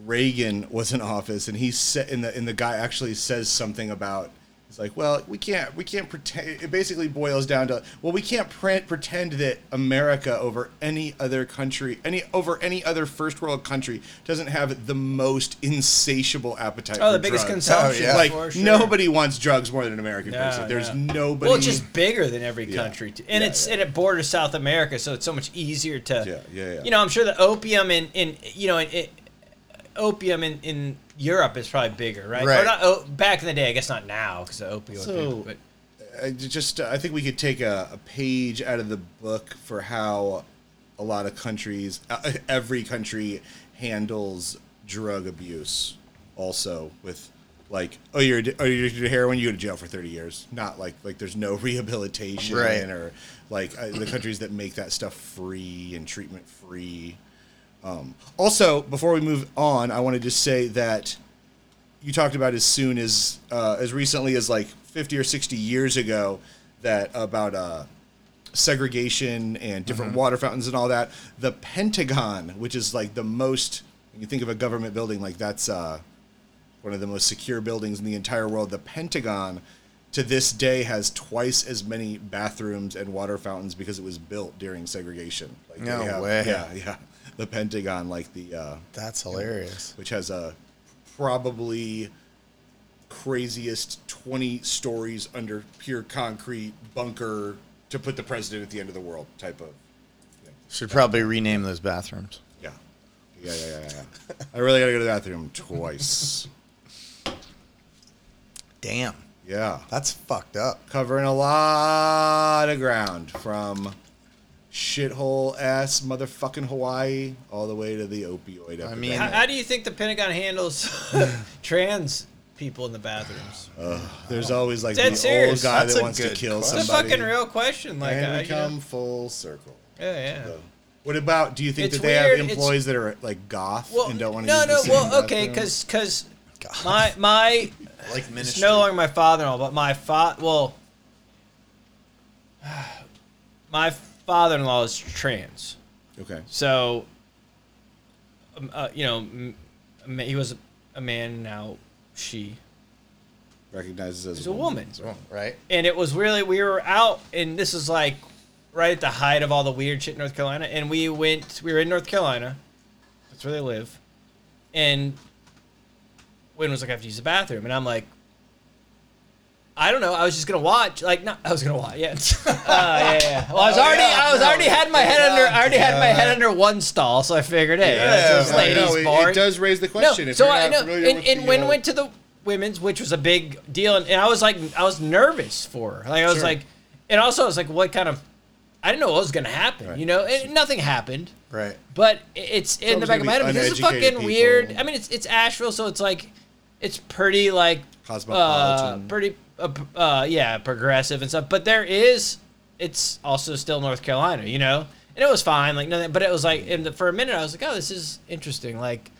S8: Reagan was in office, and he said, and the and the guy actually says something about. It's like, well, we can't, we can't pretend. It basically boils down to, well, we can't pre- pretend that America over any other country, any over any other first world country, doesn't have the most insatiable appetite.
S9: oh
S8: for
S9: the biggest
S8: drugs
S9: consumption
S7: Oh, yeah.
S8: like
S9: for sure.
S8: nobody wants drugs more than an American person. There's
S9: no.
S8: nobody.
S9: well it's just bigger than every country t- and
S8: Yeah,
S9: it's
S8: yeah.
S9: and it borders south america so it's so much easier to
S8: Yeah, yeah, yeah.
S9: you know i'm sure the opium in in you know in, in, opium in in europe is probably bigger right,
S7: Right.
S9: or not oh, back in the day i guess not now because the opioid
S8: So-
S9: thing, but
S8: I ju- just. uh, I think we could take a, a page out of the book for how a lot of countries, uh, every country, handles drug abuse. Also with like, oh, you're addi- oh, you're addicted to heroin, you go to jail for thirty years. Not like like there's no rehabilitation
S7: Right.
S8: or like uh, the countries that make that stuff free and treatment free. Um, also, before we move on, I want to just say that you talked about as soon as uh, as recently as like 50 or 60 years ago that about uh, segregation and different
S7: Mm-hmm.
S8: water fountains and all that the pentagon which is like the most when you think of a government building like that's uh, one of the most secure buildings in the entire world the pentagon to this day has twice as many bathrooms and water fountains because it was built during segregation like
S7: No
S8: they have-
S7: way.
S8: yeah yeah the pentagon like the uh,
S7: That's hilarious.
S8: which has a probably craziest 20 stories under pure concrete bunker to put the president at the end of the world type of
S7: Should probably rename those bathrooms.
S8: yeah yeah yeah yeah, yeah. i really gotta go to the bathroom twice
S7: Damn,
S8: yeah
S7: that's fucked up.
S8: covering a lot of ground from shithole ass motherfucking hawaii all the way to the opioid epidemic.
S7: mean,
S9: how, how do you think the pentagon handles trans people in the bathrooms
S8: there's always like
S9: Dead
S8: the
S9: serious.
S8: old guy
S7: That's a
S8: that wants to
S7: good
S8: kill
S7: question.
S9: It's a
S8: somebody
S9: fucking real question. Like,
S8: and
S9: uh,
S8: we
S9: you know-
S8: come full circle
S9: yeah, yeah.
S8: So, What about? Do you think
S9: It's
S8: that they
S9: weird,
S8: have
S9: it's-
S8: employees that are like goth
S9: Well,
S8: and don't want to?
S9: no,
S8: use
S9: no.
S8: the
S9: Well,
S8: same
S9: okay,
S8: bathroom?
S9: because because my my
S7: Like
S9: it's
S7: ministry.
S9: no longer my father-in-law, but my fa well, my father-in-law is trans,
S8: okay,
S9: so um, uh, you know m- a ma- he was a man now she
S8: recognizes as
S9: is a woman.
S7: right?
S9: and it was really we were out and this is like right at the height of all the weird shit in north carolina and we went we were in north carolina that's where they live and Wynn was like i have to use the bathroom and i'm like I don't know. I was just gonna watch. Like, no, I was gonna watch. Yeah. Uh, yeah, yeah. Well, I was already,
S7: yeah,
S9: I was
S7: no,
S9: already had my head
S7: yeah,
S9: under, I already had my
S7: yeah.
S9: head under one stall, so I figured, hey, that's
S7: yeah,
S9: this
S8: no,
S9: ladies'
S8: it,
S9: bar.
S8: it does raise the
S9: No,
S8: question. if
S9: so
S8: you're
S9: I
S8: not
S9: know,
S8: familiar
S9: and,
S8: with
S9: and
S8: the,
S9: when
S8: uh,
S9: went to the women's, which was a big deal, and, and I was like, I was nervous for her. Like, I was
S8: Sure.
S9: like, and also I was like, what kind of, I didn't know what was gonna happen,
S8: Right.
S9: you know, and nothing happened.
S7: right.
S9: But i- it's in the
S8: always
S9: back of
S8: gonna be
S9: my head. I'm like, this is fucking
S8: uneducated people.
S9: weird. I mean, it's it's Asheville, so it's like, it's pretty like uh,
S7: Cosmopolitan.
S9: pretty uh, p- uh, yeah, progressive and stuff. But there is, it's also still North Carolina, you know. And it was fine, like nothing. But it was like, and the, for a minute, I was like, oh, this is interesting. Like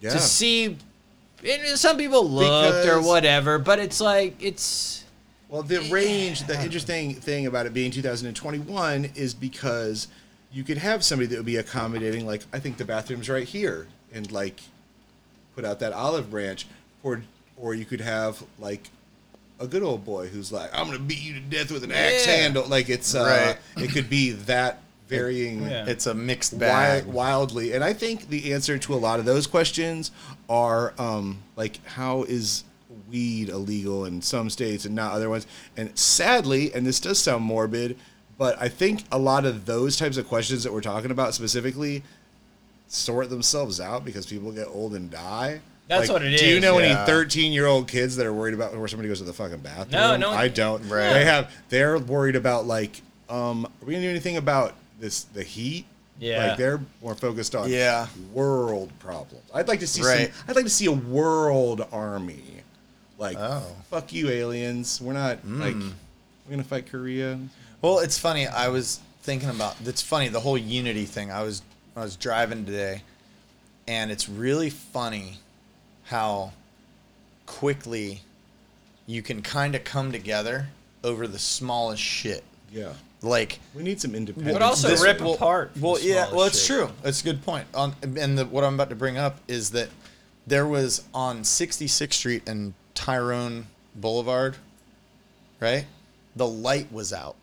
S7: yeah.
S9: to see, and some people looked or
S8: Because-
S9: whatever. But it's like it's
S8: Well, the range, the interesting thing about it being 2021 is because you could have somebody that would be accommodating, like, I think the bathroom's right here, and like put out that olive branch, or or you could have like a good old boy who's like, I'm gonna beat you to death with an axe
S7: Yeah.
S8: handle. Like it's uh, it could be that varying.
S9: Yeah.
S7: It's a mixed
S8: Wi-
S7: bag.
S8: wildly. And I think the answer to a lot of those questions are um, like, how is weed illegal in some states and not other ones? And sadly, and this does sound morbid, but I think a lot of those types of questions that we're talking about specifically sort themselves out because people get old and die.
S9: That's what it
S8: Do you
S9: is,
S8: know
S7: yeah.
S8: any 13 year old kids that are worried about where somebody goes to the fucking bathroom?
S9: no one-
S8: I don't.
S7: Right.
S8: They have. They're worried about like, um, are we gonna do anything about this? The heat.
S9: Yeah.
S8: Like they're more focused on
S7: Yeah.
S8: world problems. I'd like to see
S7: Right.
S8: some. I'd like to see a world army. Like
S7: Oh. Hmm.
S8: fuck you aliens. We're not like we're gonna fight Korea.
S7: Well, it's funny. I was thinking about. It's funny the whole unity thing. I was I was driving today, and it's really funny how quickly you can kind of come together over the smallest shit.
S8: Yeah.
S7: Like
S8: We need some independence.
S9: But also
S7: this-
S9: rip apart
S7: Well,
S9: the
S7: yeah,
S9: smallest
S7: well, it's
S9: shit.
S7: true. That's a good point. On and the, what I'm about to bring up is that there was on 66th Street and Tyrone Boulevard, right? The light was out.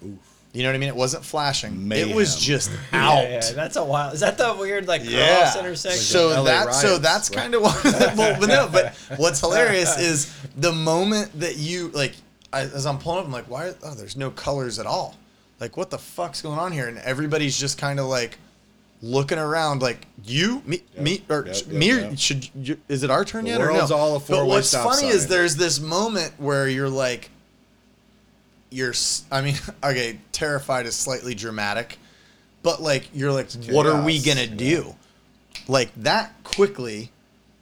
S7: You know what I mean? It wasn't flashing. It was
S8: Mayhem.
S7: just
S9: yeah,
S7: out.
S9: yeah, that's a wild. Is that the weird like
S7: Yeah.
S9: cross intersection?
S7: So
S8: LA
S7: that so
S8: riots,
S7: that's
S8: right?
S7: kind of what. well, but no, but what's hilarious is the moment that you like, I, as I'm pulling up, I'm like, why? Oh, there's no colors at all. Like, what the fuck's going on here? And everybody's just kind of like looking around, like you, me, me, or
S8: yep,
S7: sh-
S8: yep,
S7: me. or
S8: yep.
S7: Should you, is it our turn
S8: The
S7: yet or no?
S8: world's all a
S7: but
S8: four-way
S7: what's
S8: stop
S7: funny is
S8: sign.
S7: there's this moment where you're like, you're. s- I mean, okay, terrified is slightly dramatic but like you're like what are we
S8: chaos,
S7: gonna do like that quickly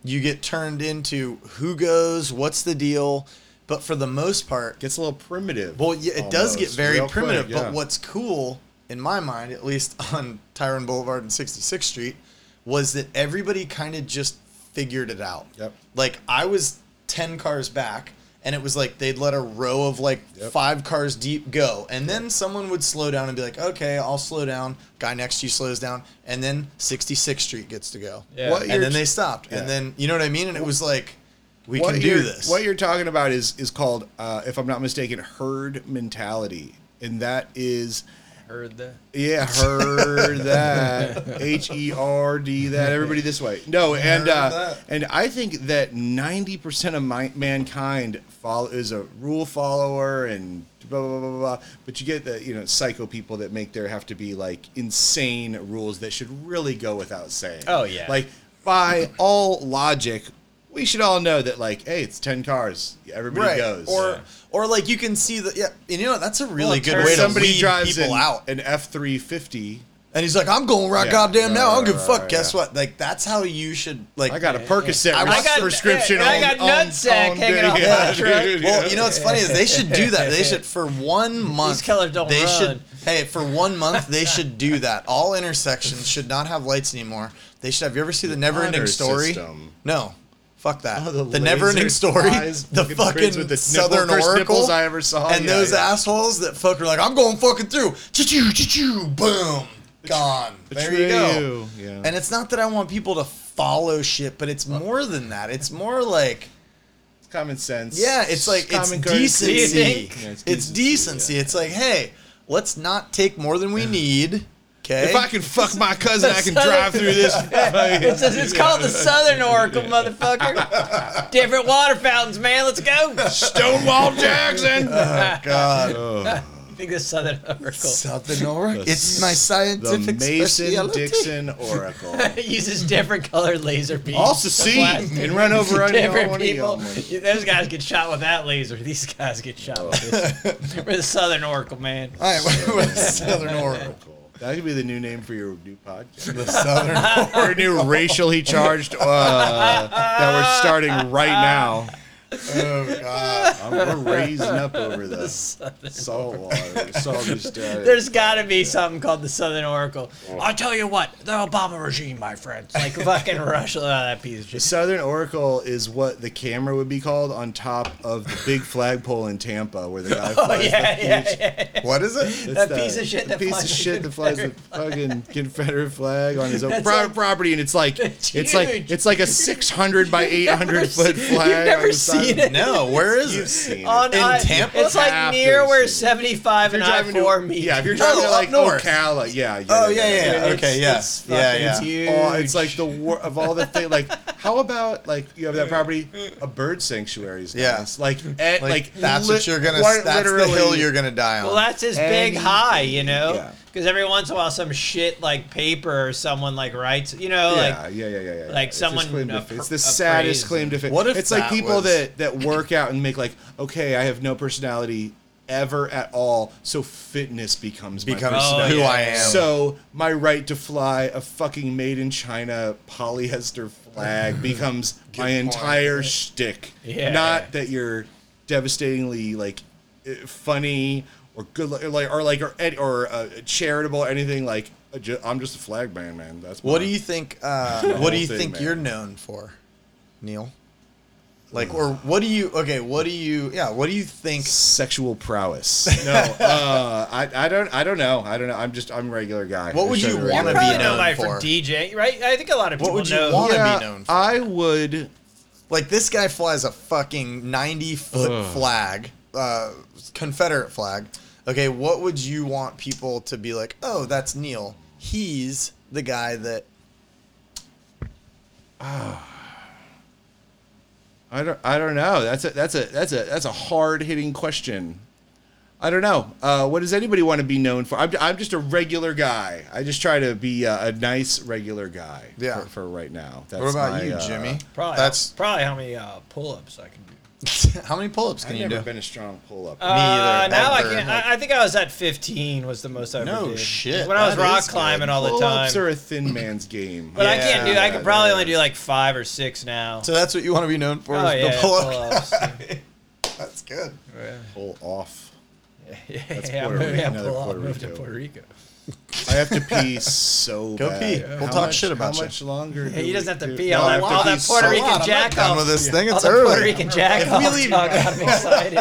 S7: you get turned into who goes what's the deal but for the most part
S8: gets a little primitive.
S7: well yeah, it does get
S8: almost,
S7: very
S8: real quick,
S7: primitive
S8: yeah.
S7: but what's cool in my mind at least on Tyrone Boulevard and 66th Street was that everybody kind of just figured it out
S8: Yep.
S7: like I was 10 cars back and it was like they'd let a row of like
S8: Yep.
S7: five cars deep go and then someone would slow down and be like okay I'll slow down guy next to you slows down and then 66th Street gets to go
S9: Yeah.
S8: What you're
S7: and then
S8: t-
S7: they stopped
S8: Yeah.
S7: and then you know what I mean and it was like we
S8: what
S7: can do
S8: you're-
S7: this
S8: What you're talking about is is called, uh, if I'm not mistaken, herd mentality, and that is
S9: heard that.
S8: yeah, herd that H E R D that everybody this way. No, and uh,
S7: that.
S8: and I think that 90 percent of my, mankind follow is a rule follower and blah blah blah blah. blah. But you get the you know psycho people that make there have to be like insane rules that should really go without saying.
S9: Oh, yeah.
S8: like by all logic. We should all know that, like, hey, it's ten cars. Everybody goes.
S7: Or or like you can see that yeah, and you know that's a really
S9: Well,
S7: good
S9: turn-
S7: way to
S8: somebody
S7: lead
S8: drives
S7: people
S8: an,
S7: out.
S8: an F three fifty.
S7: And he's like, I'm going right
S8: Yeah,
S7: goddamn
S8: right,
S7: now. I don't
S8: right,
S7: give a
S8: right,
S7: fuck.
S8: right,
S7: Guess
S8: yeah.
S7: what? Like that's how you should like.
S8: I got a Percocet
S7: I got-
S8: prescription
S9: yeah, I
S8: on-
S9: got
S8: on,
S9: nutsack
S8: on
S9: hanging off
S8: video.
S9: my truck.
S8: Dude,
S7: Well,
S8: yeah.
S7: you know what's funny is they should do that. They should for one month.
S9: colors don't
S7: They
S9: run.
S7: should. Hey, for one month they should do that. All intersections should not have lights anymore. They should have. You ever see the Never Ending
S8: honor
S7: Story?
S8: system.
S7: No. Fuck that.
S8: Oh,
S7: the
S8: the
S7: Never Ending
S8: laser
S7: Story,
S8: eyes,
S7: the
S8: fucking
S7: fucking
S8: prints with the
S7: Southern
S8: nipple- first
S7: Oracle
S8: nipples I ever saw.
S7: and
S8: Yeah,
S7: those
S8: yeah.
S7: assholes that fuck are like, I'm going fucking through. Choo-choo, choo-choo, boom, gone. There you go.
S8: Betrayal, yeah.
S7: And it's not that I want people to follow shit, but it's more than that. It's more like,
S8: It's common sense.
S7: yeah, it's like it's
S8: common courtesy.
S7: decency.
S8: Yeah,
S7: It's decency. It's like, hey, let's not take more than we need. Okay.
S10: If I can fuck my cousin, I can
S9: Southern-
S10: drive through this.
S9: It's, it's called the Southern Oracle, motherfucker. Different water fountains, man. Let's go.
S10: Stonewall Jackson.
S8: Oh,
S7: God,
S9: I think the Southern Oracle
S7: Southern Oregon. It's my
S8: The
S7: scientific
S8: Mason
S7: specialty.
S8: Dixon Oracle.
S9: uses different colored laser beams.
S10: Also
S9: to
S10: see
S9: blast
S10: and run over any
S9: different
S10: one of
S9: people.
S10: y'all.
S9: Those guys get shot with that laser. These guys get shot with this. We're the Southern Oracle, man.
S7: All right, we're- we're Southern Oracle.
S8: That could be the new name for your new podcast.
S7: The Southern.
S10: Or new racially charged uh, that we're starting right now.
S7: Oh God.
S8: I'm, we're raising up over the salt water. Salt just, uh,
S9: There's got to be something called the Southern Oracle. I'll tell you what, the Obama regime, my friends, like fucking Russia, oh, that piece of
S8: the
S9: shit.
S8: Southern Oracle is what the camera would be called on top of the big flagpole in Tampa, where the guy flies the
S9: Yeah, yeah,
S8: huge-
S9: yeah.
S7: What is it?
S8: It's
S9: That piece of shit
S8: the
S9: that
S8: piece
S9: flies
S8: of
S9: the
S8: shit that flies the fucking Confederate flag on his own
S9: That's
S8: private
S9: like-
S8: property, and it's like
S9: It's
S8: it's, like
S9: huge.
S8: it's like a 600 by 800
S9: seen-
S8: foot flag.
S9: you've never
S8: on the side
S9: seen
S8: of-
S9: it?
S7: No, where is
S8: You've
S7: it?
S8: seen it.
S9: On,
S7: In
S9: I-
S7: Tampa?
S9: It's like
S8: Have
S9: near
S8: to
S9: where
S8: see.
S9: 75
S8: If
S9: and
S8: you're driving to-
S9: I-4 meet.
S8: Yeah, if you're driving
S7: Oh,
S8: to
S7: up
S8: like
S7: north.
S8: Ocala, yeah, yeah.
S7: Oh yeah, yeah.
S9: It's-
S7: okay, yeah,
S9: it's
S7: yeah,
S9: fucking
S7: yeah.
S9: huge.
S8: Oh, it's like the war of all the things. Like, how about like you have that property, a bird sanctuary is
S7: Yeah.
S8: nice. Like, eh, like,
S7: Like that's what
S8: lit-
S7: you're gonna.
S8: quite
S7: That's the
S8: literally-
S7: hill you're gonna die on.
S9: Well, that's his big
S8: Anything,
S9: high, you know?
S8: yeah.
S9: Because every once in a while, some shit like paper or someone like writes, you know,
S8: Yeah,
S9: like
S8: yeah, yeah, yeah, yeah.
S9: like
S8: It's his
S9: someone
S8: claim to
S9: appra-
S8: fame. It's the saddest
S9: appraising.
S8: claim to fame.
S7: What if
S8: it's like
S7: that
S8: people
S7: was-
S8: that that work out and make like, okay, I have no personality ever at all, so fitness becomes my
S7: becomes
S9: Oh,
S7: who
S9: yeah.
S7: I am.
S8: So my right to fly a fucking made in China polyester flag becomes my entire shtick.
S9: Yeah.
S8: Not that you're devastatingly like eh, funny or good lu- or like or like or, ed- or uh, charitable or anything like uh, ju- I'm just a flag man, man. That's
S7: what
S8: my-
S7: do you think? Uh, what do you
S8: thing,
S7: think
S8: man.
S7: you're known for, Neil? Like, or what do you? Okay, what do you? Yeah, what do you think?
S8: sexual prowess. No, uh, I I don't I don't know. I don't know. I'm just I'm a regular guy.
S7: What would
S8: Just
S7: you
S8: regular
S7: wanna
S8: guy.
S7: be
S9: probably
S7: known
S9: nobody
S7: for.
S9: for DJ, right? I think a lot of people
S7: would you
S9: know.
S7: want?
S8: Yeah,
S7: be known for?
S8: I would
S7: Like this guy flies a fucking ninety foot flag, uh, Confederate flag. Okay, what would you want people to be like? Oh, that's Neil. He's the guy that.
S8: I don't. I don't know. That's a. That's a. That's a. That's a hard hitting question. I don't know. Uh, what does anybody want to be known for? I'm, I'm just a regular guy. I just try to be a, a nice regular guy.
S7: Yeah.
S8: For, for right now. That's
S7: What about
S8: my,
S7: you,
S8: uh,
S7: Jimmy?
S9: Probably,
S7: That's
S9: probably how many uh, pull-ups I can do.
S7: how many pull-ups can
S8: I've
S7: you
S8: never
S7: do?
S8: been a strong pull up.
S9: Uh,
S7: either,
S9: now I
S7: ever.
S9: can. I, I think I was at 15 was the most I ever
S7: No
S9: did.
S7: shit,
S9: When I was
S7: that
S9: rock
S7: is good.
S9: climbing all the
S8: pull ups
S9: time.
S8: are a thin man's game.
S9: But I can't do. I
S8: Yeah,
S9: could probably
S8: they're-
S9: only do like five or six now.
S7: So that's what you want to be known for?
S9: oh
S7: is the
S9: yeah,
S7: pull-up?
S9: pull-ups.
S7: That's good.
S8: pull off.
S9: yeah,
S8: Puerto
S9: maybe
S8: Rico.
S9: I
S8: Another
S9: pull up,
S8: Puerto
S9: move to
S8: Rico.
S9: Puerto Rico.
S8: I have to pee so
S7: Go
S8: bad.
S7: pee. We'll
S8: How
S7: talk
S8: much-
S7: shit about
S8: How
S7: you.
S8: much longer?
S9: Hey,
S8: do
S9: he
S8: we
S9: doesn't have to
S8: do-
S9: pee all
S7: I
S9: that,
S7: have to
S9: all that
S7: pee
S9: Puerto
S7: so
S9: Rican
S7: hard. I'm not
S9: jack
S7: done
S9: off.
S7: with this thing.
S9: all
S7: It's
S9: the Puerto
S7: early.
S9: Rican jack off.
S7: we leave-
S9: talk, I'm excited.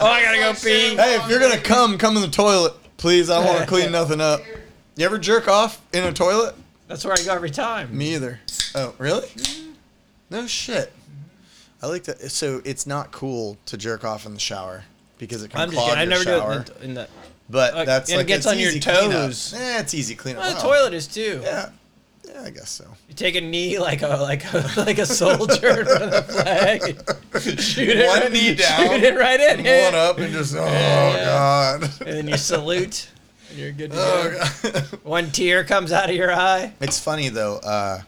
S9: oh, I gotta go pee.
S7: Hey, if you're gonna come, come in the toilet, please. I don't want to clean nothing up. You ever jerk off in a toilet?
S9: That's where I go every time.
S7: Me either. Oh, really? No shit. I like that. So it's not cool to jerk off in the shower because it can
S9: I'm just
S7: clog
S9: kidding. I
S7: your
S9: never
S7: shower.
S9: do it in the, in
S7: but
S9: like,
S7: that's
S9: and it
S7: like it's
S9: gets on your
S7: easy cleanup.
S9: toes.
S7: Eh, it's easy cleanup.
S9: the, well, the
S7: Wow.
S9: toilet is too.
S7: Yeah, yeah, I guess so.
S9: You take a knee like a like a like a soldier in front of the flag. Shoot it
S7: One
S9: right,
S7: knee down,
S9: Shoot it right in.
S7: One up and just oh god.
S9: And then you salute. And you're good to
S7: Oh,
S9: go.
S7: God.
S9: One tear comes out of your eye.
S7: It's funny though. Uh,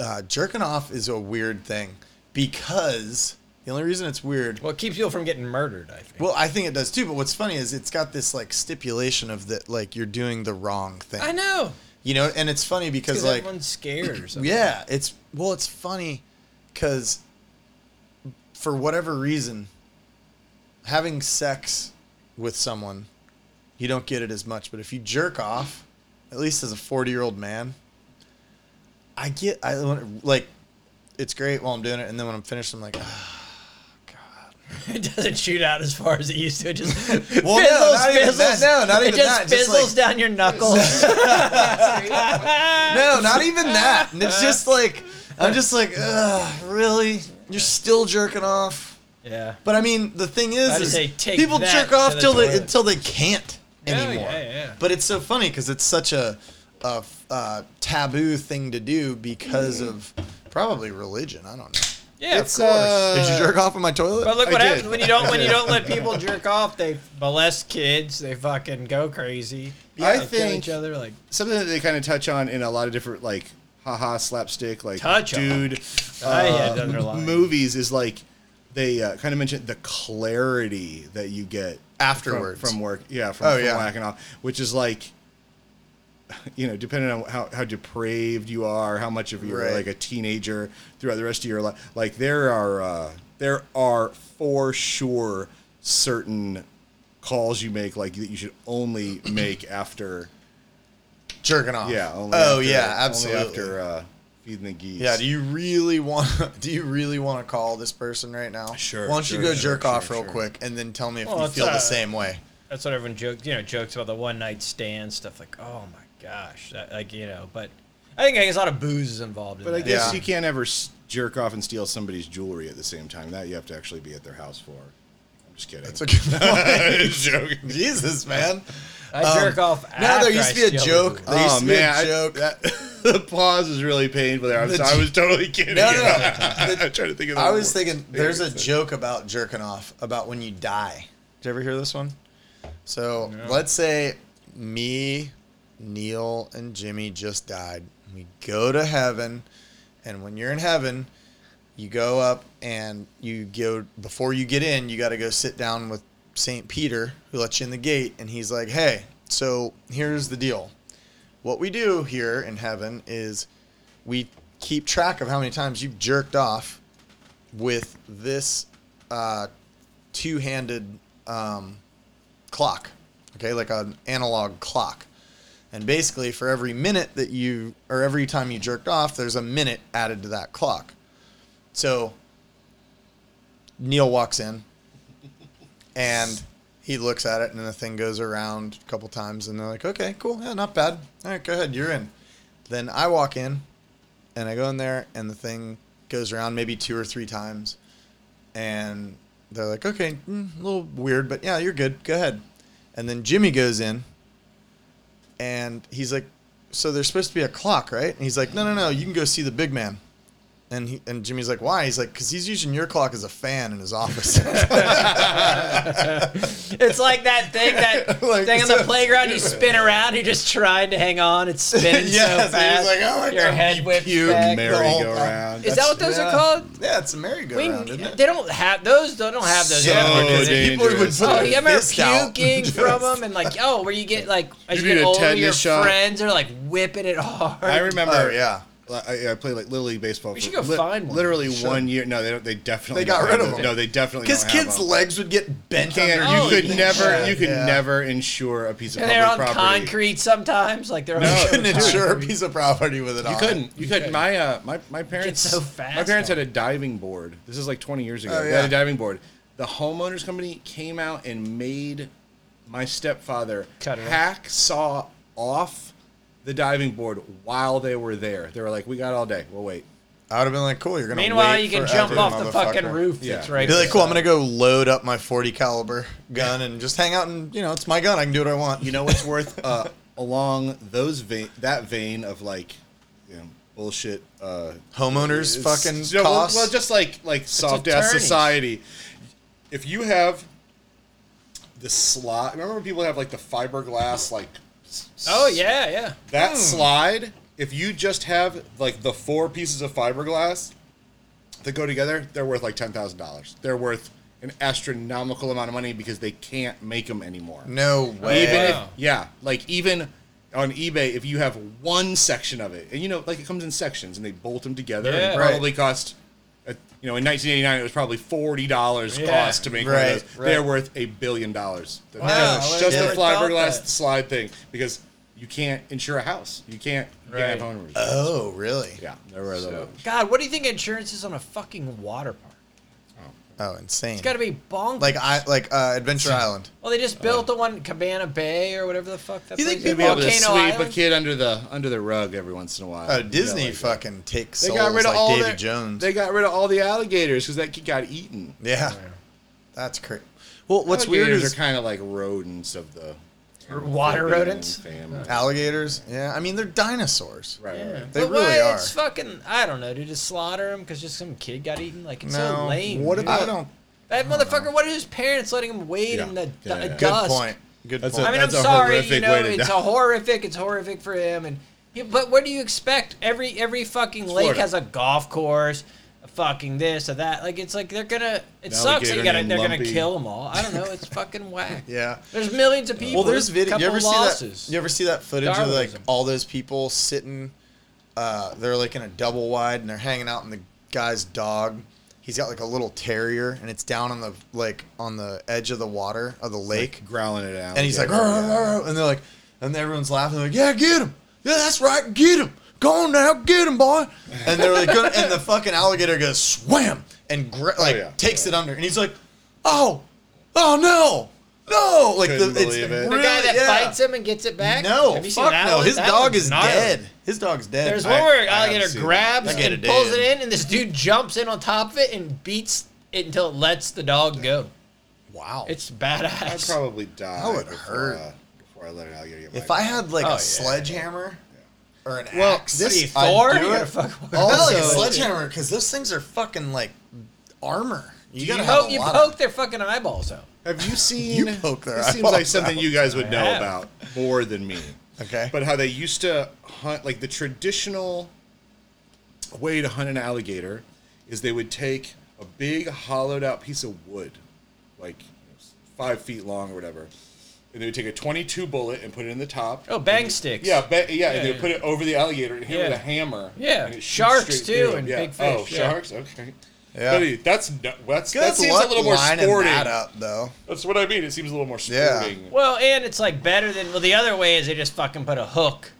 S7: uh, jerking off is a weird thing because the only reason it's weird.
S9: Well, it keeps people from getting murdered, I think.
S7: Well, I think it does too. But what's funny is it's got this like stipulation of that like you're doing the wrong thing.
S9: I know.
S7: You know, and it's funny because
S9: Because
S7: like
S9: everyone's scared or something.
S7: yeah, it's well, it's funny because for whatever reason, having sex with someone, you don't get it as much. But if you jerk off, at least as a forty-year-old man, I get I want like it's great while I'm doing it, and then when I'm finished, I'm like,
S9: It doesn't shoot out as far as it used to. It just fizzles,
S7: Well, no, not even that.
S9: fizzles.
S7: No, not
S9: it
S7: even
S9: just
S7: that. Just,
S9: fizzles
S7: like-
S9: down your knuckles.
S7: no, not even that. And it's just like I'm just like, Ugh, really? You're still jerking off?
S9: yeah.
S7: But I mean, the thing is,
S9: I'd
S7: is
S9: say take
S7: people
S9: that
S7: jerk off
S9: to the
S7: till they
S9: toilet.
S7: until they can't. anymore.
S9: yeah, yeah.
S7: But it's so funny because it's such a, a uh, taboo thing to do because of probably religion. I don't know.
S9: Yeah,
S7: It's,
S9: of course.
S7: uh, did you jerk off in my toilet?
S9: But look
S8: I
S9: what
S8: did.
S9: happens when you don't when you don't let people jerk off. They molest kids. They fucking go crazy.
S8: I
S9: they kill
S8: think-
S9: each other like
S8: something that they kind of touch on in a lot of different like haha slapstick like
S9: Touch on.
S8: dude
S9: I had
S8: uh,
S9: underlined.
S8: movies is like they uh, kind of mentioned the clarity that you get
S7: Afterwards.
S8: from, from work yeah from,
S7: Oh,
S8: from
S7: yeah.
S8: whacking off which is like you know depending on how, how depraved you are how much of you're
S7: Right.
S8: like a teenager throughout the rest of your life like there are uh, there are for sure certain calls you make like that you should only make after
S7: Jerking off.
S8: yeah. Only
S7: oh
S8: after,
S7: yeah, absolutely.
S8: Only after uh, feeding the geese.
S7: yeah. Do you really want? Do you really want to call this person right now?
S8: Sure,
S7: Why don't
S8: sure,
S7: you go
S8: sure,
S7: jerk off
S8: sure,
S7: real
S8: sure.
S7: quick and then tell me if
S9: Well,
S7: you
S9: it's,
S7: feel
S9: uh,
S7: the same way?
S9: that's what everyone jokes. You know, jokes about the one night stand stuff. Like, oh my gosh, that, like you know. But I think I guess a lot of booze is involved. In
S8: But I
S9: that.
S8: guess
S7: Yeah.
S8: you can't ever s- jerk off and steal somebody's jewelry at the same time. That you have to actually be at their house for. I'm just kidding.
S7: That's a good point. Jesus, man.
S9: I jerk
S7: Um,
S9: off.
S7: No, there
S9: after
S7: used
S9: I
S7: to be a
S9: steal the
S7: joke.
S9: booze.
S7: There used
S8: Oh,
S7: to be
S8: man,
S7: a
S8: I-
S7: joke.
S8: the pause is really painful there. I'm,
S7: The
S8: so- I
S7: j-
S8: was totally kidding.
S7: No, no, no.
S8: I'm trying to think of. the
S7: I was
S8: word.
S7: thinking there's a joke about jerking off about when you die. Did you ever hear this one? So let's say me, Neil, and Jimmy just died. We go to heaven, and when you're in heaven, you go up and you go before you get in, you got to go sit down with St. Peter, who lets you in the gate, and he's like, "Hey, so here's the deal. What we do here in heaven is we keep track of how many times you've jerked off with this uh, two-handed um, clock, okay, like an analog clock. And basically, for every minute that you or every time you jerked off, there's a minute added to that clock. So Neil walks in, and he looks at it, and the thing goes around a couple times, and they're like, "Okay, cool, yeah, not bad. All right, go ahead, you're in." Then I walk in, and I go in there, and the thing goes around maybe two or three times, and they're like, "Okay, mm, a little weird, but yeah, you're good. Go ahead." And then Jimmy goes in, and he's like, "So there's supposed to be a clock, right?" And he's like, "No, no, no. You can go see the big man." And he, and Jimmy's like, "Why?" He's like, "Cause he's using your clock as a fan in his office."
S9: It's like that thing that
S7: Like,
S9: thing on the
S7: so-
S9: playground. You spin around. You just trying to hang on. It's spinning
S7: Yes,
S9: so
S7: he's
S9: fast.
S7: like, "Oh my
S9: Your
S7: God,
S9: head
S7: you
S9: whips
S8: Cute
S9: back.
S8: merry-go-round.
S9: Is that what those are called?
S7: Yeah, it's a merry-go-round, isn't
S9: Wing-
S7: it?
S9: they don't have those. They don't have those.
S8: So
S9: anymore, do they?
S8: dangerous.
S9: Oh, you remember
S7: fist out.
S9: puking from them and like, oh, where you get like as
S8: You
S9: you,
S8: need
S9: get
S8: a
S9: older, your
S8: tetanus shot.
S9: friends are like whipping it hard.
S8: I remember.
S7: Oh, yeah.
S8: like, I, I played like little league baseball.
S9: We
S8: for
S9: should go find one.
S8: Literally one year. No, they don't. They definitely
S7: They got
S8: don't
S7: rid
S8: have
S7: of
S8: those.
S7: them.
S8: No, they definitely
S7: Because
S8: don't have
S7: kids'
S8: them.
S7: legs would get bent
S8: Can't-
S7: under.
S8: you could
S9: Oh, yeah.
S8: never. You could
S7: Yeah.
S8: never insure a piece of
S9: and
S8: public
S9: they're on
S8: property.
S9: concrete sometimes. Like they're
S8: No.
S9: on
S7: couldn't insure a piece of property with it on.
S8: Oh, You
S7: it.
S8: couldn't. You couldn't. My uh, my my parents.
S9: so fast
S8: My parents
S9: on
S8: had a diving board. This is like 20 years ago.
S7: Oh,
S8: They had
S7: yeah.
S8: a diving board. The homeowners company came out and made my stepfather
S9: Cut it off.
S8: hack saw off the diving board while they were there. They were like, "We got all day. We'll wait."
S7: I would have been like, cool. You're gonna.
S9: Meanwhile,
S7: wait
S9: you can
S7: forever,
S9: jump off the fucking
S7: motherfucker.
S9: roof.
S8: Yeah.
S9: That's right.
S7: Be like, cool. I'm gonna go load up my 40 caliber gun and just hang out and you know, it's my gun. I can do what I want.
S8: You know what's worth uh, along those vein that vein of like, you know, bullshit. Uh,
S7: homeowners
S8: It's-
S7: fucking
S8: no, well-
S7: costs.
S8: Well, just like like soft ass
S9: attorneys.
S8: society. If you have the slide, remember when people have like the fiberglass like s-
S9: Oh yeah, yeah.
S8: that slide. If you just have like the four pieces of fiberglass that go together, they're worth like ten thousand dollars. They're worth an astronomical amount of money because they can't make them anymore.
S7: no way.
S8: Even if,
S9: Wow.
S8: yeah, like even on eBay, if you have one section of it, and you know, like it comes in sections, and they bolt them together, and
S9: Yeah.
S8: it probably cost, uh, you know, in 1989 it was probably forty dollars
S9: Yeah.
S8: cost to make one
S7: Right,
S8: of those. They're worth a billion dollars. The-
S9: Wow,
S8: just
S9: I
S8: just
S9: never
S8: the
S9: thought
S8: fiberglass
S9: that.
S8: slide thing because you can't insure a house. You can't. You can't have
S9: Right.
S8: homeowners.
S7: oh, really?
S8: yeah, they're worth a lot.
S9: God, what do you think insurance is on a fucking water park?
S7: Oh, insane.
S9: It's got to be bonkers.
S7: like I like uh, Adventure Island.
S9: well, they just built the one Cabana Bay or whatever the fuck that
S7: You think
S9: place is.
S8: They'd be able to
S9: Volcano
S8: sweep a
S9: Island?
S8: kid under the under the rug every once in a while.
S7: Oh,
S8: You know,
S7: Disney
S8: like-
S7: fucking takes
S8: They
S7: souls
S8: got rid of
S7: like
S8: all
S7: Davy
S8: their-
S7: Jones.
S8: They got rid of all the alligators because that kid got eaten.
S7: yeah, that's crazy. Well, what's weird
S8: Alligators
S7: is
S8: are kind of like rodents of the
S9: Or water rodents.
S8: Family.
S7: Alligators? Yeah, I mean they're dinosaurs.
S8: Right. right,
S9: Yeah.
S8: right.
S7: They
S9: but
S7: really
S9: why,
S7: are.
S9: It's fucking. I don't know. Did just slaughter him because just some kid got eaten? Like it's so
S7: No,
S9: lame.
S7: what
S9: dude.
S7: about? I don't.
S9: that motherfucker? What are his parents letting him wade
S11: Yeah.
S9: in the du-
S11: Yeah, yeah. Good
S7: Good
S9: dust?
S7: point. Good
S11: That's
S7: point.
S9: I mean, I'm
S11: That's a
S9: sorry. You
S11: horrific
S9: know,
S11: way to
S9: it's
S11: die.
S9: a horrific. It's horrific for him. And he- but what do you expect? Every every fucking lake
S8: Florida.
S9: has a golf course. a Fucking this or that, like it's like they're gonna. It sucks. that
S8: alligator
S9: You gotta,
S8: named
S9: they're gonna
S8: Lumpy.
S9: kill them all. I don't know. It's fucking whack.
S7: Yeah.
S9: There's millions of
S7: Well,
S9: people.
S7: there's video. You
S9: couple
S7: ever see
S9: losses.
S7: that? You ever see that footage of like
S9: Darwinism.
S7: all those people sitting? Uh, they're like in a double wide and they're hanging out, and the guy's dog, he's got like a little terrier, and it's down on the like on the edge of the water of the lake,
S8: Growling at out.
S7: and he's like, "Arr, arr, arr," and they're like, and everyone's laughing, like, yeah, get him, yeah, that's right, get him, go on now, get him, boy, and they're like, gonna, and the fucking alligator goes swam and gra- like
S8: yeah.
S7: takes it under, and he's like, oh, oh no. No, like
S8: Couldn't
S7: the, it's
S8: believe it.
S9: The
S7: really-
S9: guy that
S7: yeah.
S9: bites him and gets it back?
S7: No,
S9: Have you seen
S7: fuck
S9: that
S7: no.
S9: one?
S7: His
S9: That
S7: dog
S9: one's
S7: is
S9: gnarly.
S7: dead. His dog's dead.
S9: There's
S7: I-
S9: one where an
S7: I haven't
S9: alligator
S7: seen it.
S9: grabs
S7: I get
S9: and
S7: it,
S9: pulls
S7: dude.
S9: it in, and this dude jumps in on top of it and beats it until it lets the dog go.
S7: Wow.
S9: It's
S8: I
S9: badass.
S8: probably die.
S7: That would
S8: before,
S7: hurt.
S8: Uh, before I let an alligator get my
S7: if I had like
S9: Oh,
S7: a
S9: yeah.
S7: sledgehammer or an
S8: Well,
S7: axe,
S8: this-
S9: What are
S7: I'd
S9: you, Thor?
S7: do
S9: You're
S7: it. Oh,
S9: a fucking-
S7: Also, like a
S9: Also-
S7: sledgehammer because those things are fucking like armor. You
S9: You
S7: gotta have
S9: poke,
S7: a
S9: you
S7: lot
S9: poke
S7: of.
S9: their fucking eyeballs out.
S8: Have you seen?
S7: You poke their
S8: This seems
S7: eyeballs
S8: like something you guys would know
S9: have.
S8: about more than me.
S7: Okay.
S8: but how they used to hunt like the traditional way to hunt an alligator is they would take a big hollowed out piece of wood like you know, five feet long or whatever and they would take a 22 bullet and put it in the top
S9: Oh, bang sticks.
S8: yeah, ba- yeah, and they
S9: yeah.
S8: would put it over the alligator and hit it
S9: Yeah.
S8: with a hammer.
S9: Yeah,
S8: and it shoots
S9: sharks
S8: straight
S9: too,
S8: through
S9: and
S8: it.
S9: big fish,
S8: Oh,
S9: yeah.
S8: sharks. Okay.
S7: Yeah.
S8: But it- that's no- that's
S7: Good
S8: that seems
S7: luck
S8: a little more
S7: lining
S8: sporting.
S7: that up, though.
S8: That's what I mean. It seems a little more
S7: Yeah.
S8: sporting.
S9: Well, and it's like better than. Well, the other way is they just fucking put a hook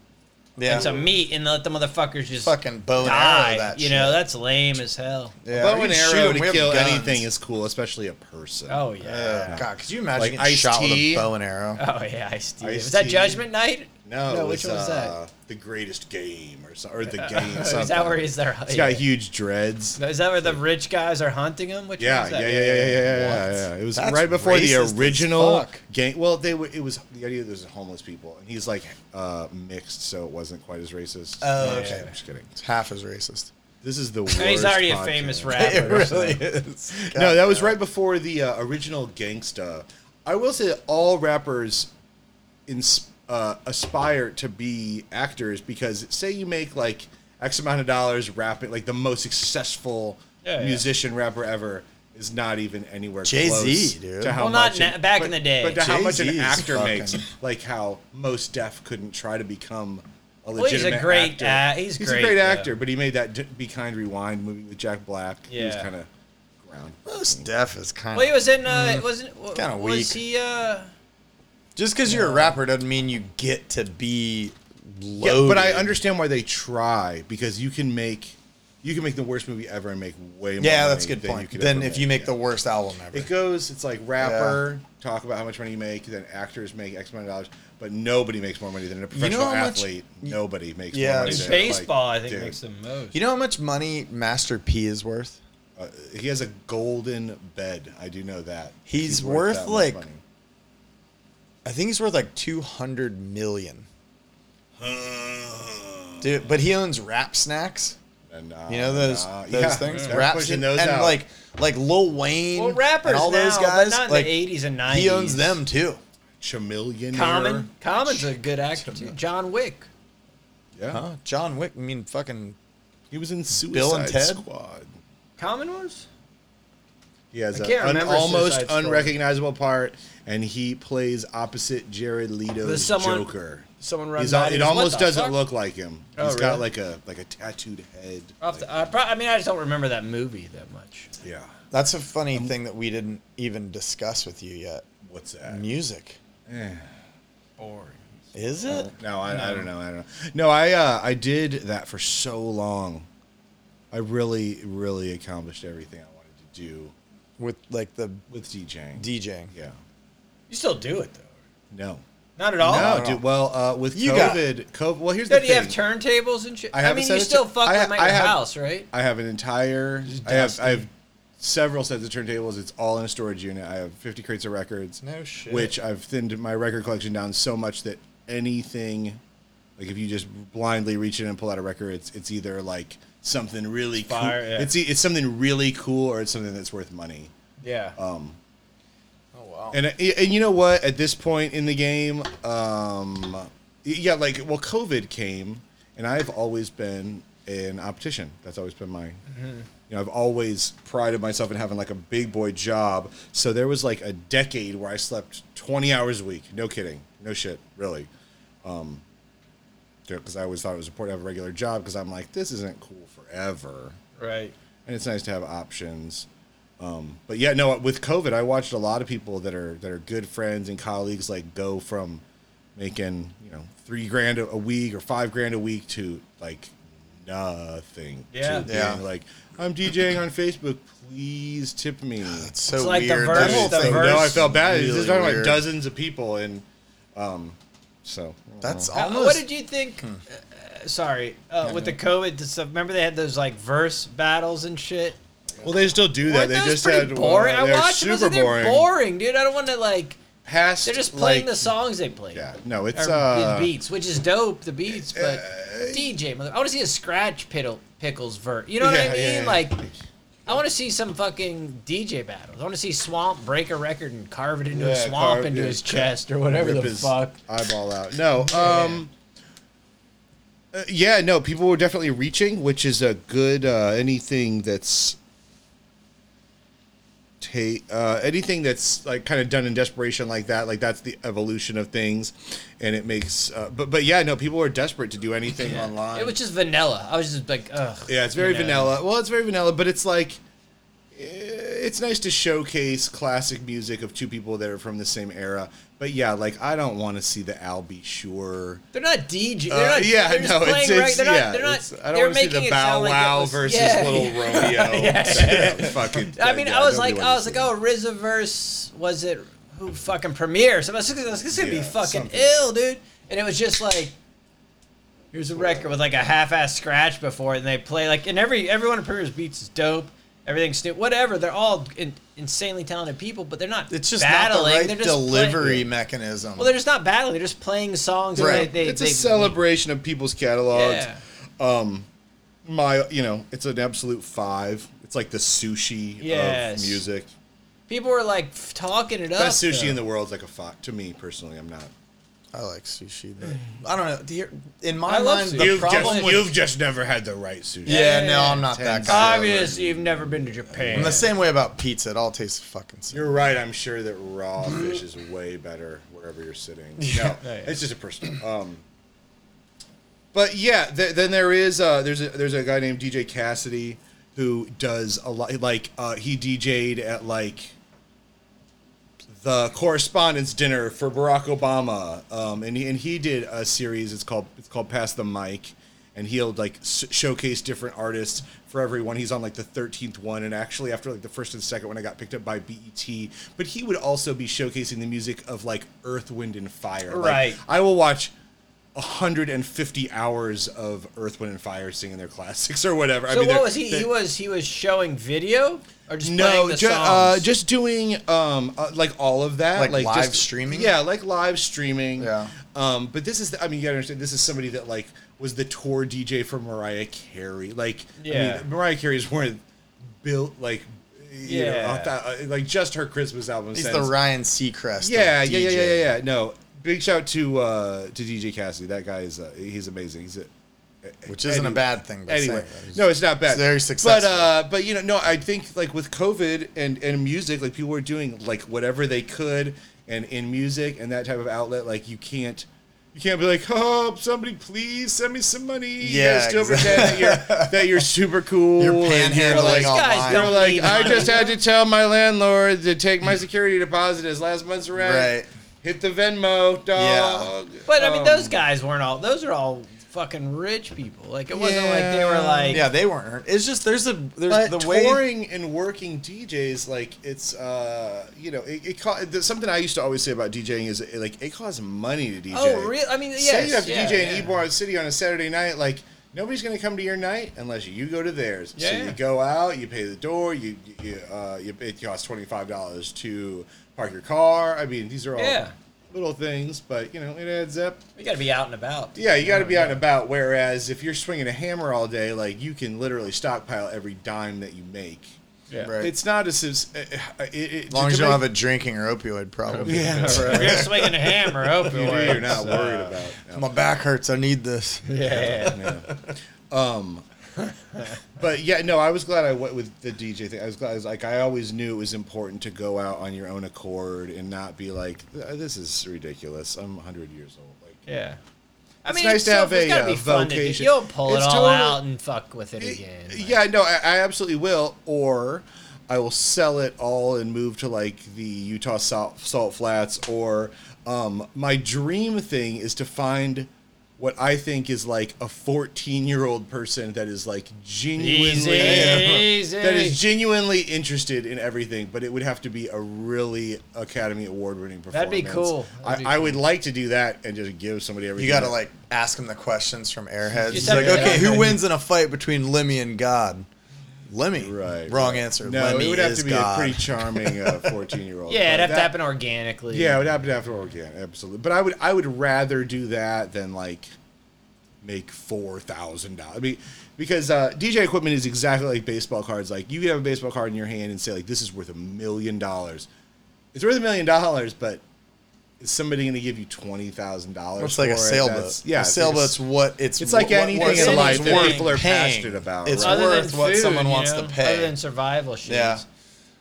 S7: Yeah.
S9: and some meat and let the motherfuckers just
S7: fucking bow and
S9: die.
S7: arrow that
S9: you
S7: shit.
S9: know, that's lame as hell.
S7: yeah.
S8: Bow
S7: we
S8: and
S7: can shoot
S8: arrow
S7: 'em, we
S8: to
S7: have
S8: kill
S7: guns.
S8: anything is cool, especially a person.
S9: Oh, yeah.
S7: Uh, God, could you imagine
S8: Like
S7: getting shot with a
S8: Ice-T?
S7: bow and arrow?
S9: oh, yeah, I steal.
S8: Ice
S9: Was that
S8: tea.
S9: Judgment Night?
S8: No,
S9: No,
S8: it
S9: which
S8: was,
S9: one was that?
S8: uh, The greatest game or so, or the game. something.
S9: Is that where he's there?
S8: It's got huge dreads.
S9: No, Is that where the rich guys are hunting him? Which
S8: Yeah,
S9: one's that?
S8: yeah, yeah, yeah, yeah, yeah, yeah, yeah. It was
S7: That's
S8: right before
S7: racist as
S8: the original
S7: fuck.
S8: game. Well, they were, it was the idea that there's homeless people, and he's like uh, mixed, so it wasn't quite as racist.
S7: Oh,
S8: Yeah,
S7: okay.
S8: I'm just kidding.
S7: It's half as racist.
S8: This is the worst.
S9: And he's already
S8: podcast.
S9: a famous
S7: It
S9: rapper.
S7: really is.
S8: No, that was right before the uh, original Gangsta. I will say that all rappers ins- uh, aspire to be actors because, say, you make like X amount of dollars rapping, like the most successful
S9: Yeah, yeah.
S8: musician rapper ever is not even anywhere
S7: Jay-Z,
S8: close
S7: dude.
S8: to how
S9: Well, not
S8: much an-
S9: na- back
S8: but-
S9: in the day.
S8: but to how much an
S7: Jay-Z is
S8: actor
S7: fucking-
S8: makes, like how most Def couldn't try to become. A
S9: Well, he's a
S8: legitimate
S9: great
S8: actor.
S9: a- he's
S8: he's
S9: great,
S8: a great
S9: yeah.
S8: actor, but he made that D- Be Kind Rewind movie with Jack Black. He was
S9: Yeah.
S8: kind of ground.
S7: Most deaf is kind
S9: Well, he
S7: of.
S9: was in. Uh, it wasn't. w-
S7: Kinda
S9: Was
S7: weak.
S9: he? Uh,
S7: Just because you're a rapper doesn't mean you get to be loaded.
S8: Yeah, but I understand why they try because you can make you can make the worst movie ever and make way more.
S7: Yeah, that's a
S8: money
S7: good
S8: than
S7: point.
S8: could
S7: then
S8: ever
S7: if you make the
S8: yeah.
S7: worst album ever,
S8: it goes, it's like rapper talk about how much money you make, then actors make X amount of dollars, but nobody makes more money than a
S7: know
S8: professional
S7: how much-
S8: athlete. nobody makes
S7: Yeah,
S8: more money.
S7: it's
S8: Than,
S9: baseball,
S8: like,
S9: I think,
S8: dude.
S9: makes the most.
S7: you know how much money Master P is worth?
S8: Uh, he has a golden bed. I do know that
S7: He's worth,
S8: that much
S7: like,
S8: money.
S7: I think he's worth like two hundred million. Dude, but he owns Rap Snacks.
S8: And, uh,
S7: You know those
S8: uh,
S7: those
S8: yeah,
S7: things,
S8: they're
S7: Rap
S8: pushing
S7: Sna-
S8: those
S7: and
S8: out.
S7: like like Lil Wayne,
S9: well, rappers
S7: and all
S9: now,
S7: those
S9: but
S7: guys.
S9: not in
S7: like
S9: the '80s and '90s.
S7: he owns them too.
S8: Chameleon.
S9: Common. Common's a good actor too. John Wick.
S8: Yeah,
S7: Huh? John Wick. I mean, fucking
S8: he was in Suicide
S7: Bill and Ted?
S8: Squad.
S9: Common was.
S8: He has
S9: I
S8: a-
S9: can't
S8: an
S9: remember
S8: almost
S9: Suicide Squad.
S8: unrecognizable part, and he plays opposite Jared Leto's
S9: There's someone-
S8: Joker.
S9: someone runs
S8: He's
S9: by
S8: al-
S9: and
S8: it
S9: goes, "What
S8: almost
S9: the
S8: doesn't
S9: fuck?"
S8: look like him. He's
S9: Oh,
S8: got
S9: really?
S8: like a like a tattooed head.
S9: Off the, I, pro- I mean, I just don't remember that movie that much.
S8: yeah,
S7: That's a funny thing that we didn't even discuss with you yet.
S8: Um, what's that?
S7: Music.
S9: Boring.
S7: Is it?
S8: No, I, I don't know. I don't know. No, I uh, I did that for so long. I really really accomplished everything I wanted to do
S7: With like the
S8: with DJing.
S7: DJing.
S8: yeah,
S9: You still do it though.
S8: no.
S9: Not at all.
S8: no, dude. Well, uh, with
S7: You got-
S8: COVID, COVID. Well, here's
S9: So
S8: the
S9: do
S8: thing.
S9: you have turntables and shit?
S8: I
S9: I,
S8: have a
S9: mean,
S8: set
S9: you
S8: of
S9: still
S8: tur-
S9: fuck
S8: I
S9: with
S8: ha-
S9: them at
S8: I
S9: your
S8: have-
S9: house, right?
S8: I have an entire. I have. I have several sets of turntables. It's all in a storage unit. I have 50 crates of records.
S7: No shit.
S8: Which I've thinned my record collection down so much that anything, like if you just blindly reach in and pull out a record, it's it's either like something really
S9: Fire,
S8: cool.
S9: yeah.
S8: It's e- it's something really cool or it's something that's worth money.
S9: Yeah.
S7: Oh wow.
S8: And uh, and you know what? At this point in the game, um, yeah, like well, COVID came, and I've always been an optician. That's always been my, you know, I've always prided myself in having like a big boy job. So there was like a decade where I slept twenty hours a week. No kidding. No shit. Really because I always thought it was important to have a regular job because I'm like, this isn't cool forever.
S9: Right.
S8: And it's nice to have options. Um, but yeah, no, with COVID, I watched a lot of people that are that are good friends and colleagues like go from making you know three grand a a week or five grand a week to like nothing. to
S9: Yeah.
S8: being
S7: Yeah.
S8: Like I'm DJing on Facebook. Please tip me.
S7: It's so
S9: It's like the
S7: weird.
S9: verse-
S7: that whole
S9: the
S7: thing.
S9: verse-
S8: no, I felt bad.
S7: really
S8: it's talking about
S7: weird.
S8: dozens of people and um, so
S7: That's
S9: Uh,
S7: almost.
S9: what did you think?
S8: Hmm.
S9: Uh, sorry, uh, with the COVID stuff. Remember they had those like verse battles and shit.
S8: Well, they still do that.
S9: Weren't
S8: They
S9: those
S8: just
S9: pretty
S8: had
S9: boring?
S8: Well,
S9: I
S8: they're
S9: watched them.
S8: super
S9: Super
S8: boring.
S9: boring. boring, dude. I don't want to like.
S8: Past,
S9: They're just playing
S8: like-
S9: the songs they play.
S8: Yeah, no, it's
S9: or
S8: uh,
S9: the beats, which is dope. The beats, but DJ, mother, I want to see a scratch piddle, pickles vert. You know what I
S8: Yeah,
S9: mean?
S8: yeah, yeah.
S9: Like, I want to see some fucking DJ battles. I want to see Swamp break a record and carve it into a
S8: Yeah,
S9: swamp
S8: carve-
S9: into
S8: yeah,
S9: his
S8: cut-
S9: chest or whatever
S8: rip
S9: the
S8: his
S9: fuck.
S8: eyeball out. No, um, uh, yeah, no, people were definitely reaching, which is a good uh, anything that's take uh, anything that's like kind of done in desperation like that. Like that's the evolution of things, and it makes. Uh, but but yeah, no, people are desperate to do anything online.
S9: It was just vanilla. I was just like, ugh.
S8: Yeah, it's very
S9: you know?
S8: vanilla. Well, it's very vanilla, but it's like eh, it's nice to showcase classic music of two people that are from the same era. But yeah, like I don't want to see the Al Be Sure.
S9: They're not DJ.
S8: Uh,
S9: They're not,
S8: yeah,
S9: they're just
S8: no, it's-
S9: playing
S8: it's-
S9: reg- they're not,
S8: yeah,
S9: they're not,
S8: it's- I
S9: I
S8: don't
S9: don't
S8: wanna see
S9: making
S8: the
S9: it
S8: Bow
S9: sound like it
S8: Wow
S9: was-
S8: versus
S9: yeah.
S8: Little Romeo. Fucking-
S9: I mean,
S8: yeah,
S9: I was like,
S8: nobody wanted
S9: I
S8: to
S9: was
S8: see
S9: like, oh, RZA verse was it who fucking premiere? So I was like, this is gonna
S8: Yeah,
S9: be fucking
S8: something.
S9: ill, dude. And it was just like, here's a record with like a half-ass scratch before, it, and they play like, and every everyone in premiere's beats is dope. Everything's new, whatever. They're all in, insanely talented people, but they're not.
S7: It's just
S9: battling.
S7: not the
S9: they're
S7: right
S9: just playing-
S7: delivery mechanism.
S9: well, they're just not battling. They're just playing songs. and
S7: Right.
S9: they, they,
S8: it's
S9: they,
S8: a celebration of people's catalogs.
S9: Yeah.
S8: My, you know, it's an absolute five. It's like the sushi
S9: Yes.
S8: of music.
S9: People were like f- talking it up.
S8: Best sushi
S9: though.
S8: in the world's like a five. To me personally, I'm not.
S7: I like sushi, but I don't know. Do you- In my
S9: I love
S7: mind,
S9: sushi.
S7: the
S8: you've
S7: problem
S8: just,
S7: with
S8: you've just never had the right sushi.
S7: yeah, no, I'm not that guy.
S9: Obviously, you've never been to Japan.
S7: I'm the same way about pizza. It all tastes fucking. Same.
S8: You're right. I'm sure that raw fish is way better wherever you're sitting. No, it's just a personal. Um, but yeah, th- then there is uh, there's a, there's a guy named DJ Cassidy who does a lot like uh, he DJ'd at like the correspondence dinner for Barack Obama, um, and he, and he did a series. It's called it's called Pass the Mic, and he'll like s- showcase different artists for everyone. He's on like the thirteenth one, and actually after like the first and second one, I got picked up by BET. But he would also be showcasing the music of like Earth, Wind, and Fire. Like,
S9: Right.
S8: I will watch. 150 hours of Earth, Wind, and Fire singing their classics or whatever. I
S9: So
S8: mean,
S9: what
S8: they're-
S9: was he?
S8: they're-
S9: He was he was showing video or just
S8: no,
S9: playing the
S8: ju- uh,
S9: songs?
S8: just doing um, uh, like all of that,
S7: Like live
S8: just-
S7: streaming?
S8: Yeah, like live streaming.
S7: Yeah.
S8: Um, but this is, the, I mean, you gotta understand, this is somebody that like was the tour DJ for Mariah Carey. Like,
S9: Yeah.
S8: I mean, Mariah Carey's weren't built like, you know,
S9: Yeah.
S8: off that- uh, like just her Christmas album.
S7: He's the
S8: sends-
S7: Ryan Seacrest. of
S8: yeah, yeah, yeah,
S7: DJ.
S8: yeah, yeah, yeah. No, big shout to uh, to DJ Cassidy. That guy is uh, he's amazing. He's a
S7: Which isn't a bad thing, but
S8: anyway,
S7: saying that is-
S8: no, it's not bad.
S7: It's very successful.
S8: But uh, but you know, no, I think like with COVID and and music, like people were doing like whatever they could, and in music and that type of outlet, like you can't. You can't be like, oh, somebody, please send me some money. You
S7: Yeah,
S8: gotta still pretend that you're that you're super cool.
S7: You're
S8: and you're
S7: panhandling
S8: like,
S9: These guys
S7: online.
S9: don't
S8: you're like,
S9: need
S8: I
S9: money."
S8: just had to tell my landlord to take my security deposit as last month's rent.
S7: Right.
S8: Hit the Venmo, dog.
S9: But I mean,
S8: Um,
S9: those guys weren't all. Those are all fucking rich people. Like it wasn't like they were
S8: Yeah.
S9: like.
S7: Yeah, they weren't. hurt. It's just there's a there's
S8: But
S7: the way.
S8: touring and working DJs, like it's uh, you know, it, it ca- there's something I used to always say about DJing is it, like it costs money to DJ.
S9: Oh, real? I mean, yes.
S8: Say you have to
S9: yeah,
S8: DJ in
S9: yeah.
S8: Ybor City on a Saturday night, like Nobody's going to come to your night unless you go to theirs. so
S9: Yeah.
S8: you go out, you pay the door, you, you uh, you, it costs twenty five dollars to park your car. I mean, these are all
S9: Yeah.
S8: little things, but you know it adds up.
S9: You got to be out and about.
S8: Yeah, you got to be out and about. Whereas if you're swinging a hammer all day, like you can literally stockpile every dime that you make.
S9: Yeah.
S7: Right.
S8: It's not as as- uh, uh, it, it,
S7: As long as you don't have a drinking or opioid problem.
S8: yeah,
S9: If You're swinging a hammer, open.
S8: you're not
S7: Uh,
S8: worried about. it.
S7: My back hurts. I need this.
S9: Yeah.
S8: Um, But yeah, no, I was glad I went with the DJ thing. I was glad, I was like, I always knew it was important to go out on your own accord and not be like, this is ridiculous. I'm 100 years old. Like,
S9: Yeah. I
S8: It's
S9: mean,
S8: nice
S9: it's
S8: to
S9: so-
S8: have
S9: it's
S8: a,
S9: gotta
S8: uh,
S9: be fun to do.
S8: vocation.
S9: You'll pull
S8: It's
S9: it all
S8: total-
S9: out and fuck with it again. like-
S8: yeah, no, I, I absolutely will. Or I will sell it all and move to like the Utah Salt, salt Flats. Or um, my dream thing is to find what I think is like a 14 year old person that is like genuinely
S9: Easy, easy.
S8: that is genuinely interested in everything, but it would have to be a really Academy Award winning performance.
S9: That'd be cool.
S8: I,
S9: That'd be
S8: I would like to do that and just give somebody everything.
S7: You got to
S8: that-
S7: like ask him the questions from Airheads.
S9: Just
S7: It's
S9: have
S7: like,
S9: to-
S7: okay, who wins in a fight between Lemmy and God? Lemmy.
S8: Right.
S7: Wrong
S8: right.
S7: answer.
S8: No,
S7: Lemmy
S8: it would have
S7: is
S8: to be
S7: God.
S8: a pretty charming uh, 14 year old.
S9: yeah, it'd have to happen organically.
S8: Yeah, it would have to happen organic, absolutely. But I would I would rather do that than like make four thousand dollars. I mean, because uh, DJ equipment is exactly like baseball cards. Like you can have a baseball card in your hand and say like this is worth a million dollars. It's worth a million dollars, but is somebody going to give you twenty thousand dollars?
S7: It's like a sailboat.
S8: yeah,
S7: a
S8: it's like a
S7: sailboat's what it's.
S8: It's like
S7: what- what
S8: anything in
S7: someone's
S8: life that
S7: worth
S8: people are
S7: paying.
S8: passionate about,
S7: It's
S8: right?
S9: Other
S7: worth
S9: than
S7: what
S9: food,
S7: someone
S9: you
S7: wants
S9: know,
S7: to pay.
S9: Other than survival shit.
S7: Yeah.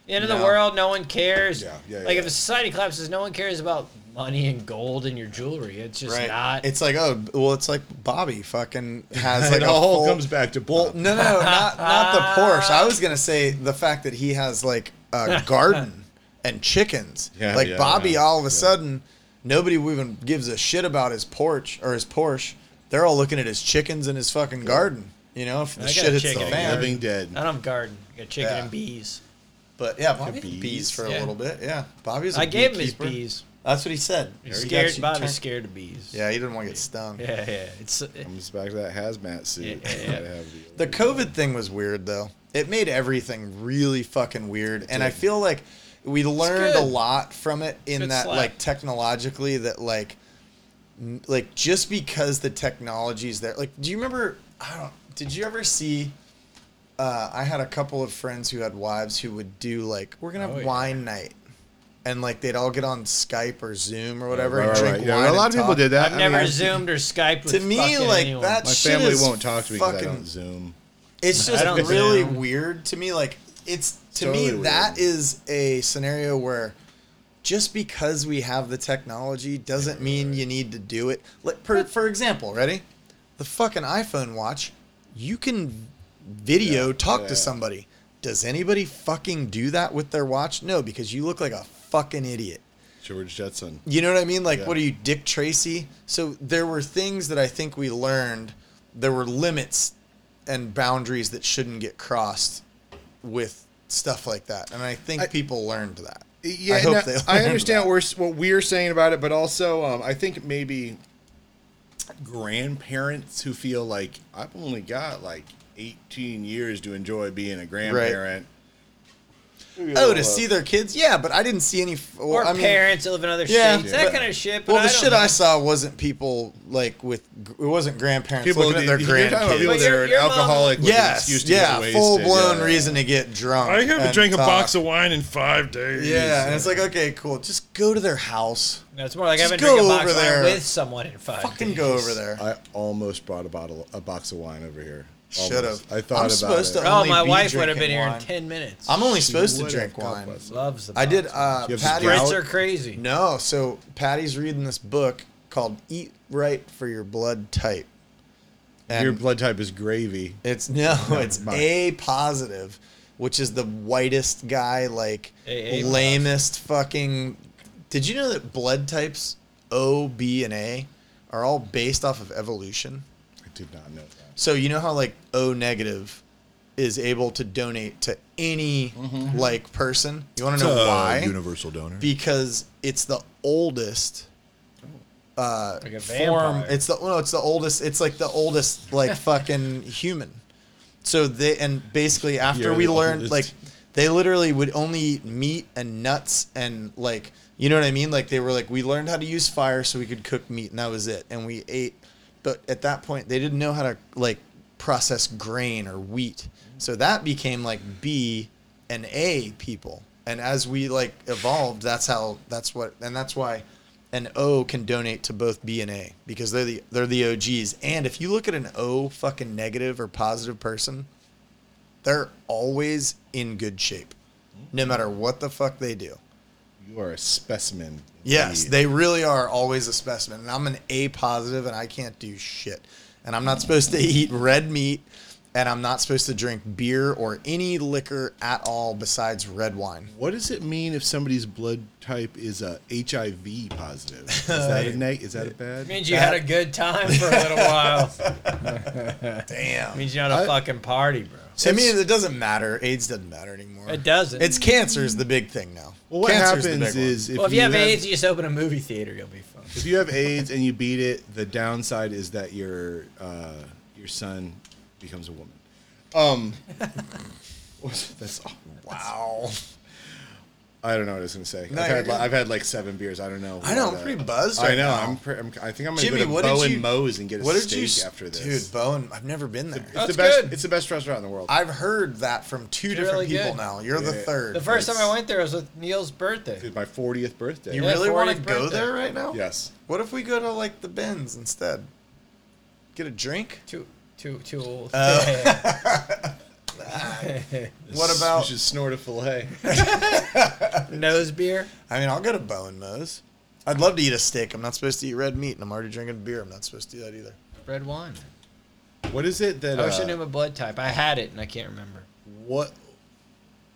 S9: The end of the
S7: No.
S9: world, no one cares.
S8: Yeah, yeah,
S9: like
S8: yeah.
S9: if a society collapses, no one cares about money and gold and your jewelry. It's just
S7: right.
S9: not.
S7: It's like oh well, it's like Bobby fucking has like
S8: it
S7: a
S8: all
S7: full-
S8: comes back to
S7: Well,
S8: Bob.
S7: no, no, no, not not the Porsche. I was gonna say the fact that he has like a garden and chickens.
S8: Yeah,
S7: like
S8: yeah,
S7: Bobby,
S8: yeah,
S7: all of a
S8: yeah.
S7: sudden, nobody even gives a shit about his porch or his Porsche. They're all looking at his chickens and his fucking garden. You know, if the
S9: got
S7: shit
S9: a
S7: hits the
S9: chicken.
S7: fan.
S8: Living dead.
S9: I don't have a garden. I got chicken
S7: Yeah.
S9: and bees.
S7: But yeah, Bobby
S8: Bees.
S7: bees, bees for a
S9: Yeah.
S7: little bit. Yeah, Bobby's. a
S9: I gave him his
S7: beekeeper.
S9: bees.
S7: That's what he said.
S9: He's
S7: He
S9: scared.
S7: got you
S9: Bobby's
S7: turned-
S9: scared of bees.
S7: Yeah, he didn't want to get stung.
S9: Yeah, yeah. It's
S8: Comes back to that hazmat suit.
S9: Yeah, yeah,
S8: Gotta
S9: yeah.
S8: have the-
S7: The COVID thing was weird though. It made everything really fucking weird, and I feel like we learned a
S9: good.
S7: lot from it in
S9: Good
S7: that
S9: slap.
S7: like technologically that like n- like just because the technology's there. Like, do you remember? I don't. Did you ever see? Uh, I had a couple of friends who had wives who would do like we're gonna have
S9: Oh, yeah.
S7: wine night, and like they'd all get on Skype or Zoom or whatever
S8: Right,
S7: and
S8: right,
S7: drink
S8: right.
S7: wine.
S8: Yeah, a
S7: and
S8: lot of people
S7: talk.
S8: did that.
S9: I've
S8: I
S9: never
S8: mean,
S9: zoomed or Skyped with
S7: To me,
S9: fucking
S7: like
S9: anyone.
S7: that.
S8: My
S7: shit
S8: family
S7: is
S8: won't talk to me because I
S7: fucking-
S8: don't Zoom.
S7: It's
S9: I
S7: just
S9: don't
S7: really
S9: know.
S7: weird to me. Like it's to
S8: Totally
S7: me
S8: weird.
S7: that is a scenario where just because we have the technology doesn't mean you need to do it. Like per, for example, ready? The fucking iPhone watch, you can video talk
S8: yeah.
S7: to somebody. Does anybody fucking do that with their watch? No, because you look like a fucking idiot.
S8: George Jetson.
S7: You know what I mean? Like,
S8: Yeah.
S7: what are you, Dick Tracy? So there were things that I think we learned. There were limits and boundaries that shouldn't get crossed with stuff like that, and I think people learned that.
S8: Yeah,
S7: I
S8: I,
S7: hope
S8: no,
S7: they
S8: I
S7: learned
S8: understand
S7: that.
S8: what we're, s- what we're saying about it, but also um, I think maybe grandparents who feel like I've only got like 18 years to enjoy being a grandparent.
S7: Oh,
S9: uh,
S7: to see their kids? Yeah, but I didn't see any. Well,
S9: or
S7: I mean,
S9: parents that live in other
S7: Yeah,
S9: states.
S7: yeah.
S9: That
S7: But-
S9: kind of shit. But
S7: Well, the
S9: I don't
S7: shit
S9: know.
S7: I saw wasn't people like with. gr- It wasn't grandparents
S8: People
S7: looking
S8: that-
S7: at their
S8: you're talking about people
S7: grandkids.
S8: that are
S9: Your- your mom-
S8: alcoholic with an
S7: Yes,
S8: excuse to get
S7: yeah,
S8: wasted. uh,
S7: full blown
S8: Yeah.
S7: reason to get drunk.
S12: I haven't
S7: and
S12: drank a
S7: talk.
S12: box of wine in five days.
S7: Yeah, and it's like okay, cool. Just go to their house.
S9: No, it's more like I've
S7: Just
S9: been drinking
S7: go
S9: box
S7: over
S9: wine
S7: there.
S9: with someone in five.
S7: Fucking
S9: days.
S7: go over there.
S8: I almost brought a bottle, a box of wine over here. Almost.
S7: Should have.
S8: I thought
S7: I'm
S8: about
S7: supposed
S8: it.
S7: to-
S9: Oh,
S7: Only
S9: my
S7: be
S9: wife would have been
S7: drinking
S9: here in
S7: wine.
S9: ten minutes.
S7: I'm only supposed to
S8: would've
S7: drink
S8: got
S7: wine.
S8: us.
S9: loves the.
S7: I did.
S9: box
S7: Uh,
S8: Do you have
S9: Brits
S7: Patty.
S8: Sprout?
S9: are crazy.
S7: No, so Patty's reading this book called "Eat Right for Your Blood Type." And
S8: Your blood type is gravy.
S7: It's no, it's
S8: mine.
S7: A positive, which is the whitest guy, like
S9: AA positive.
S7: lamest fucking. Did you know that blood types O, B, and A are all based off of evolution?
S8: I did not know that.
S7: So you know how like O negative is able to donate to any like person. Uh, You want to know why?
S8: Universal donor.
S7: Because it's the oldest uh,
S9: Like a
S7: form.
S9: vampire.
S7: It's the no, it's the oldest. It's like the oldest like fucking human. So they and basically after
S8: You're
S7: we
S8: the
S7: learned
S8: oldest.
S7: like they literally would only eat meat and nuts and like you know what I mean. Like they were like we learned how to use fire so we could cook meat and that was it. And we ate, but at that point they didn't know how to like process grain or wheat. So that became like B and A people. And as we like evolved, that's how that's what and that's why an O can donate to both B and A because they're the they're the OGs. And if you look at an O fucking negative or positive person, they're always in good shape. No
S8: Mm-hmm.
S7: matter what the fuck they do.
S8: You are a specimen.
S7: Yes, they really are always a specimen. And I'm an A positive and I can't do shit. And I'm not supposed to eat red meat and I'm not supposed to drink beer or any liquor at all besides red wine.
S8: What does it mean if somebody's blood type is a HIV positive? Is that a neg- Is that a bad?
S9: Means you had a good time for a little while.
S7: Damn.
S9: Means you're not a fucking party, bro.
S7: I mean, it doesn't matter. AIDS doesn't matter anymore.
S9: It doesn't.
S7: It's cancer is the big thing now.
S8: Well, what
S7: Cancer's the
S8: happens
S7: big one.
S8: is if,
S9: well, if you have
S8: have
S9: AIDS, you just open a movie theater, you'll be fine.
S8: if you have AIDS and you beat it, the downside is that your uh, your son becomes a woman. Um, what's- that's
S7: wow.
S8: I don't know what I was gonna say.
S7: No,
S8: I've,
S7: you're
S8: had, li-
S7: good.
S8: I've had like seven beers. I don't know.
S7: I know,
S8: what,
S7: I'm
S8: uh,
S7: pretty buzzed
S8: I
S7: right
S8: know.
S7: now.
S8: I'm. Pre- I'm I think I'm gonna
S7: Jimmy,
S8: go to
S7: what
S8: Bo
S7: did
S8: and
S7: you-
S8: Mo's and get a
S7: what
S8: steak
S7: did you s-
S8: after this.
S7: Dude, Bone, I've never been there.
S8: it's the
S9: That's
S8: best.
S9: good.
S8: It's the best restaurant in the world.
S7: I've heard that from two
S9: It's
S7: different
S9: really
S7: people
S9: good.
S7: now. You're the
S8: Yeah.
S7: third.
S9: The first time
S7: It's-
S9: I went there was with Neil's birthday.
S8: It's my 40th birthday.
S7: You
S9: Yeah,
S7: really want to
S9: 40th
S7: go
S9: birthday.
S7: there right now?
S8: yes.
S7: What if we go to like the bins instead? Get a drink?
S9: Too, too, too old.
S8: Uh,
S7: What about-
S8: You should snort a fillet.
S9: Nose beer.
S7: I mean, I'll go to Bow and Mo's. I'd love to eat a steak. I'm not supposed to eat red meat, and I'm already drinking beer. I'm not supposed to do that either.
S9: Red wine.
S8: What is it that?
S9: I wish I
S8: uh,
S9: knew my blood type. I had it and I can't remember.
S8: what?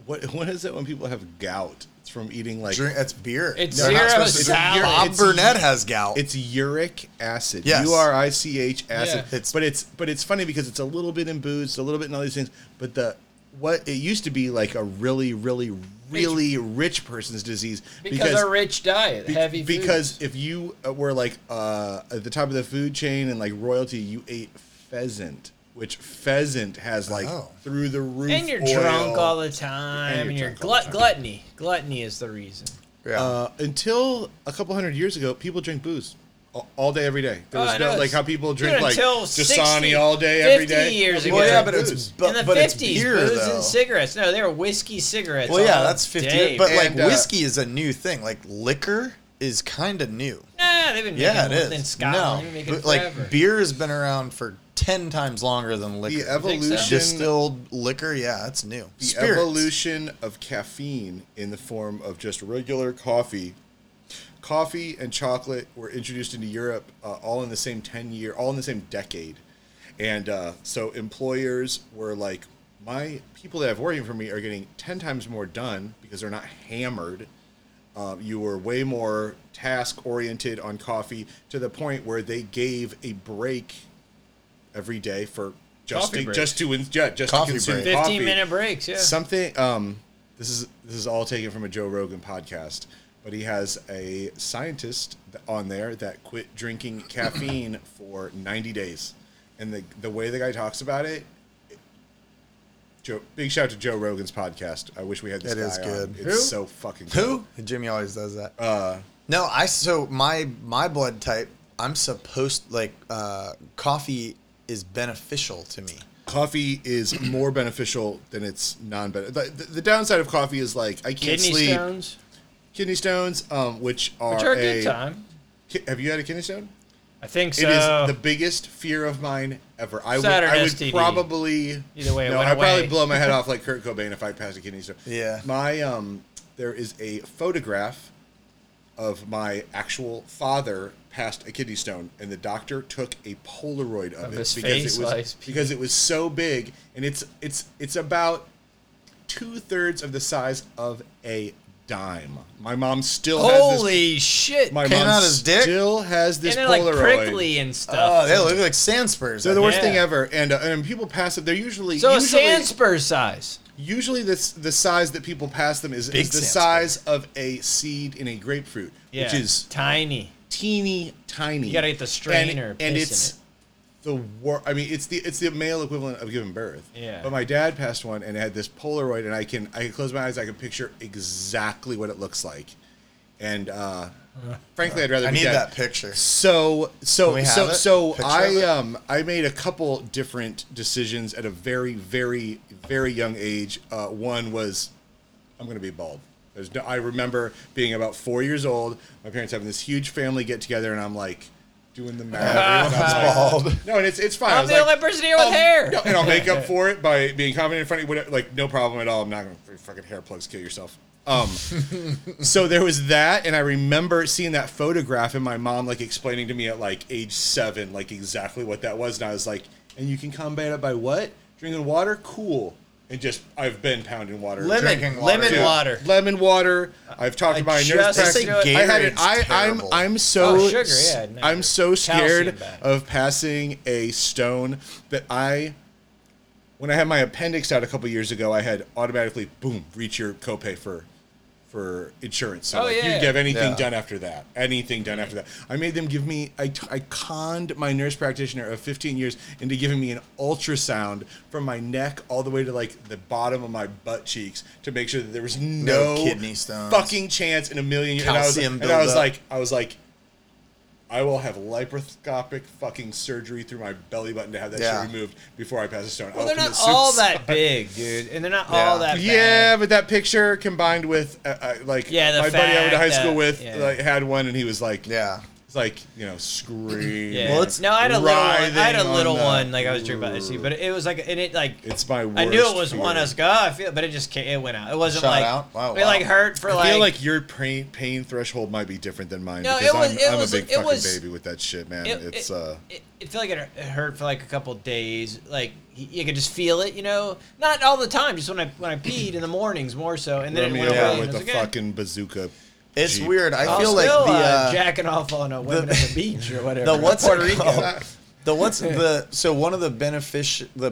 S8: What? What is it when people have gout? It's from eating like.
S7: Drink, that's beer.
S9: It's
S7: They're not
S9: zero
S7: supposed to-
S9: salad.
S7: Bob
S8: It's-
S7: Burnett has gout.
S8: It's uric acid.
S7: Yes.
S8: U R I C H acid.
S9: Yeah.
S8: It's but it's but it's funny because it's a little bit in booze, a little bit in all these things. But the what it used to be like a really really really rich person's disease
S9: Because, a rich diet,
S8: be-
S9: heavy food.
S8: because if you uh, were like uh, at the top of the food chain and like royalty, you ate pheasant, which pheasant has like
S7: Oh.
S8: through the roof.
S9: and you're
S8: oil.
S9: drunk all the time, and
S8: And
S9: you're,
S8: you're drunk all
S9: glut-
S8: the time.
S9: gluttony. Gluttony is the reason.
S7: yeah.
S8: Uh, until a couple hundred years ago, people drink booze a- all day, every day. There
S9: Oh,
S8: was
S9: I know,
S8: no like
S9: it's-
S8: how people
S9: dude,
S8: drink like
S9: until
S8: Dasani
S9: 60,
S8: all day, every
S9: 50
S8: day.
S9: years
S8: People
S9: ago.
S8: drink
S9: Yeah, but
S8: booze.
S7: bu-
S9: In the
S7: but it's
S9: 50s, booze
S7: though.
S9: and cigarettes. No, they were whiskey cigarettes.
S7: Well, yeah,
S9: all
S7: that's 50.
S9: day,
S7: but
S9: bro.
S7: like
S8: And, uh,
S7: whiskey is a new thing. Like liquor is kind of new.
S9: nah, they've been making
S7: Yeah, it
S9: one
S7: is.
S9: in Scotland.
S7: no,
S9: they've been making
S7: but,
S9: it forever.
S7: like beer has been around for 10 times longer than
S8: the
S7: liquor.
S9: think so?
S8: evolution,
S7: Distilled liquor, yeah, that's new.
S8: the
S7: Spirits.
S8: evolution of caffeine in the form of just regular coffee. Coffee and chocolate were introduced into Europe uh, all in the same 10 year, all in the same decade. And uh, so employers were like, my people that have working for me are getting 10 times more done because they're not hammered. Uh, you were way more task oriented on coffee to the point where they gave a break every day for just
S9: Coffee
S8: to,
S9: breaks.
S8: just to in- yeah, just
S7: Coffee
S8: to consume
S7: break.
S9: 15
S8: coffee.
S9: minute breaks, yeah.
S8: Something. Um, this is this is all taken from a Joe Rogan podcast, but he has a scientist th- on there that quit drinking caffeine for 90 days, and the the way the guy talks about it. Joe, big shout out to Joe Rogan's podcast. I wish we had this
S7: That
S8: guy
S7: is
S8: on.
S7: good.
S8: It's
S7: Who?
S8: so fucking Uh, good.
S7: Who? Jimmy always does that. no, I so my my blood type, I'm supposed like uh coffee is beneficial to me.
S8: Coffee is more beneficial than it's non beneficial. The, the downside of coffee is like I can't
S9: Kidney
S8: sleep.
S9: stones,
S8: Kidney stones, um, which are,
S9: which are a
S8: a-
S9: good time.
S8: Ki- Have you had a kidney stone?
S9: I think so.
S8: It is the biggest fear of mine ever. I would,
S9: Saturn
S8: I would
S9: STD.
S8: probably
S9: Either way, it
S8: no,
S9: went
S8: I'd probably
S9: away.
S8: blow my head off like Kurt Cobain if I passed a kidney stone.
S7: Yeah.
S8: my um, there is a photograph of my actual father passed a kidney stone, and the doctor took a Polaroid of,
S9: Of
S8: it
S9: his
S8: because
S9: face,
S8: it was
S9: like-
S8: because it was so big, and it's it's it's about two thirds of the size of a dime. My mom still has this.
S9: Holy shit.
S8: My
S9: and
S7: Came
S8: mom
S7: out as dick?
S8: still has this
S9: they're like
S8: Polaroid.
S9: prickly and stuff.
S7: Oh, they look like sand spurs.
S8: They're the worst
S9: Yeah.
S8: thing ever, and uh, and people pass it. They're usually
S9: so a
S8: usually,
S9: sand spur size.
S8: usually this the size that people pass them is,
S7: Big
S8: is the
S7: sandspurs.
S8: size of a seed in a grapefruit,
S9: Yeah.
S8: which is
S9: tiny.
S8: teeny tiny.
S9: You gotta get the strain
S8: and,
S9: or
S8: and
S9: piss in
S8: it's
S9: it.
S8: the war. I mean, it's the it's the male equivalent of giving birth.
S9: Yeah.
S8: But my dad passed one and had this Polaroid, and I can I can close my eyes, I can picture exactly what it looks like, and uh, frankly, I'd rather.
S7: I
S8: be
S7: need
S8: dead.
S7: that picture.
S8: So
S7: Can
S8: so
S7: we
S8: so
S7: have it?
S8: so
S7: Picture of
S8: I
S7: it?
S8: um I made a couple different decisions at a very very very young age. Uh, one was I'm gonna be bald. There's no, I remember being about four years old. My parents having this huge family get together, and I'm like doing the math.
S7: Everyone's
S8: I'm like,
S7: bald.
S8: No, and it's it's fine. I
S9: I'm
S8: was
S9: the
S8: like, oh,
S9: only person here with hair.
S8: no, and I'll make up for it by being confident in front of you. whatever- Like, no problem at all. I'm not going to fucking hair plugs kill yourself. Um, so there was that, and I remember seeing that photograph and my mom like explaining to me at like age seven, like exactly what that was, and I was like, "And you can combat it by what? Drinking water, cool." And just I've been pounding water,
S9: Lemon-
S8: Drinking
S9: lemon
S8: Yeah.
S9: water.
S8: lemon water. I've talked
S9: I
S8: about my
S9: just
S8: nurse
S9: They say
S8: practice. I had it. I,
S7: Gatorade's
S8: I'm
S7: terrible.
S8: I'm so
S9: Oh, sugar, yeah, no.
S8: I'm so scared
S9: Calcium bad.
S8: of passing a stone that I when I had my appendix out a couple years ago, I had automatically boom reach your copay for for insurance. So
S9: Oh,
S8: like, you
S9: yeah.
S8: could have anything
S7: Yeah.
S8: done after that, anything done after that. I made them give me. I, t- I conned my nurse practitioner of 15 years into giving me an ultrasound from my neck all the way to like the bottom of my butt cheeks to make sure that there was no,
S7: No kidney stones.
S8: fucking chance in a million years. And I was,
S7: Calcium
S8: and I was
S7: buildup.
S8: like, I was like. I will have laparoscopic fucking surgery through my belly button to have that
S7: Yeah.
S8: shit removed before I pass a stone. I
S9: Well,
S8: will
S9: they're
S8: commit
S9: not all
S8: suicide.
S9: that big, dude, and they're not
S7: Yeah.
S9: all that.
S8: Yeah,
S9: bad.
S8: but that picture combined with uh, uh, like
S9: Yeah, the
S8: my buddy I went to
S9: fact
S8: high school
S9: that-
S8: with
S9: yeah.
S8: like had one, and he was like,
S7: Yeah.
S8: it's like you know, scream.
S9: Yeah.
S7: Well, it's
S9: no, I had a little one. I had a
S8: writhing
S9: little
S8: on the-
S9: one, like I was drinking about this, but it was like, and it like,
S8: It's my worst.
S9: I knew it was
S8: fear.
S9: one. I was like, oh, I feel, but it just came, it went out. It wasn't
S7: Shot
S9: like
S7: out? Wow,
S9: it like
S7: wow.
S9: hurt for
S8: I
S9: like,
S8: feel like your pain, pain threshold might be different than mine
S9: No,
S8: because
S9: it was-
S8: I'm,
S9: it
S8: I'm
S9: was-
S8: a big
S9: it
S8: fucking
S9: was-
S8: baby with that shit, man.
S9: it,
S8: it's
S9: it,
S8: uh,
S9: it, it felt like it, it hurt for like a couple days. Like y- you could just feel it, you know, not all the time. Just when I when I peed in the mornings more so, and then it
S8: Romeo
S9: went away. and it
S8: with
S9: was
S8: the
S9: okay.
S8: fucking bazooka.
S7: It's
S8: Jeep.
S7: weird. I
S9: I
S7: feel like the
S9: uh,
S7: uh,
S9: jacking off on a woman at the beach or whatever.
S7: the what's
S9: Puerto
S7: it
S9: Rico.
S7: called? the what's the so one of the benefic the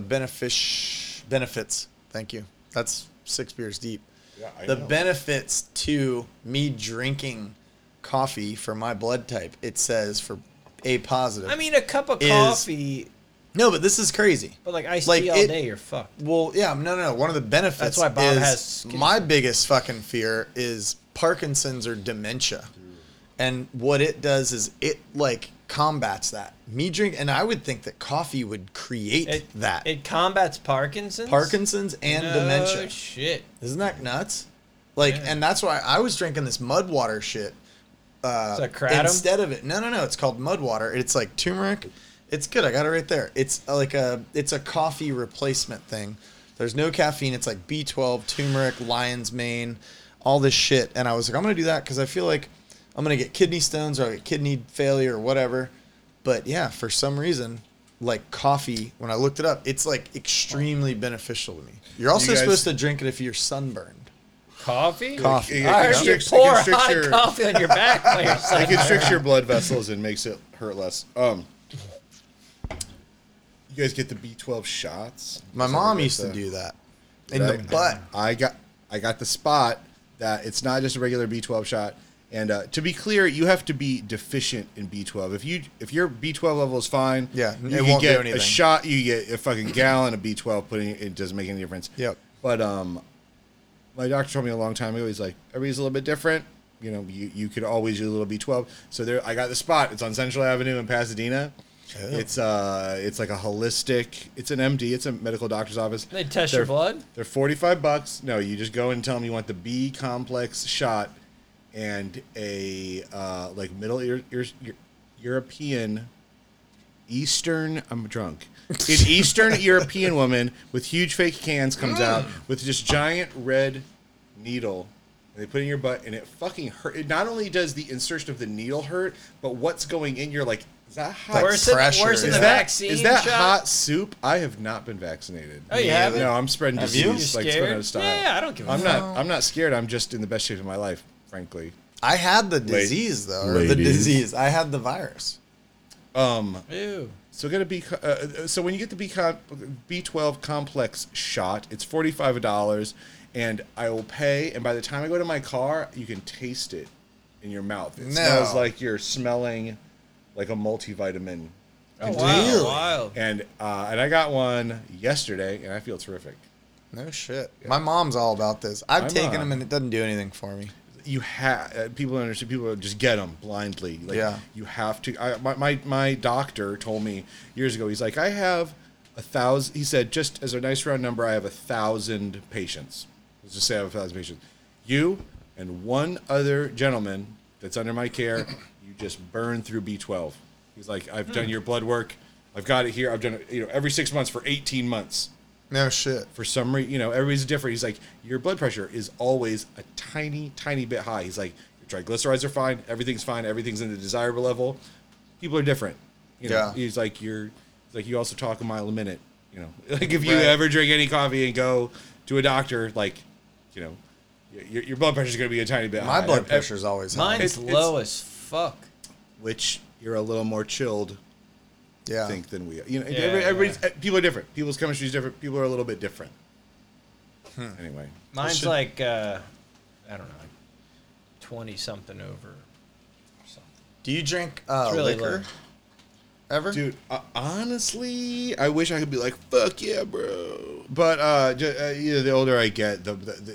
S7: benefic benefits. Thank you. That's six beers deep.
S8: Yeah, I
S7: the
S8: know.
S7: benefits to me drinking coffee for my blood type. It says for A positive.
S9: I mean, a cup of
S7: Is-
S9: coffee,
S7: no, but this is crazy.
S9: but like iced
S7: Like,
S9: tea all
S7: it-
S9: day, you're fucked.
S7: Well, yeah, no, no, no. One of the benefits.
S9: That's why
S7: is
S9: Bob has skin
S7: my biggest fucking fear is Parkinson's or dementia, and what it does is it like combats that. Me drink, and I would think that coffee would create
S9: It,
S7: that
S9: it combats Parkinson's.
S7: Parkinson's and
S9: No
S7: dementia.
S9: Shit.
S7: Isn't that nuts? Like,
S9: Yeah.
S7: and that's why I was drinking this mud water shit
S9: It's a kratom.
S7: instead of it. No, no, no. It's called mud water. It's like turmeric. It's good. I got it right there. It's uh, like a it's a coffee replacement thing. There's no caffeine. It's like B12, turmeric, lion's mane, all this shit. And I was like, I'm gonna do that because I feel like I'm gonna get kidney stones or I get kidney failure or whatever. But yeah, for some reason, like coffee, when I looked it up, it's like extremely beneficial to me. You're also
S8: guys-
S7: supposed to drink it if you're sunburned.
S9: coffee.
S7: Coffee.
S8: It
S9: I heard you
S8: constricts- it
S9: pour
S8: constricts
S9: hot
S8: your-
S9: coffee on your back. while you're
S8: it
S9: sucking.
S8: constricts your blood vessels and makes it hurt less. Um, you guys get the B12 shots.
S7: My
S8: Is that
S7: mom
S8: what
S7: used to
S8: the-
S7: do that in
S8: Right.
S7: the butt.
S8: I got I got the spot that it's not just a regular B12 shot. And uh, to be clear, you have to be deficient in B12. If you if your B12 level is fine,
S7: Yeah,
S8: you
S7: it
S8: can
S7: won't do
S8: get a
S7: anything.
S8: shot. You get a fucking gallon of B12. Putting it, it doesn't make any difference.
S7: Yep.
S8: But um, my doctor told me a long time ago. He's like, everybody's a little bit different. You know, you, you could always use a little B12. So there, I got the spot. It's on Central Avenue in Pasadena. It's uh, it's like a holistic. It's an MD. It's a medical doctor's office.
S9: They test your
S8: They're-
S9: blood?
S8: They're forty five bucks. No, you just go and tell them you want the B complex shot and a uh, like middle ear, ear, Eu- European Eastern. I'm drunk. An Eastern European woman with huge fake cans comes out with just giant red needle. And they put it in your butt, and it fucking hurt. It not only does the insertion of the needle hurt, but what's going in, you're like, is that hot?
S9: Worse than,
S7: pressure.
S9: worse than
S7: Is
S9: the
S8: Is that-
S9: vaccine
S8: is that
S9: shot?
S8: hot soup? I have not been vaccinated.
S9: Oh, you haven't?
S8: No, I'm spreading
S7: Have you?
S8: disease
S9: You're
S8: like it's going
S9: scared?
S8: out of style.
S9: Yeah, I don't give a
S8: I'm
S9: fuck.
S8: not. I'm not scared. I'm just in the best shape of my life, frankly.
S7: I had the disease though, or the
S13: Ladies.
S7: disease. I had the virus.
S9: Ew.
S8: So get a B. co- Uh, uh, so when you get the B com- B12 complex shot, it's forty five dollars, and I will pay. And by the time I go to my car, you can taste it in your mouth. It
S7: No.
S8: smells like you're smelling like a multivitamin.
S9: Oh,
S8: container.
S9: wow, Really? wild.
S8: And uh, and I got one yesterday, and I feel terrific.
S7: No shit. My mom's all about this. I've
S8: My
S7: taken
S8: mom.
S7: them and it doesn't do anything for me.
S8: You have uh, people don't understand. People just get them blindly. Like,
S7: Yeah.
S8: You have to. I, my, my my doctor told me years ago. He's like, I have a thousand. He said, just as a nice round number, I have a thousand patients. Let's just say I have a thousand patients. You and one other gentleman that's under my care. you just burn through B12. He's like, I've done
S7: Hmm.
S8: your blood work. I've got it here. I've done it. You know, every six months for 18 months.
S7: No shit.
S8: For some reason, you know, everybody's different. He's like, your blood pressure is always a tiny, tiny bit high. He's like, your triglycerides are fine. Everything's fine. Everything's in the desirable level. People are different. You know,
S7: Yeah.
S8: he's like, you're, he's like, you also talk a mile a minute. You know, like if you
S7: Right.
S8: ever drink any coffee and go to a doctor, like, you know, y- your, your blood pressure is going to be a tiny bit
S7: My
S8: high.
S7: blood
S8: Ev- ev-
S7: pressure's always high.
S9: Mine's
S8: It's- it's-
S9: low as fuck.
S8: which you're a little more chilled.
S7: Yeah.
S8: Think than we are. You know,
S9: Yeah,
S8: every,
S9: yeah.
S8: everybody's eh, people are different. People's chemistry is different. People are a little bit different. Anyway,
S9: Mine's
S8: Should-
S9: like uh, Hmm. I don't know, like twenty something over.
S7: Do you drink uh,
S9: It's really
S7: liquor?
S9: low.
S7: Ever?
S8: Dude, uh, honestly, I wish I could be like, fuck yeah, bro. But uh, ju- uh you know, the older I get, the, the, the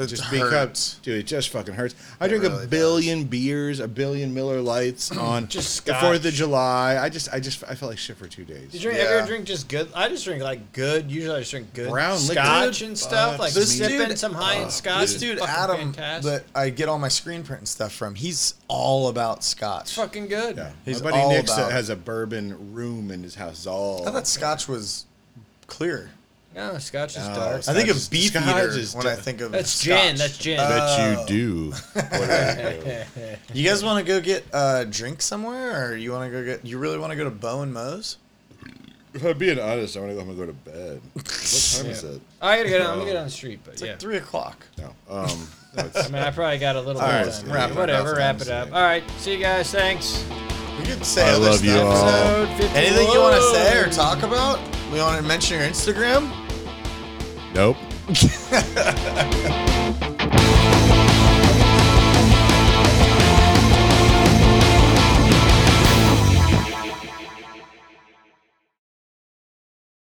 S8: it just
S7: hurts.
S8: becomes dude, it just fucking hurts. I
S7: It
S8: drink
S7: really
S8: a
S7: does.
S8: billion beers, a billion Miller Lights on
S9: Just
S8: the
S9: scotch.
S8: Fourth of July. I just, I just, I felt like shit for two days.
S9: Did you drink? Ever drink just good? I just drink like good. Usually I just drink good
S8: Brown liquor.
S9: scotch
S8: Dude,
S9: and stuff. Like
S7: this
S9: sipping
S7: dude-
S9: some high end scotch.
S7: Oh, This
S9: is
S7: dude
S9: fucking
S7: Adam
S9: fantastic.
S7: that I get all my screen print and stuff from, he's all about
S9: It's
S7: Scotch.
S9: fucking good.
S8: Yeah.
S7: He's
S8: My buddy
S7: all
S8: Nick's
S7: about- Oh,
S8: has a bourbon room in his house. Is all
S7: I thought Scotch was clear.
S9: No, scotch is
S8: No,
S9: dark.
S7: I think of
S8: Scotch-
S7: beef
S8: Scotch
S7: eater
S8: is
S7: when I
S8: dark.
S7: think of
S9: That's
S7: Scotch.
S9: gin. That's gin.
S8: Uh,
S7: Oh.
S8: that you do.
S7: You guys want to go get a uh, drink somewhere, or you want to go get? You really want to go to Bo and Mo's?
S8: If I'm being honest, I'm gonna, I'm gonna go to bed. What time is it?
S9: I gotta get on. I'm
S8: Oh.
S9: gonna get on the street, but
S7: It's
S9: yeah.
S7: like three o'clock.
S8: No. Um, no, it's-
S9: I mean, I probably got a little
S8: All
S9: more.
S8: right,
S9: time.
S8: wrap it up.
S9: Whatever, wrap it
S8: That's what I'm
S9: up.
S8: saying.
S9: All right, see you guys. Thanks.
S7: We could say
S8: I
S7: other
S8: love you
S7: stuff.
S8: all.
S9: Episode 51.
S7: Anything you want to say or talk about? We want to mention your Instagram.
S8: nope.